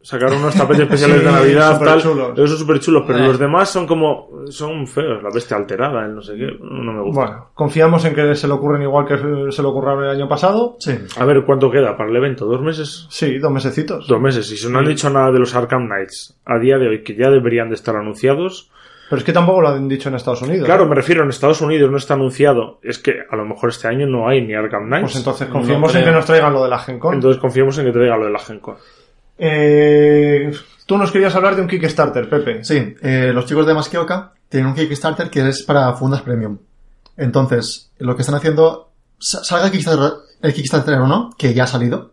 Speaker 1: Sacaron unos tapetes especiales
Speaker 5: Sí,
Speaker 1: de Navidad, tal.
Speaker 5: superchulos.
Speaker 1: Esos son súper chulos, pero
Speaker 3: Eh.
Speaker 1: los demás son como. Son feos. La bestia alterada, el no sé qué. No me gusta.
Speaker 5: Bueno, confiamos en que se le ocurren igual que se le ocurrieron el año pasado.
Speaker 6: Sí.
Speaker 1: A ver, ¿cuánto queda para el evento? ¿Dos meses?
Speaker 5: Sí, dos mesecitos.
Speaker 1: Dos meses. Y si no han dicho nada de los Arkham Knights a día de hoy, que ya deberían de estar anunciados.
Speaker 5: Pero es que tampoco lo han dicho en Estados Unidos.
Speaker 1: Claro, me refiero, en Estados Unidos no está anunciado. Es que a lo mejor este año no hay ni Arkham Knights.
Speaker 5: Pues entonces confiemos
Speaker 3: No
Speaker 5: en que
Speaker 3: creo.
Speaker 5: nos traigan lo de la Gen Con.
Speaker 1: Entonces confiemos en que traiga lo de la Gen Con.
Speaker 5: Eh, tú nos querías hablar de un Kickstarter, Pepe.
Speaker 6: Sí, eh, los chicos de Masquioca tienen un Kickstarter que es para fundas premium. Entonces, lo que están haciendo, sa- salga el Kickstarter, el Kickstarter o no, que ya ha salido,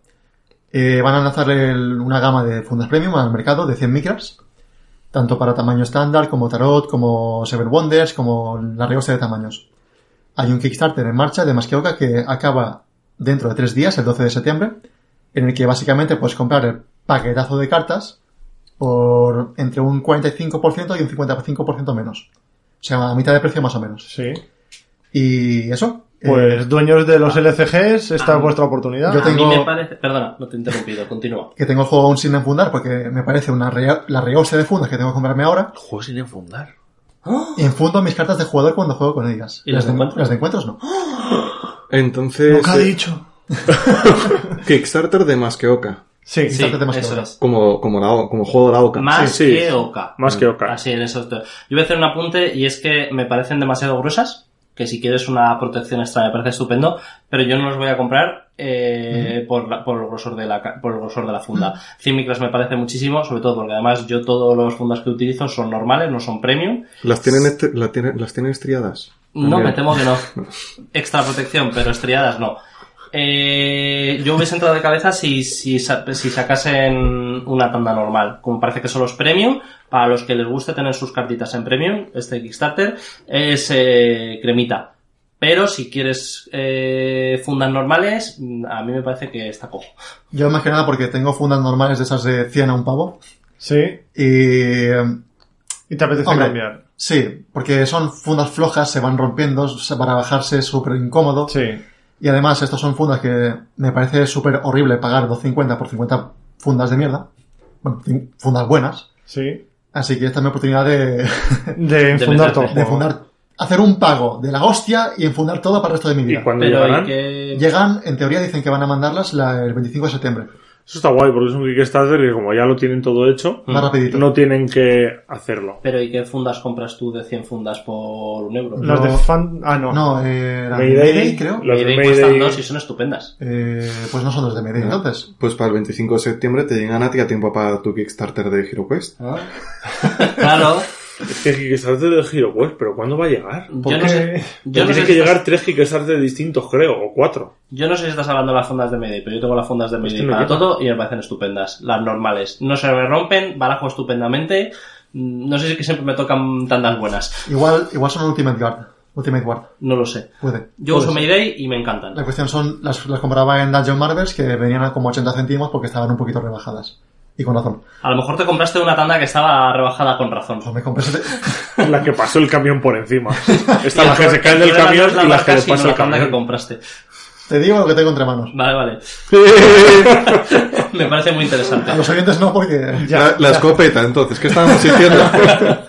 Speaker 6: eh, van a lanzar el- una gama de fundas premium al mercado de 100 micras, tanto para tamaño estándar, como tarot, como Seven Wonders, como la revista de tamaños. Hay un Kickstarter en marcha de Masquioca que acaba dentro de tres días, el 12 de septiembre, en el que básicamente puedes comprar el paquetazo de cartas por entre un 45% y un 55% menos. O sea, a mitad de precio más o menos.
Speaker 5: Sí.
Speaker 6: Y eso. eh,
Speaker 5: Pues Eh, dueños de los LCGs, esta
Speaker 3: ah,
Speaker 5: es vuestra oportunidad.
Speaker 6: yo
Speaker 3: A mí
Speaker 6: tengo-
Speaker 3: me parece... Perdona, no te he interrumpido, continúa.
Speaker 6: que tengo el juego aún sin enfundar porque me parece una rea- la rehostia de fundas que tengo que comprarme ahora.
Speaker 1: Juego sin enfundar.
Speaker 6: Y enfundo mis cartas de jugador cuando juego con ellas.
Speaker 3: ¿Y las de encuentros?
Speaker 6: Las de encuentros no.
Speaker 2: Entonces,
Speaker 5: Nunca ha
Speaker 2: eh,
Speaker 5: dicho.
Speaker 2: Kickstarter de más que Oca.
Speaker 5: Sí.
Speaker 3: Sí,
Speaker 6: Quítate más que
Speaker 3: eso
Speaker 6: ahora.
Speaker 3: es.
Speaker 2: Como, como, la, O- como juego de la Oca.
Speaker 3: Más
Speaker 1: Sí, sí.
Speaker 3: que Oca.
Speaker 1: Más que Oca.
Speaker 3: Mm, Así en esos dos. Yo voy a hacer un apunte y es que me parecen demasiado gruesas, que si quieres una protección extra me parece estupendo, pero yo no los voy a comprar eh, por, la- por el grosor de la ca- por el grosor de la funda. 100 micras me parece muchísimo, sobre todo porque además yo todos los fundas que utilizo son normales, no son premium.
Speaker 2: Las tienen, estri- la tienen- las tienen estriadas.
Speaker 3: No,
Speaker 2: También.
Speaker 3: me temo que no. Extra protección, pero estriadas no. Eh, yo hubiese entrado de cabeza si, si, sa- si sacasen una tanda normal. Como parece que son los premium, para los que les guste tener sus cartitas en premium, este Kickstarter es eh, cremita. Pero si quieres eh, fundas normales, mm, a mí me parece que está cojo.
Speaker 6: Yo más que nada porque tengo fundas normales de esas de 100 a un pavo.
Speaker 5: Sí.
Speaker 6: Y... eh,
Speaker 5: Y te apetece
Speaker 6: Hombre.
Speaker 5: cambiar.
Speaker 6: Sí, porque son fundas flojas, se van rompiendo, se- para bajarse es súper incómodo.
Speaker 5: Sí.
Speaker 6: Y además, estas son fundas que me parece súper horrible pagar 2.50 por 50 fundas de mierda. Bueno, cin- fundas buenas.
Speaker 5: Sí.
Speaker 6: Así que esta es mi oportunidad de,
Speaker 5: De enfundar
Speaker 3: meterte.
Speaker 5: todo. el
Speaker 6: de
Speaker 5: juego.
Speaker 6: fundar, hacer un pago de la hostia y enfundar todo para el resto de mi
Speaker 1: Y
Speaker 6: vida.
Speaker 1: cuando
Speaker 3: Pero hay
Speaker 1: llegarán.
Speaker 3: que...
Speaker 6: Llegan, en teoría dicen que van a mandarlas la- el 25 de septiembre.
Speaker 1: Eso está guay, porque es un Kickstarter que como ya lo tienen todo hecho,
Speaker 6: Más rapidito.
Speaker 1: Mm. no tienen que hacerlo.
Speaker 3: Pero ¿y qué fundas compras tú de 100 fundas por un euro?
Speaker 5: Las
Speaker 6: No.
Speaker 5: de fan. Ah, no.
Speaker 6: No, eh, era
Speaker 1: Mayday,
Speaker 6: Mayday, creo.
Speaker 1: las de
Speaker 3: Mayday
Speaker 1: Mayday-
Speaker 3: cuestan dos y son estupendas.
Speaker 6: Eh, pues no son los de Mayday, entonces.
Speaker 2: Pues para el 25 de septiembre te llegan a ti a tiempo para tu Kickstarter de HeroQuest.
Speaker 3: Ah. claro.
Speaker 1: Es que Kickstarter de Hero Quest, pero ¿cuándo va a llegar?
Speaker 3: Yo no sé,
Speaker 5: Porque-
Speaker 3: yo no
Speaker 1: tienen
Speaker 3: sé
Speaker 1: que
Speaker 3: si
Speaker 1: llegar
Speaker 3: estás-
Speaker 1: tres Kickstarter distintos, creo, o cuatro.
Speaker 3: yo no sé si estás hablando de las fondas de Mayday, pero yo tengo las fondas de Mayday
Speaker 1: que no
Speaker 3: para
Speaker 1: llegan.
Speaker 3: todo y me parecen estupendas, las normales. No se me rompen, barajo estupendamente. mm, No sé si es que siempre me tocan tantas buenas,
Speaker 6: Igual, igual son Ultimate Guard. Ultimate Guard.
Speaker 3: no lo sé.
Speaker 6: Puede.
Speaker 3: Yo
Speaker 6: Puede
Speaker 3: uso
Speaker 6: ser.
Speaker 3: Mayday y me encantan.
Speaker 6: La cuestión son, las, las compraba en Dungeon Marvels que venían a como 80 céntimos porque estaban un poquito rebajadas. Y con razón.
Speaker 3: A lo mejor te compraste una tanda que estaba rebajada con razón.
Speaker 6: Pues me compré ese-
Speaker 1: La que pasó el camión por encima. Está
Speaker 3: Y
Speaker 1: la que
Speaker 3: pro-
Speaker 1: se cae
Speaker 3: el
Speaker 1: del
Speaker 3: problema no
Speaker 1: camión
Speaker 3: es la
Speaker 1: y la que
Speaker 3: marca,
Speaker 1: le
Speaker 3: sino
Speaker 1: pasa
Speaker 3: la
Speaker 1: el
Speaker 3: tanda que
Speaker 1: camión.
Speaker 3: compraste.
Speaker 6: Te digo lo que tengo entre manos.
Speaker 3: Vale, vale. me parece muy interesante.
Speaker 6: A los oyentes no, porque
Speaker 5: Ya,
Speaker 2: la, la escopeta, entonces, ¿qué estábamos diciendo?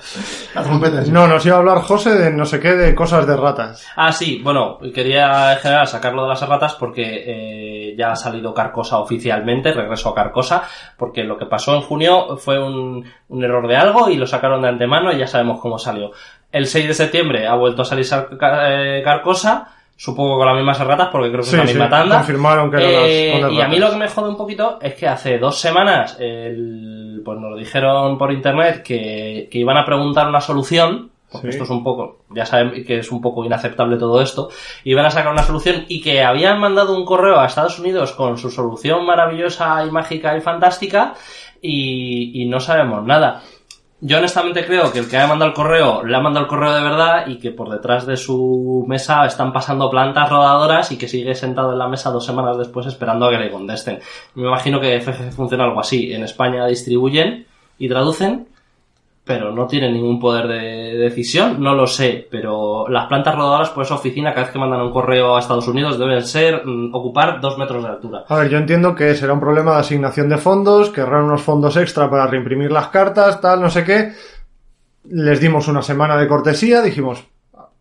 Speaker 6: las trompetas.
Speaker 5: No, nos iba a hablar José de no sé qué, de cosas de ratas.
Speaker 3: Ah, sí, bueno, quería en general sacarlo de las ratas porque eh, ya ha salido Carcosa oficialmente, regreso a Carcosa, porque lo que pasó en junio fue un, un error de algo y lo sacaron de antemano y ya sabemos cómo salió. El 6 de septiembre ha vuelto a salir Sar- Ca- eh, Carcosa, supongo con las mismas ratas porque creo que
Speaker 5: Sí,
Speaker 3: es la
Speaker 5: sí,
Speaker 3: misma tanda.
Speaker 5: confirmaron que eran las-
Speaker 3: Eh,
Speaker 5: con las
Speaker 3: Y a mí
Speaker 5: ratas.
Speaker 3: lo que me jode un poquito es que hace dos semanas el- pues nos dijeron por internet que, que iban a preguntar una solución, porque
Speaker 5: Sí.
Speaker 3: esto es un poco, ya saben que es un poco inaceptable todo esto, iban a sacar una solución y que habían mandado un correo a Estados Unidos con su solución maravillosa y mágica y fantástica y, y no sabemos nada. Yo honestamente creo que el que ha mandado el correo le ha mandado el correo de verdad y que por detrás de su mesa están pasando plantas rodadoras y que sigue sentado en la mesa dos semanas después esperando a que le contesten. Me imagino que FGC funciona algo así. En España distribuyen y traducen pero no tiene ningún poder de decisión, no lo sé, pero las plantas rodadoras por esa oficina cada vez que mandan un correo a Estados Unidos deben ser mm, ocupar dos metros de altura.
Speaker 5: A ver, yo entiendo que será un problema de asignación de fondos, querrán unos fondos extra para reimprimir las cartas, tal, no sé qué. Les dimos una semana de cortesía, dijimos,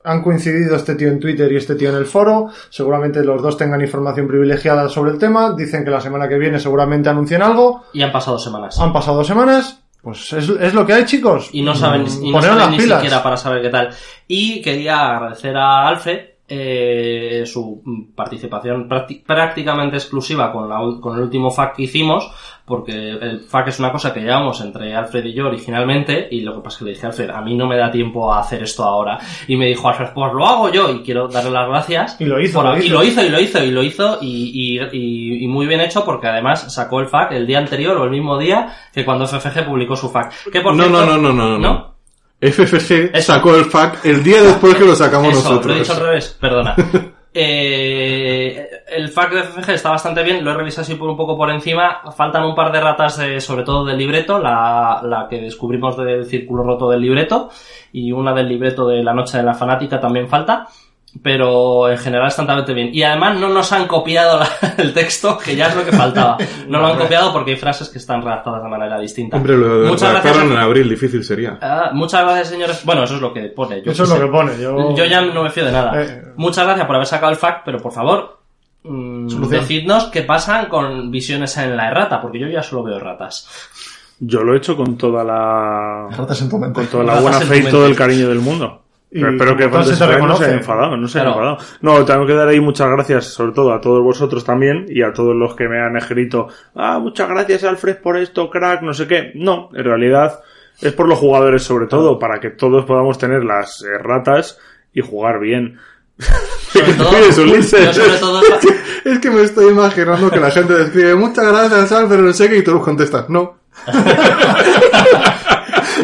Speaker 5: han coincidido este tío en Twitter y este tío en el foro, seguramente los dos tengan información privilegiada sobre el tema, dicen que la semana que viene seguramente anuncien algo,
Speaker 3: Y han pasado semanas.
Speaker 5: han pasado semanas, pues es, es lo que hay chicos.
Speaker 3: y no saben, y no
Speaker 5: Poneros
Speaker 3: saben
Speaker 5: las
Speaker 3: ni
Speaker 5: pilas.
Speaker 3: siquiera para saber qué tal. Y quería agradecer a Alfred eh, su mm, participación prácti- prácticamente exclusiva con, la ul- con el último FAQ que hicimos, porque el FAQ es una cosa que llevamos entre Alfred y yo originalmente, y lo que pasa es que le dije a Alfred, a mí no me da tiempo a hacer esto ahora. Y me dijo Alfred, pues lo hago yo, y quiero darle las gracias.
Speaker 5: Y lo hizo,
Speaker 3: por-
Speaker 5: lo hizo.
Speaker 3: Y lo hizo, y lo hizo, y lo hizo, y, y- y- y muy bien hecho, porque además sacó el FAQ el día anterior o el mismo día que cuando FFG publicó su FAQ. Que por
Speaker 2: No,
Speaker 3: cierto-
Speaker 2: no, no, no, no, no.
Speaker 3: ¿No?
Speaker 2: FFG
Speaker 3: Eso.
Speaker 2: sacó el FAQ el día después que lo sacamos
Speaker 3: Eso,
Speaker 2: nosotros.
Speaker 3: Lo he dicho al revés, perdona. Eh, el FAQ de FFG está bastante bien, lo he revisado así por un poco por encima. Faltan un par de ratas, de- sobre todo del libreto, la, la que descubrimos del círculo roto del libreto y una del libreto de La Noche de la Fanática también falta. Pero en general está bastante bien. Y además no nos han copiado la- el texto, que ya es lo que faltaba. No lo han copiado porque hay frases que están redactadas de manera distinta.
Speaker 2: Hombre, lo de
Speaker 3: Muchas gracias.
Speaker 2: redactaron en abril, difícil sería.
Speaker 3: Ah, muchas gracias, señores. Bueno, eso es lo que pone. Yo
Speaker 5: Eso es
Speaker 3: qué
Speaker 5: lo
Speaker 3: sé.
Speaker 5: que pone. Yo,
Speaker 3: Yo ya no me fío de nada.
Speaker 5: Eh.
Speaker 3: Muchas gracias por haber sacado el fact, pero por favor, mm,
Speaker 6: Solución.
Speaker 3: decidnos qué pasan con visiones en la errata, porque yo ya solo veo ratas.
Speaker 1: Yo lo he hecho con toda la.
Speaker 6: Ratas en tu mente.
Speaker 1: Con toda la
Speaker 3: Ratas
Speaker 1: buena
Speaker 3: en
Speaker 1: fe y
Speaker 3: tu
Speaker 1: todo
Speaker 3: mente.
Speaker 1: el cariño del mundo.
Speaker 5: Y
Speaker 1: Pero espero que
Speaker 5: como tal, se te
Speaker 1: Fantasy Flight no se haya
Speaker 5: reconoce.
Speaker 1: enfadado, no se haya
Speaker 3: Claro.
Speaker 1: enfadado. No, tengo que dar ahí muchas gracias, sobre todo a todos vosotros también y a todos los que me han escrito, ah, muchas gracias Alfred por esto, crack, no sé qué. No, en realidad es por los jugadores sobre todo, para que todos podamos tener las eh, ratas y jugar bien.
Speaker 3: Sobre todo,
Speaker 2: Eres Ulises.
Speaker 3: yo sobre todo-
Speaker 2: Es que me estoy imaginando que la gente le escribe muchas gracias, Alfred, no sé qué, y tú contestas, no. no.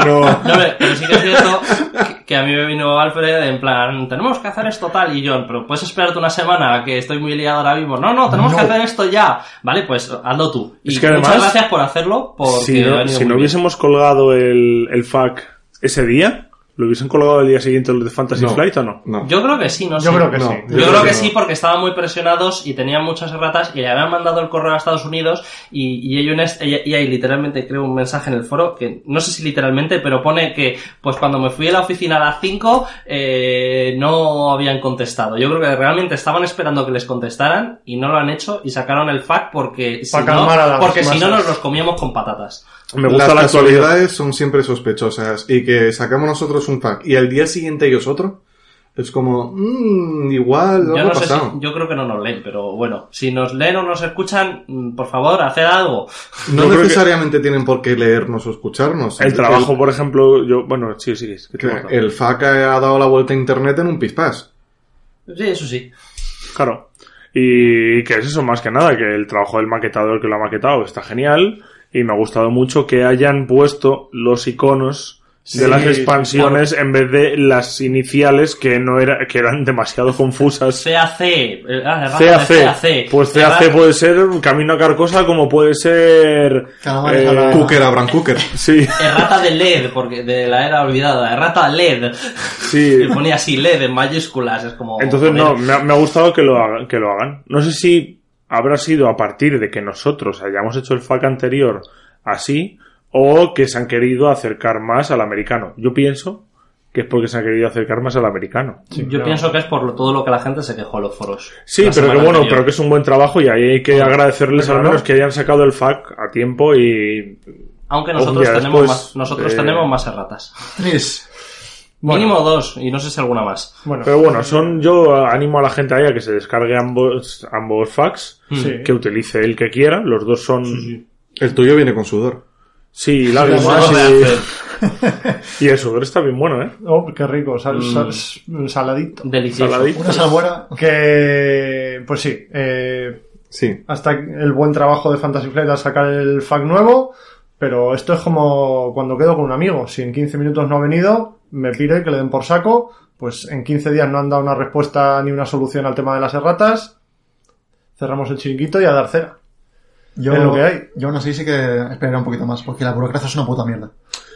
Speaker 3: No, hombre, pero sí que es cierto que- que a mí me vino Alfred en plan, tenemos que hacer esto tal y John, pero puedes esperarte una semana que estoy muy liado ahora mismo. No, no, tenemos que hacer esto ya. Vale, pues hazlo tú. Y
Speaker 1: Es que
Speaker 3: muchas
Speaker 1: además-
Speaker 3: gracias por hacerlo, porque
Speaker 1: si
Speaker 3: ha
Speaker 1: no,
Speaker 3: venido
Speaker 1: si
Speaker 3: muy
Speaker 1: no
Speaker 3: bien.
Speaker 1: hubiésemos colgado el, el FAQ ese día, ¿lo hubiesen colgado el día siguiente los de Fantasy
Speaker 2: No.
Speaker 1: Flight o no?
Speaker 2: No.
Speaker 3: Yo creo que sí, no sé.
Speaker 5: yo creo que
Speaker 2: No.
Speaker 5: sí.
Speaker 3: Yo, creo que sí, porque estaban muy presionados y tenían muchas ratas y le habían mandado el correo a Estados Unidos y, y, hay, un est- y- y hay literalmente, creo, un mensaje en el foro que no sé si literalmente, pero pone que pues cuando me fui a la oficina a las 5 eh, no habían contestado. Yo creo que realmente estaban esperando que les contestaran y no lo han hecho y sacaron el fact porque, si
Speaker 5: Pa'
Speaker 3: no,
Speaker 5: calmar a las
Speaker 3: porque si no
Speaker 5: masas.
Speaker 3: nos los comíamos con patatas.
Speaker 1: Me gusta
Speaker 2: Las
Speaker 1: la actualidad.
Speaker 2: casualidades son siempre sospechosas y que sacamos nosotros un pack y al día siguiente ellos otro, es como, mmm, igual,
Speaker 3: Yo
Speaker 2: algo
Speaker 3: no
Speaker 2: ha
Speaker 3: sé si-
Speaker 2: pasado.
Speaker 3: yo creo que no nos leen, pero bueno, si nos leen o nos escuchan, mm, por favor, haced algo.
Speaker 2: No
Speaker 1: Yo creo que-
Speaker 2: necesariamente tienen por qué leernos o escucharnos.
Speaker 1: El trabajo, por ejemplo, yo, bueno, sí, sí, es que te
Speaker 2: que
Speaker 1: corto.
Speaker 2: el FAC ha dado la vuelta a internet en un pispás.
Speaker 3: Sí, eso sí.
Speaker 1: Claro. Y que es eso, más que nada, que el trabajo del maquetador que lo ha maquetado está genial. Y me ha gustado mucho que hayan puesto los iconos de
Speaker 5: Sí,
Speaker 1: las expansiones en vez de las iniciales que no era, que eran demasiado confusas.
Speaker 3: CAC. eh, ah, errata de
Speaker 1: CAC. Pues CAC
Speaker 3: Errata-
Speaker 1: puede ser Camino a Carcosa como puede ser...
Speaker 6: Calamares
Speaker 1: eh,
Speaker 6: a la-
Speaker 2: Cooker, Abraham Cooker.
Speaker 1: Sí,
Speaker 3: Errata de LED, porque de la era olvidada. Errata LED.
Speaker 1: sí.
Speaker 3: Y ponía así LED en mayúsculas. Es como.
Speaker 1: Entonces,
Speaker 3: joder.
Speaker 1: no, me ha, me ha gustado que lo, haga- que lo hagan. No sé si habrá sido a partir de que nosotros hayamos hecho el FAQ anterior así o que se han querido acercar más al americano. Yo pienso que es porque se han querido acercar más al americano.
Speaker 3: Yo pienso que es por lo- todo lo que la gente se quejó en los foros.
Speaker 1: Sí,
Speaker 3: La
Speaker 1: pero que
Speaker 3: semana
Speaker 1: bueno,
Speaker 3: anterior.
Speaker 1: creo que es un buen trabajo y ahí hay que agradecerles
Speaker 5: Claro.
Speaker 1: al menos que hayan sacado el FAQ a tiempo y...
Speaker 3: Aunque
Speaker 1: un
Speaker 3: nosotros,
Speaker 1: día
Speaker 3: tenemos,
Speaker 1: después,
Speaker 3: más, nosotros
Speaker 1: eh,
Speaker 3: tenemos más erratas.
Speaker 6: Tres.
Speaker 5: Bueno.
Speaker 3: Mínimo dos, y no sé si alguna más.
Speaker 5: Bueno,
Speaker 1: Pero bueno, son yo animo a la gente ahí a que se descargue ambos, ambos FAQs,
Speaker 3: Mm.
Speaker 5: Sí.
Speaker 1: que utilice el que quiera, los dos son... Sí,
Speaker 2: El tuyo viene con sudor.
Speaker 1: lágrimas
Speaker 3: Vamos a
Speaker 1: y-
Speaker 3: hacer
Speaker 1: Y el sudor está bien bueno, ¿eh?
Speaker 5: oh, qué rico, sal- sal- saladito.
Speaker 3: Delicioso.
Speaker 1: Saladito.
Speaker 6: Una salmuera.
Speaker 5: Que, pues sí, eh,
Speaker 2: Sí.
Speaker 5: hasta el buen trabajo de Fantasy Flight al sacar el fac nuevo, pero esto es como cuando quedo con un amigo. Si en 15 minutos no ha venido, me piro y que le den por saco. Pues en 15 días no han dado una respuesta ni una solución al tema de las erratas. Cerramos el chiringuito y a dar cera.
Speaker 6: Yo,
Speaker 5: Es lo que hay.
Speaker 6: Yo aún así sí que esperaría un poquito más, porque la burocracia es una puta mierda.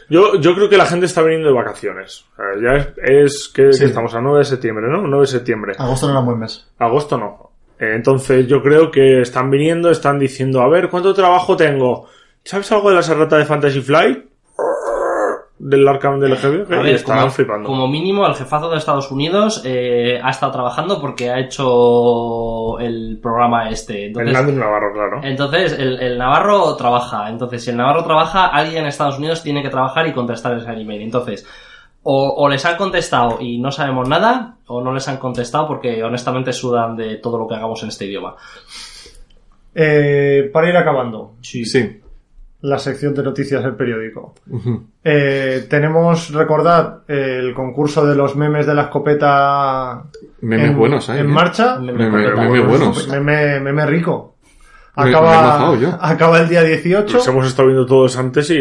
Speaker 1: Yo, yo creo que la gente está viniendo de vacaciones. O sea, ya es, es que
Speaker 6: Sí.
Speaker 1: que estamos a 9 de septiembre, ¿no? 9 de septiembre.
Speaker 6: Agosto no era un buen mes.
Speaker 1: Agosto no. Eh, Entonces yo creo que están viniendo, están diciendo, a ver, ¿cuánto trabajo tengo? ¿Sabes algo de la serrata de Fantasy Flight? Del Arkham del GBG.
Speaker 3: A
Speaker 1: y
Speaker 3: ver,
Speaker 1: estarán
Speaker 3: como,
Speaker 1: flipando.
Speaker 3: como mínimo, el jefazo de Estados Unidos eh, ha estado trabajando porque ha hecho el programa este. Entonces,
Speaker 1: Hernández Navarro, claro.
Speaker 3: entonces, el, el Navarro trabaja. Entonces, si el Navarro trabaja, alguien en Estados Unidos tiene que trabajar y contestar ese email. Entonces, o, o les han contestado y no sabemos nada, o no les han contestado porque honestamente sudan de todo lo que hagamos en este idioma.
Speaker 5: Eh, para ir acabando,
Speaker 3: Sí.
Speaker 2: Sí.
Speaker 5: la sección de noticias del periódico.
Speaker 2: Ujú.
Speaker 5: Eh, tenemos, recordad, el concurso de los memes de la escopeta
Speaker 2: Memes
Speaker 5: en,
Speaker 2: buenos, hay,
Speaker 5: en
Speaker 2: eh.
Speaker 5: marcha. pues,
Speaker 3: Me-
Speaker 2: Meme-
Speaker 3: me-
Speaker 2: meme
Speaker 3: me-
Speaker 2: buenos.
Speaker 5: Meme, meme rico.
Speaker 2: Me- me he
Speaker 5: Acaba,
Speaker 2: mojado yo.
Speaker 5: acaba el día 18
Speaker 1: Nos hemos estado viendo todos antes y...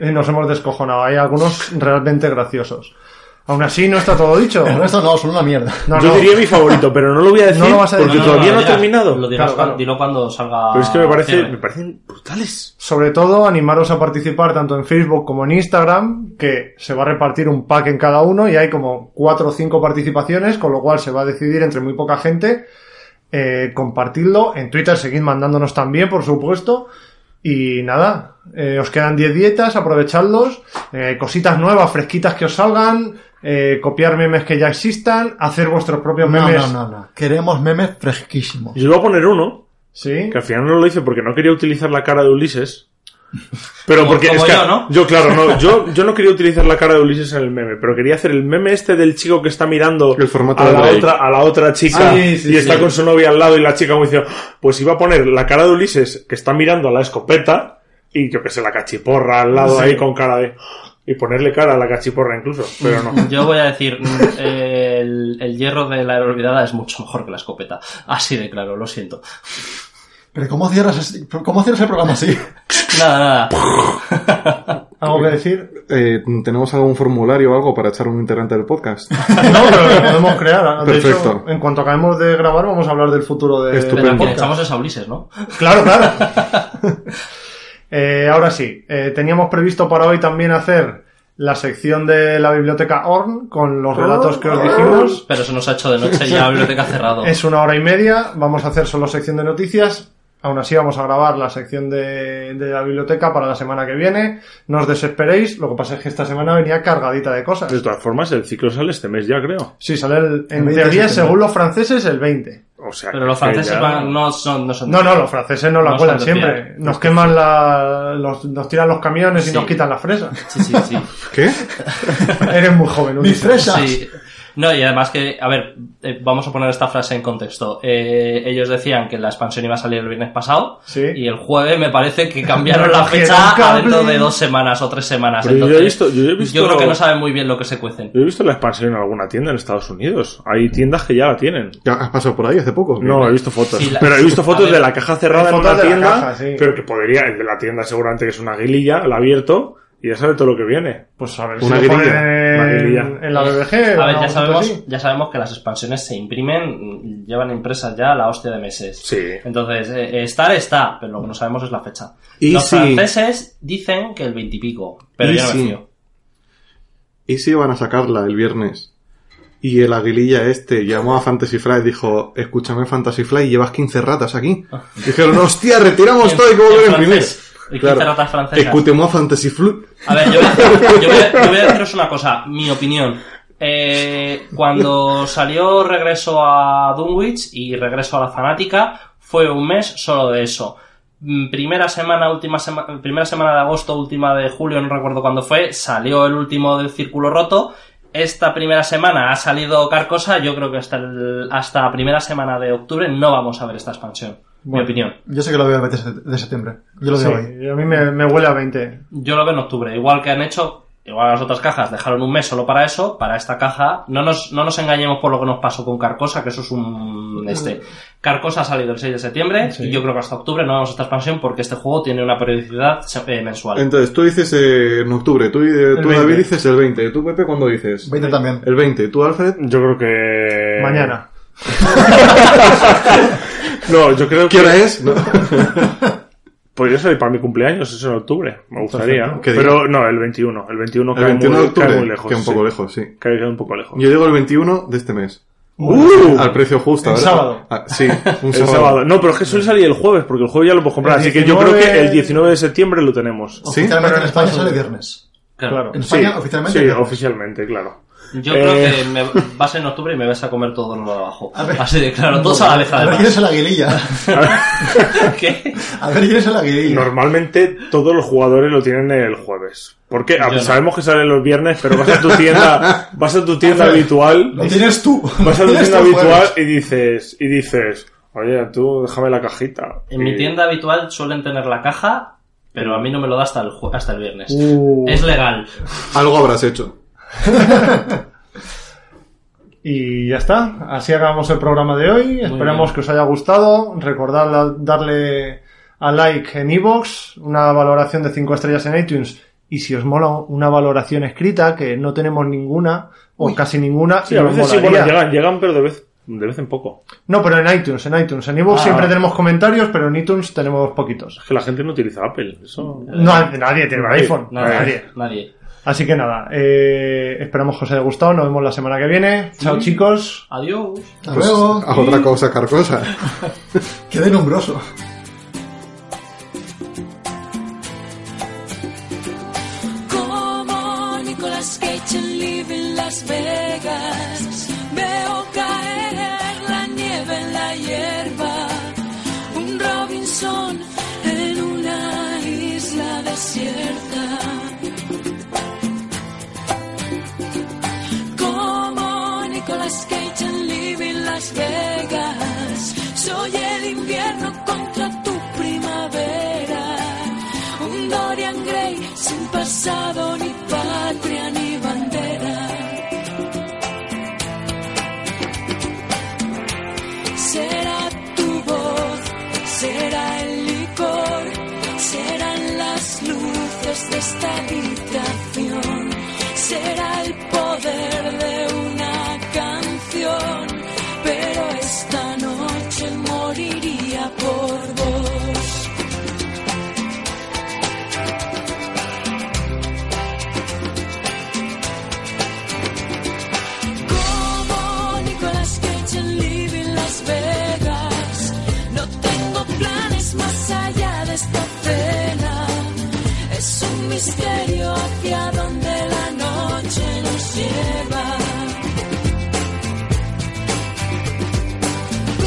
Speaker 5: y nos hemos descojonado. Hay algunos realmente graciosos. Aún así, no está todo dicho.
Speaker 6: El resto no, son una mierda.
Speaker 5: No,
Speaker 1: Yo
Speaker 5: no.
Speaker 1: diría mi favorito, pero no lo voy a decir
Speaker 5: No lo vas a decir.
Speaker 1: porque
Speaker 5: No,
Speaker 1: todavía no,
Speaker 3: lo
Speaker 1: ha
Speaker 3: digas,
Speaker 1: terminado.
Speaker 3: Lo Ah, digas,
Speaker 5: Claro, claro.
Speaker 3: Dilo cuando salga.
Speaker 1: Pero es que me, parece,
Speaker 3: cierre.
Speaker 1: me parecen brutales.
Speaker 5: Sobre todo, animaros a participar tanto en Facebook como en Instagram, que se va a repartir un pack en cada uno y hay como cuatro o cinco participaciones, con lo cual se va a decidir entre muy poca gente. Eh, compartidlo. En Twitter seguid mandándonos también, por supuesto. Y nada, eh, os quedan 10 dietas, aprovechadlos. eh, cositas nuevas, fresquitas que os salgan. eh, copiar memes que ya existan. Hacer vuestros propios
Speaker 6: No, no,
Speaker 5: memes.
Speaker 6: no, no. Queremos memes fresquísimos.
Speaker 1: Yo voy a poner uno,
Speaker 5: ¿Sí?
Speaker 1: que al final no lo hice porque no quería utilizar la cara de Ulises. Pero
Speaker 3: Como-
Speaker 1: porque
Speaker 3: como
Speaker 1: es que-
Speaker 3: yo, ¿no?
Speaker 1: claro, no, yo, yo no quería utilizar la cara de Ulises en el meme, pero quería hacer el meme este del chico que está mirando
Speaker 2: El formato
Speaker 1: a,
Speaker 2: de
Speaker 1: la
Speaker 2: Drake.
Speaker 1: otra, a la otra chica
Speaker 3: Ah,
Speaker 5: Sí, sí,
Speaker 1: y está
Speaker 5: sí.
Speaker 1: con su novia al lado y la chica como diciendo, pues iba a poner la cara de Ulises que está mirando a la escopeta y yo que sé, la cachiporra al lado ahí con cara de... Y ponerle cara a la cachiporra incluso, pero no.
Speaker 3: Yo voy a decir, mm, eh, el, el hierro de la aerovidada es mucho mejor que la escopeta. Así de claro, lo siento.
Speaker 6: Pero ¿cómo cierras, así- cómo cierras el programa así?
Speaker 3: Nada, nada.
Speaker 5: ¿Algo que decir?
Speaker 2: Eh, ¿Tenemos algún formulario o algo para echar un integrante del podcast?
Speaker 5: No, pero lo podemos crear. De
Speaker 2: Perfecto.
Speaker 5: hecho, en cuanto acabemos de grabar, vamos a hablar del futuro de,
Speaker 2: Estupendo.
Speaker 5: del
Speaker 3: Pero quien
Speaker 5: podcast.
Speaker 3: echamos es a Ulises, ¿no?
Speaker 5: Claro, claro. Eh, ahora sí, eh, teníamos previsto para hoy también hacer la sección de la biblioteca Orn con los relatos que os dijimos.
Speaker 3: Pero se nos ha hecho de noche y ya la biblioteca ha cerrado.
Speaker 5: Es una hora y media, vamos a hacer solo sección de noticias. Aún así vamos a grabar la sección de, de la biblioteca para la semana que viene. No os desesperéis, lo que pasa es que esta semana venía cargadita de cosas.
Speaker 1: De todas formas, el ciclo sale este mes ya, creo.
Speaker 5: Sí, sale el- en
Speaker 6: 20 de
Speaker 5: teoría,
Speaker 6: septiembre.
Speaker 5: según los franceses, el 20.
Speaker 1: O sea,
Speaker 3: Pero los
Speaker 1: que
Speaker 3: franceses
Speaker 1: ya-
Speaker 3: van- no son... No, son
Speaker 5: No, no, los franceses no la
Speaker 3: No
Speaker 5: cuelan
Speaker 3: son de fiar.
Speaker 5: siempre. Nos queman la, los- nos tiran los camiones y
Speaker 3: Sí.
Speaker 5: nos quitan las fresas.
Speaker 3: Sí, sí, sí.
Speaker 2: ¿Qué?
Speaker 5: Eres muy joven,
Speaker 6: ¡Mis
Speaker 5: Ulises.
Speaker 6: fresas!
Speaker 3: Sí. No, y además que, a ver, eh, vamos a poner esta frase en contexto. Eh, ellos decían que la expansión iba a salir el viernes pasado
Speaker 5: Sí.
Speaker 3: y el jueves me parece que cambiaron la
Speaker 5: Cogieron
Speaker 3: fecha a
Speaker 5: cable.
Speaker 3: dentro de dos semanas o tres semanas.
Speaker 1: Pero yo ya he
Speaker 3: Entonces,
Speaker 1: visto- yo ya he visto-
Speaker 3: creo que no saben muy bien lo que se cuecen.
Speaker 1: Yo he visto la expansión en alguna tienda en Estados Unidos. Hay tiendas que ya la tienen.
Speaker 2: ¿Ya ¿Has pasado por ahí hace poco?
Speaker 1: No, he visto fotos.
Speaker 3: Sí, la-
Speaker 1: Pero he visto
Speaker 3: a
Speaker 1: fotos
Speaker 3: ver,
Speaker 1: de la caja cerrada en
Speaker 5: fotos
Speaker 1: una
Speaker 5: de la
Speaker 1: tienda,
Speaker 5: caja, sí.
Speaker 1: pero que podría, el de la tienda seguramente que es una guililla, la ha abierto y ya sabe todo lo que viene.
Speaker 5: Pues a ver
Speaker 2: Una
Speaker 5: si lo
Speaker 2: grilla.
Speaker 5: ponen en,
Speaker 1: Una grilla.
Speaker 5: en la BBG.
Speaker 3: A ver,
Speaker 5: o
Speaker 3: ya
Speaker 5: algo
Speaker 3: sabemos,
Speaker 5: así.
Speaker 3: ya sabemos que las expansiones se imprimen, mm, llevan impresas ya la hostia de meses.
Speaker 1: Sí.
Speaker 3: Entonces, eh, estar está, pero lo que no sabemos es la fecha.
Speaker 2: Y
Speaker 3: Los
Speaker 2: si-
Speaker 3: franceses dicen que el veintipico, pero
Speaker 2: Y
Speaker 3: yo no me
Speaker 2: si-
Speaker 3: fío.
Speaker 2: ¿Y si iban a sacarla el viernes? Y el aguililla este llamó a Fantasy Fly y dijo, escúchame Fantasy Fly, llevas 15 ratas aquí. Dijeron, hostia, retiramos
Speaker 3: En-
Speaker 2: todo y que volver
Speaker 3: Ah. en
Speaker 2: a imprimir.
Speaker 3: francés. Y 15 ratas francesas.
Speaker 2: Escutemos a Fantasy Flu.
Speaker 3: A ver, yo voy a, yo voy a- yo voy a deciros una cosa, mi opinión. Eh, cuando salió Regreso a Dunwich y Regreso a la Fanática, fue un mes solo de eso. Mm, Primera semana, última semana, primera semana de agosto, última de julio, no recuerdo cuándo fue, salió el último del Círculo Roto. Esta primera semana ha salido Carcosa, yo creo que hasta, el- hasta la primera semana de octubre no vamos a ver esta expansión.
Speaker 5: Bueno.
Speaker 3: Mi opinión.
Speaker 6: Yo sé que lo veo el 20 de sept- de septiembre. Yo lo
Speaker 5: Sí,
Speaker 6: veo hoy.
Speaker 5: a mí me, me huele a 20.
Speaker 3: Yo lo veo en octubre. Igual que han hecho, igual las otras cajas dejaron un mes solo para eso, para esta caja. No nos, no nos engañemos por lo que nos pasó con Carcosa, que eso es un... Este. Carcosa ha salido el 6 de septiembre y yo creo que hasta octubre no vamos a esta expansión porque este juego tiene una periodicidad se- eh, mensual.
Speaker 2: Entonces, tú dices eh, en octubre, tú, eh, tú
Speaker 5: 20.
Speaker 2: David dices el 20, tú Pepe, ¿cuándo dices?
Speaker 6: 20 también.
Speaker 2: El 20, tú Alfred.
Speaker 1: Yo creo que...
Speaker 5: Mañana.
Speaker 1: No, yo creo
Speaker 2: ¿Qué
Speaker 1: que...
Speaker 2: hora es? No.
Speaker 1: Podría salir para mi cumpleaños, es en octubre. Me gustaría.
Speaker 2: ¿Qué día?
Speaker 1: Pero no, el 21. El 21
Speaker 2: El
Speaker 1: cae,
Speaker 2: 21 de
Speaker 1: muy,
Speaker 2: octubre,
Speaker 1: cae muy lejos.
Speaker 2: que un poco
Speaker 1: sí.
Speaker 2: lejos, sí.
Speaker 1: Cae, cae un poco lejos.
Speaker 2: Yo digo el 21 de este mes.
Speaker 1: ¡Uh!
Speaker 2: Al precio justo.
Speaker 5: El
Speaker 2: ¿verdad?
Speaker 5: sábado.
Speaker 2: Ah, sí, un
Speaker 1: El sábado. No, pero es que suele salir el jueves, porque el jueves ya lo puedes comprar.
Speaker 5: El
Speaker 1: Así que yo creo
Speaker 5: 19
Speaker 1: que el 19 de septiembre lo tenemos.
Speaker 2: Sí,
Speaker 6: Oficialmente
Speaker 5: pero
Speaker 6: en España
Speaker 5: en Estados
Speaker 6: sale
Speaker 5: Unidos.
Speaker 6: viernes.
Speaker 5: Claro.
Speaker 6: En España,
Speaker 1: Sí,
Speaker 6: oficialmente.
Speaker 1: Sí,
Speaker 6: viernes.
Speaker 1: oficialmente, claro.
Speaker 3: Yo creo
Speaker 1: Eh.
Speaker 3: que me vas en octubre y me vas a comer todo lo de abajo.
Speaker 6: A ver.
Speaker 3: Así de Ah, claro, todos a la vez
Speaker 6: A ver quién es
Speaker 3: además.
Speaker 6: el aguililla.
Speaker 3: ¿Qué?
Speaker 6: A ver quién es el aguililla.
Speaker 1: Normalmente todos los jugadores lo tienen el jueves. Porque a-
Speaker 3: Yo no.
Speaker 1: sabemos que salen los viernes, pero vas a tu tienda, vas a tu tienda
Speaker 6: A ver,
Speaker 1: habitual,
Speaker 6: Lo tienes tú.
Speaker 1: vas a tu
Speaker 6: Tienes
Speaker 1: tienda
Speaker 6: tú jueves.
Speaker 1: habitual y dices, y dices, oye, tú déjame la cajita.
Speaker 3: En
Speaker 1: Y-
Speaker 5: Eh.
Speaker 3: mi tienda habitual suelen tener la caja, pero a mí no me lo da hasta el, jue- hasta el viernes.
Speaker 5: Uh.
Speaker 3: Es legal.
Speaker 2: Algo habrás hecho.
Speaker 5: Y ya está, así acabamos el programa de hoy. Esperemos que os haya gustado. Recordad la- darle a like en iVoox, una valoración de 5 estrellas en iTunes. Y si os mola una valoración escrita, que no tenemos ninguna, o casi ninguna,
Speaker 1: Sí,
Speaker 5: y
Speaker 1: a
Speaker 5: nos
Speaker 1: veces sí,
Speaker 5: molaría.
Speaker 1: bueno, llegan, llegan, pero de vez, de vez en poco.
Speaker 5: No, pero en iTunes, en iTunes. En iVoox
Speaker 1: Ah. Eh,
Speaker 5: siempre tenemos comentarios, pero en iTunes tenemos poquitos.
Speaker 1: Es que la gente no utiliza Apple, eso.
Speaker 5: No, nadie tiene un
Speaker 1: Nadie,
Speaker 5: iPhone.
Speaker 3: Nadie.
Speaker 5: Nadie.
Speaker 3: nadie.
Speaker 5: Así que nada, eh, esperamos que os haya gustado. Nos vemos la semana que viene. Chao chicos.
Speaker 3: Adiós.
Speaker 6: Hasta
Speaker 2: Pues,
Speaker 6: luego.
Speaker 2: a otra cosa, carcosa.
Speaker 6: Qué denumbroso.
Speaker 7: Como Nicolas Cage en Live en Las Vegas, veo caer la nieve en la hierba, un Robinson en una isla desierta. como Nicolas Cage en Living Las Vegas. Soy el invierno contra tu primavera. Un Dorian Gray sin pasado, ni patria, ni bandera. será tu voz, será el licor, serán las luces de esta habitación, será el poder de una canción, pero esta noche moriría por vos. Como Nicolas Cage en Living Las Vegas. No tengo planes más allá de esta cena. Es un misterio hacia donde la noche nos lleva.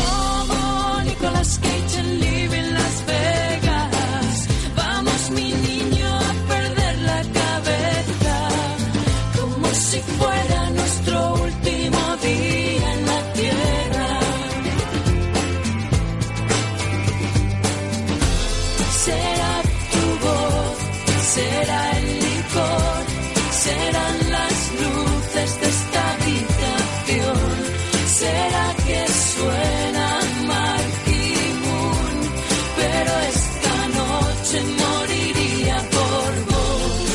Speaker 7: Como Nicolas Cage en Live en Las Vegas. Vamos, mi niño, a perder la cabeza. Como si fuera nuestro último día en la tierra. será tu voz, será el licor, serán las luces de esta habitación, será que suena Marky Moon, pero esta noche moriría por vos.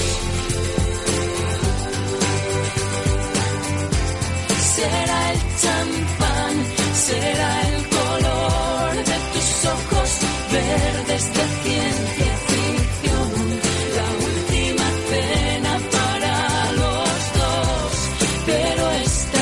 Speaker 7: será el champán, será el color de tus ojos verdes de ciencia ficción. La última cena para los dos, pero esta